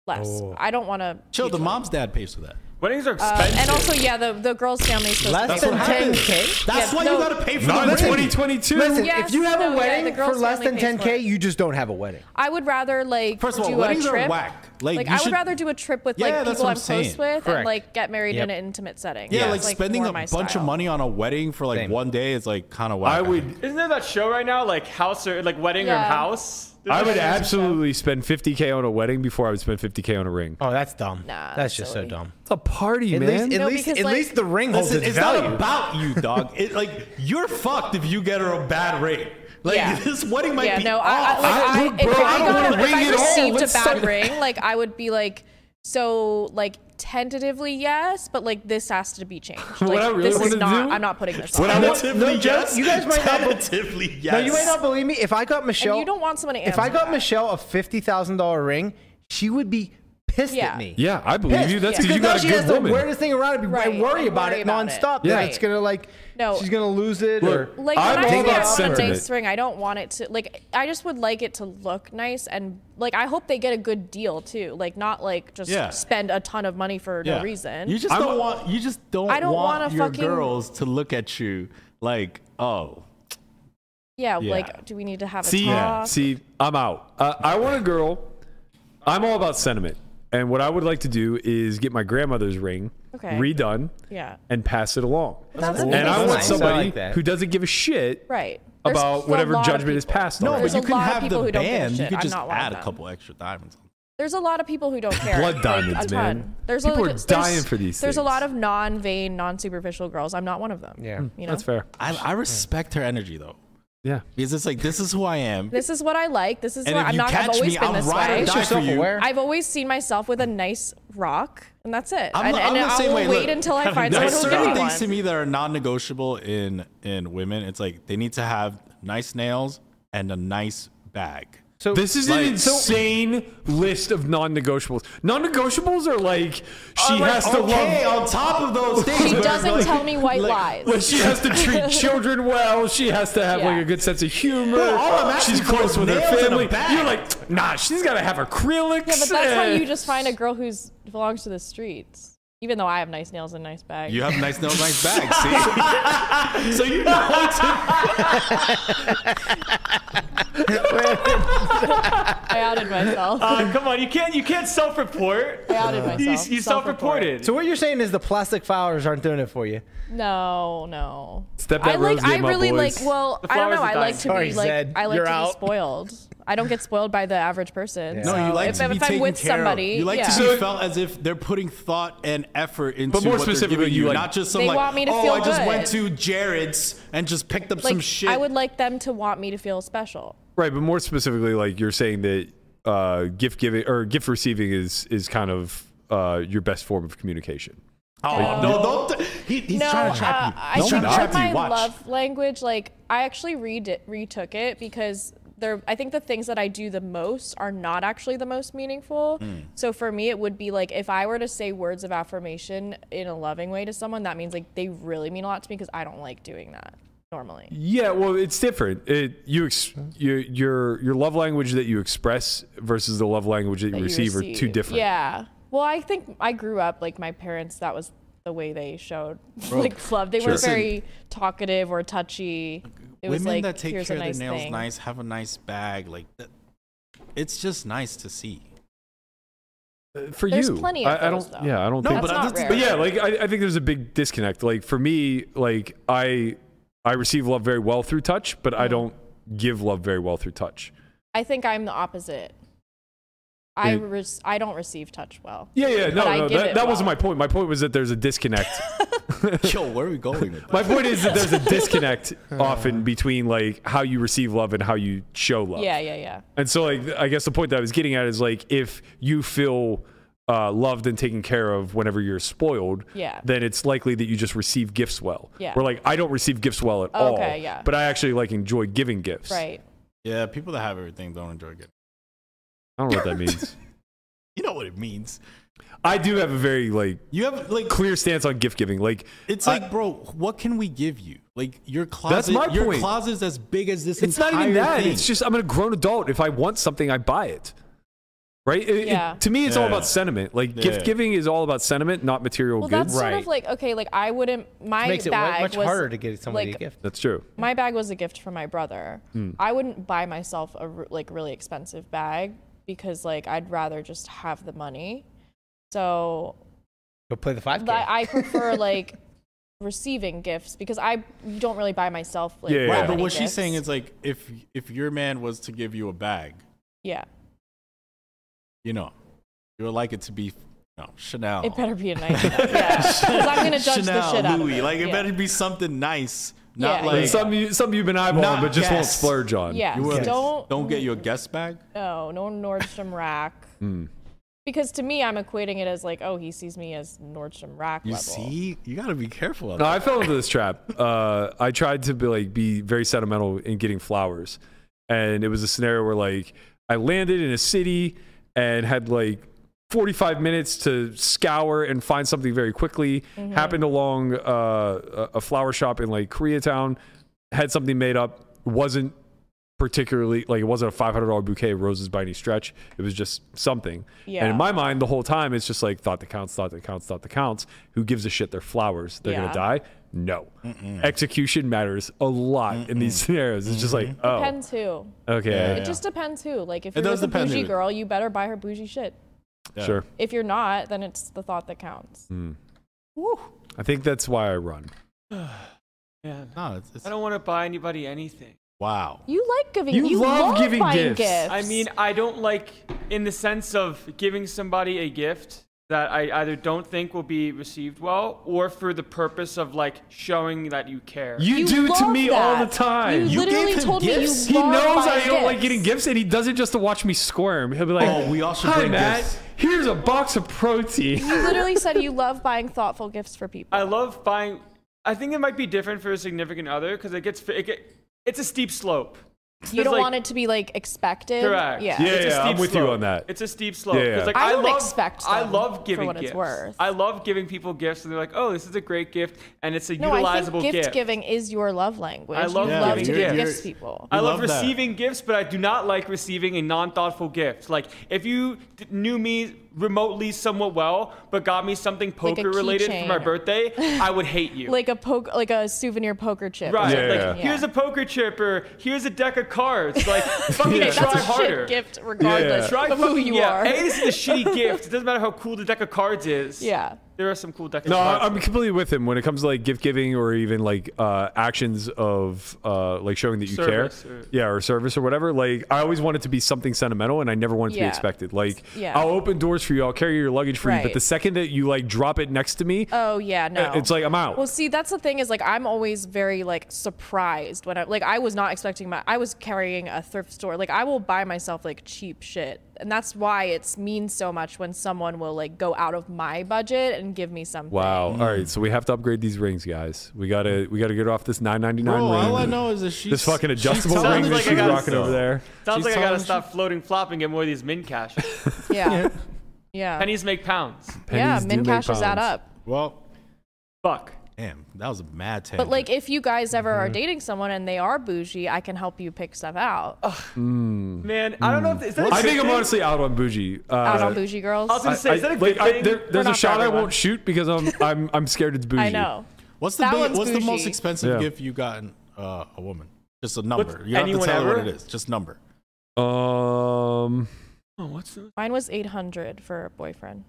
less? I don't want to. Chill. The mom's dad pays for that. Weddings are Uh, expensive. and also, yeah, the the girl's family is supposed Less to. pay than what for it. happens. 10K? That's Yeah, why you no. gotta pay for Not in the ring. 2022. Listen, Yes, if you have no, a yeah, wedding the for girls less than family pays 10k, for it. you just don't have a wedding. I would rather like First of all, do a weddings are trip. whack. Like, Like, you I should- would rather do a trip with Yeah, like that's what people I'm I'm close saying. with Correct. and like get married in Yep. an intimate setting. Yeah, That's, like spending more a my bunch of style. money on a wedding for like Same. one day is like kind of whack. I would Isn't there that show right now, like house or like wedding Yeah. or house? I There's would a- absolutely spend 50k on a wedding before I would spend 50k on a ring. Oh, that's dumb. Nah, that's that's just silly. so dumb. It's a party, At man. least, at No, least, because, at like- least the ring holds Listen, it's its, value. not about you, dog. It like you're fucked if you get her a bad rate. Like Yeah. this wedding might Yeah, be no, I, off. I, like, I- I, look, if bro, I I, don't got, wanna a- if ring I it all. received Let's a stop bad it. ring, like I would be like, so like tentatively yes, but like this has to be changed. Like, I really this wanted is to not. do- I'm not putting this. What on. I And want- Tentatively, no joke, yes. you guys might not be- Tentatively, yes. Now, you might not believe me. If I got Michelle, you don't want someone to answer. if I got that. Michelle a fifty thousand dollar ring, she would be pissed Yeah. at me. yeah, I believe Pissed. you. That's because because you now got a she good has woman. to wear this thing around and, be, Right, and worry and about worry it about it. nonstop. Yeah. That it's gonna like, No. she's gonna lose it Look, or like I'm when all I about figure out a sentiment. nice ring, I don't want it to like. I just would like it to look nice, and like I hope they get a good deal too. Like not like just Yeah. spend a ton of money for Yeah. no reason. You just I'm- don't want. You just don't. I don't want wanna your fucking- girls to look at you like, oh, yeah, Yeah. like do we need to have a See, talk? see, I'm out. Uh, I want a girl. I'm all about sentiment, and what I would like to do is get my grandmother's ring Okay. redone Yeah. and pass it along. That's cool. amazing. And I want nice. I somebody like that. who doesn't give a shit right There's about a whatever lot of judgment is people. passed. no, on but There's it. you a can lot of have people the who don't give a band. You shit. could I'm just not one of add a them. couple extra diamonds. There's a lot of people who don't care. Blood like, diamonds, a ton. man. There's People like, are there's- dying for these There's things. a lot of non-vain, non-superficial girls. I'm not one of them. yeah. You know? Hmm. That's fair. I, I respect her energy though, Yeah. because it's like this is who I am, This is what I like. This is and what if I'm you not. I've catch always me, been I'll this ride or way. die for you. self-aware. I've always seen myself with a nice rock, and that's it. I'm and the- I'm and the I'll same way. wait Look, until I find There's someone who'll give certain me one. things to me that are non-negotiable in in women. It's like they need to have nice nails and a nice bag. So This is Like- an insane list of non-negotiables. Non-negotiables are like she I'm like, has to okay, love. on top of those things. She but doesn't like- tell me white like- lies. Like she has to treat children well. She has to have like Yeah. a good sense of humor. But all I'm asking she's for close is with her nails and a family. bag. You're like, nah, she's gotta have acrylics. Yeah, but that's how and- you just find a girl who's belongs to the streets. Even though I have nice nails and nice bags. You have nice nails, nice bag. See, so you know. I outed myself. Uh, come on, you can't you can't self-report. I outed myself. You, you Self-report. self-reported. So what you're saying is the plastic flowers aren't doing it for you. No, no. Step I that like. Rosie I and my really boys. like. Well, The I don't flowers know. are I like dying. to Sorry, be like. Zed, I like you're to out. be spoiled. I don't get spoiled by the average person. No, No, so you like if, to be if taken I'm with care somebody, of. You like yeah. to be felt as if they're putting thought and effort into. more what they're specifically, giving you you, like- not just some They like, want me to oh, feel I just good. went to Jared's and just picked up like some shit. I would like them to want me to feel special. Right, but more specifically, like you're saying that uh, gift giving or gift receiving is is kind of uh, your best form of communication. Oh, no, don't. He, he's no, trying to uh, trap you. I He's trying think to with trap my you. Watch. love language, like I actually read it, retook it because there. I think the things that I do the most are not actually the most meaningful. Hmm. So for me, it would be like if I were to say words of affirmation in a loving way to someone, that means like they really mean a lot to me because I don't like doing that normally. Yeah, well, it's different. It you ex- your your your love language that you express versus the love language that you, That you receive, are two receive. different. Yeah. Well, I think I grew up like my parents. That was the way they showed like love. They weren't Listen. very talkative or touchy. It was Women like that take here's care a nice of their nails thing. nice, have a nice bag, like that. It's just nice to see. for There's you. plenty of I, I don't. those, though. Yeah, I Oh, don't No, think. but That's I'm not just- rare. But yeah, like I, I think there's a big disconnect. Like for me, like I I receive love very well through touch, but I don't give love very well through touch. I think I'm the opposite. I Yeah. re- I don't receive touch well. Yeah, yeah, no, But I no, give that, it that wasn't well. my point. My point was that there's a disconnect. Yo, where are we going with my point is that there's a disconnect often between like how you receive love and how you show love. Yeah, yeah, yeah. And so, like, I guess the point that I was getting at is like, if you feel uh, loved and taken care of whenever you're spoiled, Yeah. then it's likely that you just receive gifts well. Yeah. Where like I don't receive gifts well at all. Okay, yeah. But I actually like enjoy giving gifts. Right. Yeah, people that have everything don't enjoy it. I don't know what that means. You know what it means. I do have a very like You have like clear stance on gift giving. Like it's I- like, bro, what can we give you? Like your closet, my your point. closet's as big as this. it's not even entire that. thing. It's just I'm a grown adult. If I want something, I buy it. Right? It- it- Yeah. to me, it's all Yeah. about sentiment. Like Yeah. gift giving is all about sentiment, not material Well, goods. that's sort of Right. like okay, like I wouldn't. My makes it wa- bag much was harder to get somebody like, a gift. That's true. My bag was a gift from my brother. Hmm. I wouldn't buy myself a r- like really expensive bag because like I'd rather just have the money. So Go play the five but I prefer like receiving gifts because I don't really buy myself like Yeah, yeah, right. yeah. But many what she's gifts. saying is like, if if your man was to give you a bag, yeah, you know, you would like it to be, no, Chanel. Oh. it better be a nice bag. Yeah, because I'm gonna judge Chanel, the shit out of Louis. it. Like it yeah. better be something nice, not Yeah, like yeah. Some you, some you've been eyeballing, Not but just won't guess. splurge on. Yeah, You wouldn't- don't don't get you a guest bag. No, no Nordstrom Rack. Hmm. Because to me, I'm equating it as like, oh, he sees me as Nordstrom Rack You level. see, you gotta be careful. Of No, that. I fell into this trap. Uh, I tried to be like be very sentimental in getting flowers, and it was a scenario where like I landed in a city and had like 45 minutes to scour and find something very quickly. Mm-hmm. Happened along uh, a- a flower shop in like Koreatown, had something made up. wasn't particularly like it wasn't a $500 bouquet of roses by any stretch. It was just something. And Yeah. in my mind, the whole time, it's just like thought that counts, thought that counts, thought that counts. Who gives a shit? They're flowers. They're gonna Yeah. die. No. Execution matters a lot in these scenarios. It's just like, oh, Depends who. okay, It just depends who. Like if It you're does with a depend bougie who. girl, you better buy her bougie shit. Yeah. sure. If you're not, then it's the thought that counts. Hmm. I think that's why I run. Man, No, it's, it's I don't want to buy anybody anything. wow. You like giving. You love giving buying gifts. gifts. I mean, I don't like in the sense of giving somebody a gift that I either don't think will be received well or for the purpose of like showing that you care. You, do to love me all that. the time. You, You literally gave him told gifts? me he you love knows I buying don't like gifts. getting gifts, and he does it just to watch me squirm. He'll be like, Oh, we also "Hi, bring Matt. gifts." Here's a box of protein." You literally said you love buying thoughtful gifts for people. I love buying. I think it might be different for a significant other because it gets it get, it's a steep slope. you don't like- want it to be like expected. Correct. Yeah. Yeah. It's a steep I'm with you slope. on that. It's a steep slope. Yeah, yeah. 'Cause, Like, I I, don't love, expect I them love for giving what it's gifts. worth. I love giving people gifts, and they're like, "Oh, this is a great gift, and it's a No, I utilizable think gift, gift." giving is your love language. I love you Yeah, love to giving give gifts. gifts to people. I love, Love that. receiving gifts, but I do not like receiving a non-thoughtful gift. Like if you d- knew me remotely somewhat well, but got me something Like a poker-related for keychain my or- birthday, I would hate you. like a poke, like a souvenir poker chip. or Right, Yeah, like yeah. here's Yeah. a poker chip or here's a deck of cards. Like fucking Okay, try that's a shit harder. gift regardless Try of who fucking you yeah. are. A, this is a shitty gift. It doesn't matter how cool the deck of cards is. Yeah. There are some cool deck of No, I- cards. I'm completely with him when it comes to like gift giving or even like uh, actions of uh, like showing that you Service care, or- yeah, or service or whatever. Like I always want it to be something sentimental, and I never want it to be Yeah. expected. Like Yeah. I'll open doors for you, I'll carry your luggage for you, but Right. the second that you like drop it next to me, Oh yeah, no. it's like I'm out. Well, see, that's the thing is like I'm always very like surprised when I like I was not expecting my I was carrying a thrift store. Like I will buy myself like cheap shit. And that's why it's means so much when someone will like go out of my budget and give me something. wow. All Mm. right, so we have to upgrade these rings, guys. We gotta we gotta get off this 9.99 Bro, ring. all I know is that she's this fucking she's adjustable ring telling me that like she's I gotta- rocking over there. Sounds She's like I gotta telling- stop floating flop and get more of these min cash. Yeah. yeah. Pennies make pounds. yeah, Pennies do min make cashes that pounds. up. Well, Fuck. damn, that was a mad tangent. But like if you guys ever are dating someone and they are bougie, I can help you pick stuff out. Man, I don't know if is that a Mm. I good think I'm thing? honestly out on bougie. Uh, out on bougie girls. I was gonna say, is that a like, good I- thing? there- there's not a for shot I everyone. won't shoot because I'm I'm I'm scared it's bougie. I know. what's the that big, one's what's the most bougie. expensive Yeah. gift you gotten uh, a woman? Just a number. you don't have to anyone tell her what ever? it is. Just number. Um, Oh, what's the Mine was 800 for a boyfriend.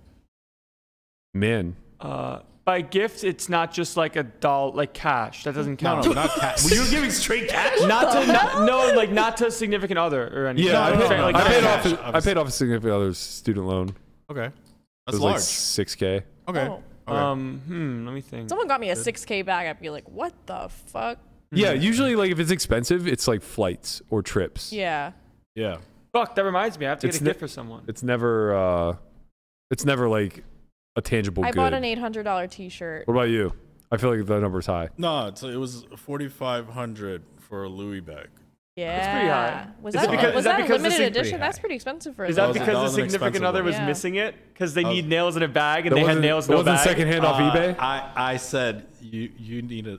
man, uh by gift, it's not just like a doll, like cash. That doesn't No, count. no, not cash. well, you're giving straight cash. Not to not, no, like not to a significant other or anything. Yeah, I no, paid, no, Like, I, not paid off, cash, I obviously. paid off a significant other's student loan. It Okay, that's was large. like 6K. okay. okay. Oh. Um, hmm, let me think. Someone got me a 6K bag. I'd be like, what the fuck? Yeah, usually like if it's expensive, it's like flights or trips. Yeah. yeah. Fuck, that reminds me. I have to It's get a ne- gift for someone. It's never uh it's never like a tangible I Oh, good. bought an $800 t shirt. what about you? I feel like the number's high. No, so it was forty five hundred for a Louis bag. Yeah. pretty high. Was Is that, it because- was is that that, a because this limited is pretty edition? high? That's pretty expensive for a Is that little was a- because that the was an significant expensive other was one. Yeah. missing it? Because they was- need nails in a bag and That they had wasn't- nails that no wasn't bag. secondhand off Uh, eBay. I I said you you need a.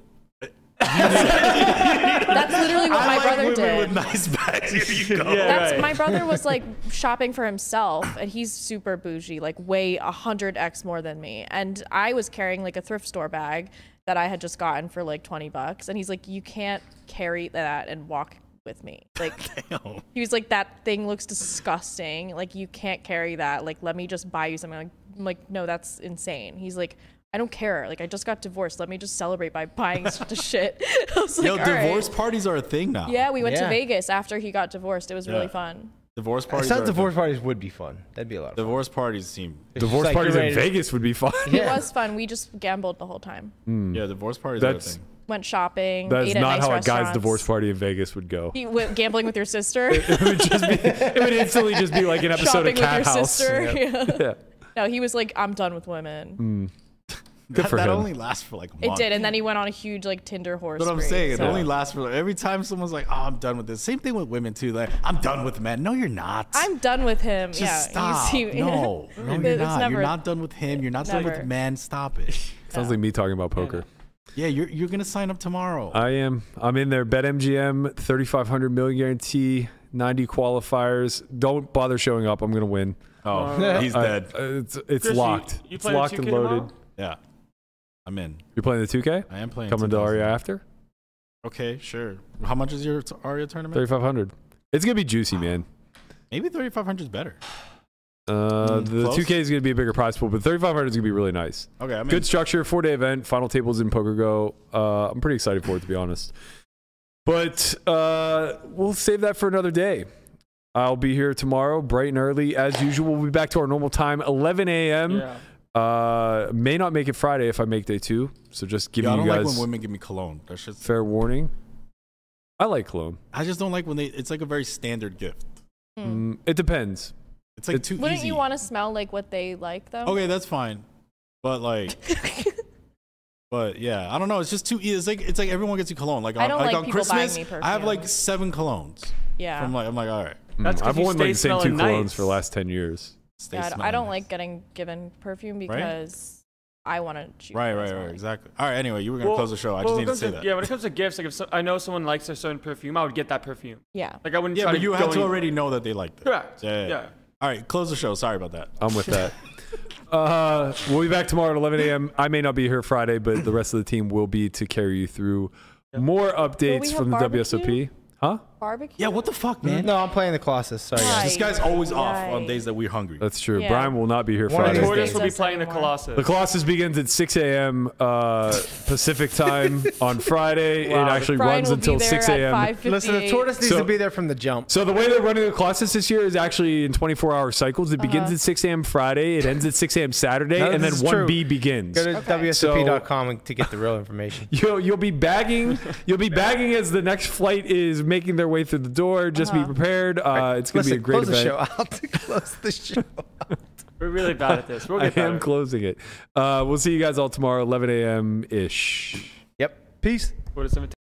That's literally what I my like brother women did. with nice bags. Here you go. Yeah, That's right. my brother was like shopping for himself, and he's super bougie, like way hundred x more than me. And I was carrying like a thrift store bag that I had just gotten for like twenty bucks, and he's like, "You can't carry that and walk with me." Like he was like, "That thing looks disgusting. Like you can't carry that. Like let me just buy you something." I'm like, I'm like no, that's insane. He's like. I don't care. Like I just got divorced. Let me just celebrate by buying the shit. I was like, Yo, "All right." divorce parties are a thing now. Yeah, we went to Yeah. Vegas after he got divorced. It was Yeah. really fun. Divorce I parties. thought are divorce A parties would be fun. That'd be a lot of thing. Divorce parties seem. It's just Divorce like parties you're in ready to- Vegas would be fun. Yeah. It was fun. We just gambled the whole time. Yeah, divorce parties Hmm. That's- are a thing. Went shopping. Mm. That ate is at not nice how a guy's restaurants. divorce party in Vegas would go. You went gambling with your sister. It would instantly just be like an episode shopping of Cat with your House. sister. Yeah. Yeah. No, he was like, I'm done with women. Good that, for that him. only lasts for like a month. It did, and then he went on a huge like Tinder horse. That's what I'm spree, saying. It so- only lasts for every time someone's like, "Oh, I'm done with this." Same thing with women too. Like, I'm done with men. No, you're not. I'm done with him. Just yeah. stop. you see- no, no, It you're was not. never- You're not done with him. You're not done Never. with men. Stop it. Sounds like me talking about poker. Yeah, you're you're gonna sign up tomorrow. I am. I'm in there. BetMGM, 3,500 million guarantee, 90 qualifiers. Don't bother showing up. I'm going to win. oh, he's I- dead. uh, it's it's Chris, you- locked. you it's playing locked 2K and tomorrow? loaded. yeah, I'm in. You're playing the 2K? I am playing. Coming to E 2000. Aria after? Okay, sure. How much is your t- Aria tournament? 3,500. It's going to be juicy, man. Maybe 3,500 is better. Uh, Mm, the close. 2K is going to be a bigger prize pool, but 3,500 is going to be really nice. Okay, I mean, Good structure, four day event, final tables in PokerGo. Uh, I'm pretty excited for it, to be honest. But uh, we'll save that for another day. I'll be here tomorrow, bright and early, as usual. We'll be back to our normal time, 11 a.m. Yeah. Uh, may not make it Friday if I make day two, so just Yo, giving I don't you like guys when women give me cologne. That shit's, fair warning. I like cologne. I just don't like when they. It's like a very standard gift. Hmm. Mm, it depends. It's like It- too Wouldn't easy. Oh, you want to smell like what they like though? Okay, that's fine. But like, but yeah, I don't know. It's just too easy. It's like it's like everyone gets you cologne. Like on, I don't like on people buying Christmas, me I have like perfume. seven colognes. yeah. I'm like I'm like all right. That's 'cause I've you worn stay like the same two smelling colognes nice. for the last 10 years. Stay God, I smelling don't nice. like getting given perfume because I want to choose. Right, what I right, smell right. like. Exactly. All right. Anyway, you were gonna close the show. I well, just need when to it say comes that. Yeah, when it comes to gifts, like if so, I know someone likes a certain perfume, I would get that perfume. Yeah. Like I wouldn't yeah, try but you to had go to any- already know that they liked it. Correct. Yeah, yeah, yeah. Yeah. All right, close the show. Sorry about that. I'm with that. uh, we'll be back tomorrow at 11 a.m. I may not be here Friday, but the rest of the team will be to carry you through more updates have from the barbecue? WSOP. Huh? Barbecue. Yeah, what the fuck, man? No, I'm playing the Colossus. Sorry. guys. This guy's always off on Yikes. days that we're hungry. That's true. Yeah. Brian will not be here One of Friday. these Tortoise days. will be That's playing the anymore. Colossus. The Colossus begins at 6 a.m. Uh, Pacific time on Friday. Wow. It actually Brian runs will until be there 6 at a.m. 5:58. Listen, the tortoise needs So- to be there from the jump. So the way they're running the Colossus this year is actually in 24-hour cycles. It Uh-huh. begins at 6 a.m. Friday, it ends at 6 a.m. Saturday, No, and then this is true. 1B begins. Go to Okay. WSOP.com to get the real information. You'll, you'll be bagging. You'll be bagging as the next flight is making their way through the door. Just be prepared. Uh, it's gonna Uh-huh. Listen, be a great close event. the show out. close the show. We're really bad at this. We'll I get better. am closing it. Uh, we'll see you guys all tomorrow, 11 a.m. ish. yep. Peace. Tortoise invitation.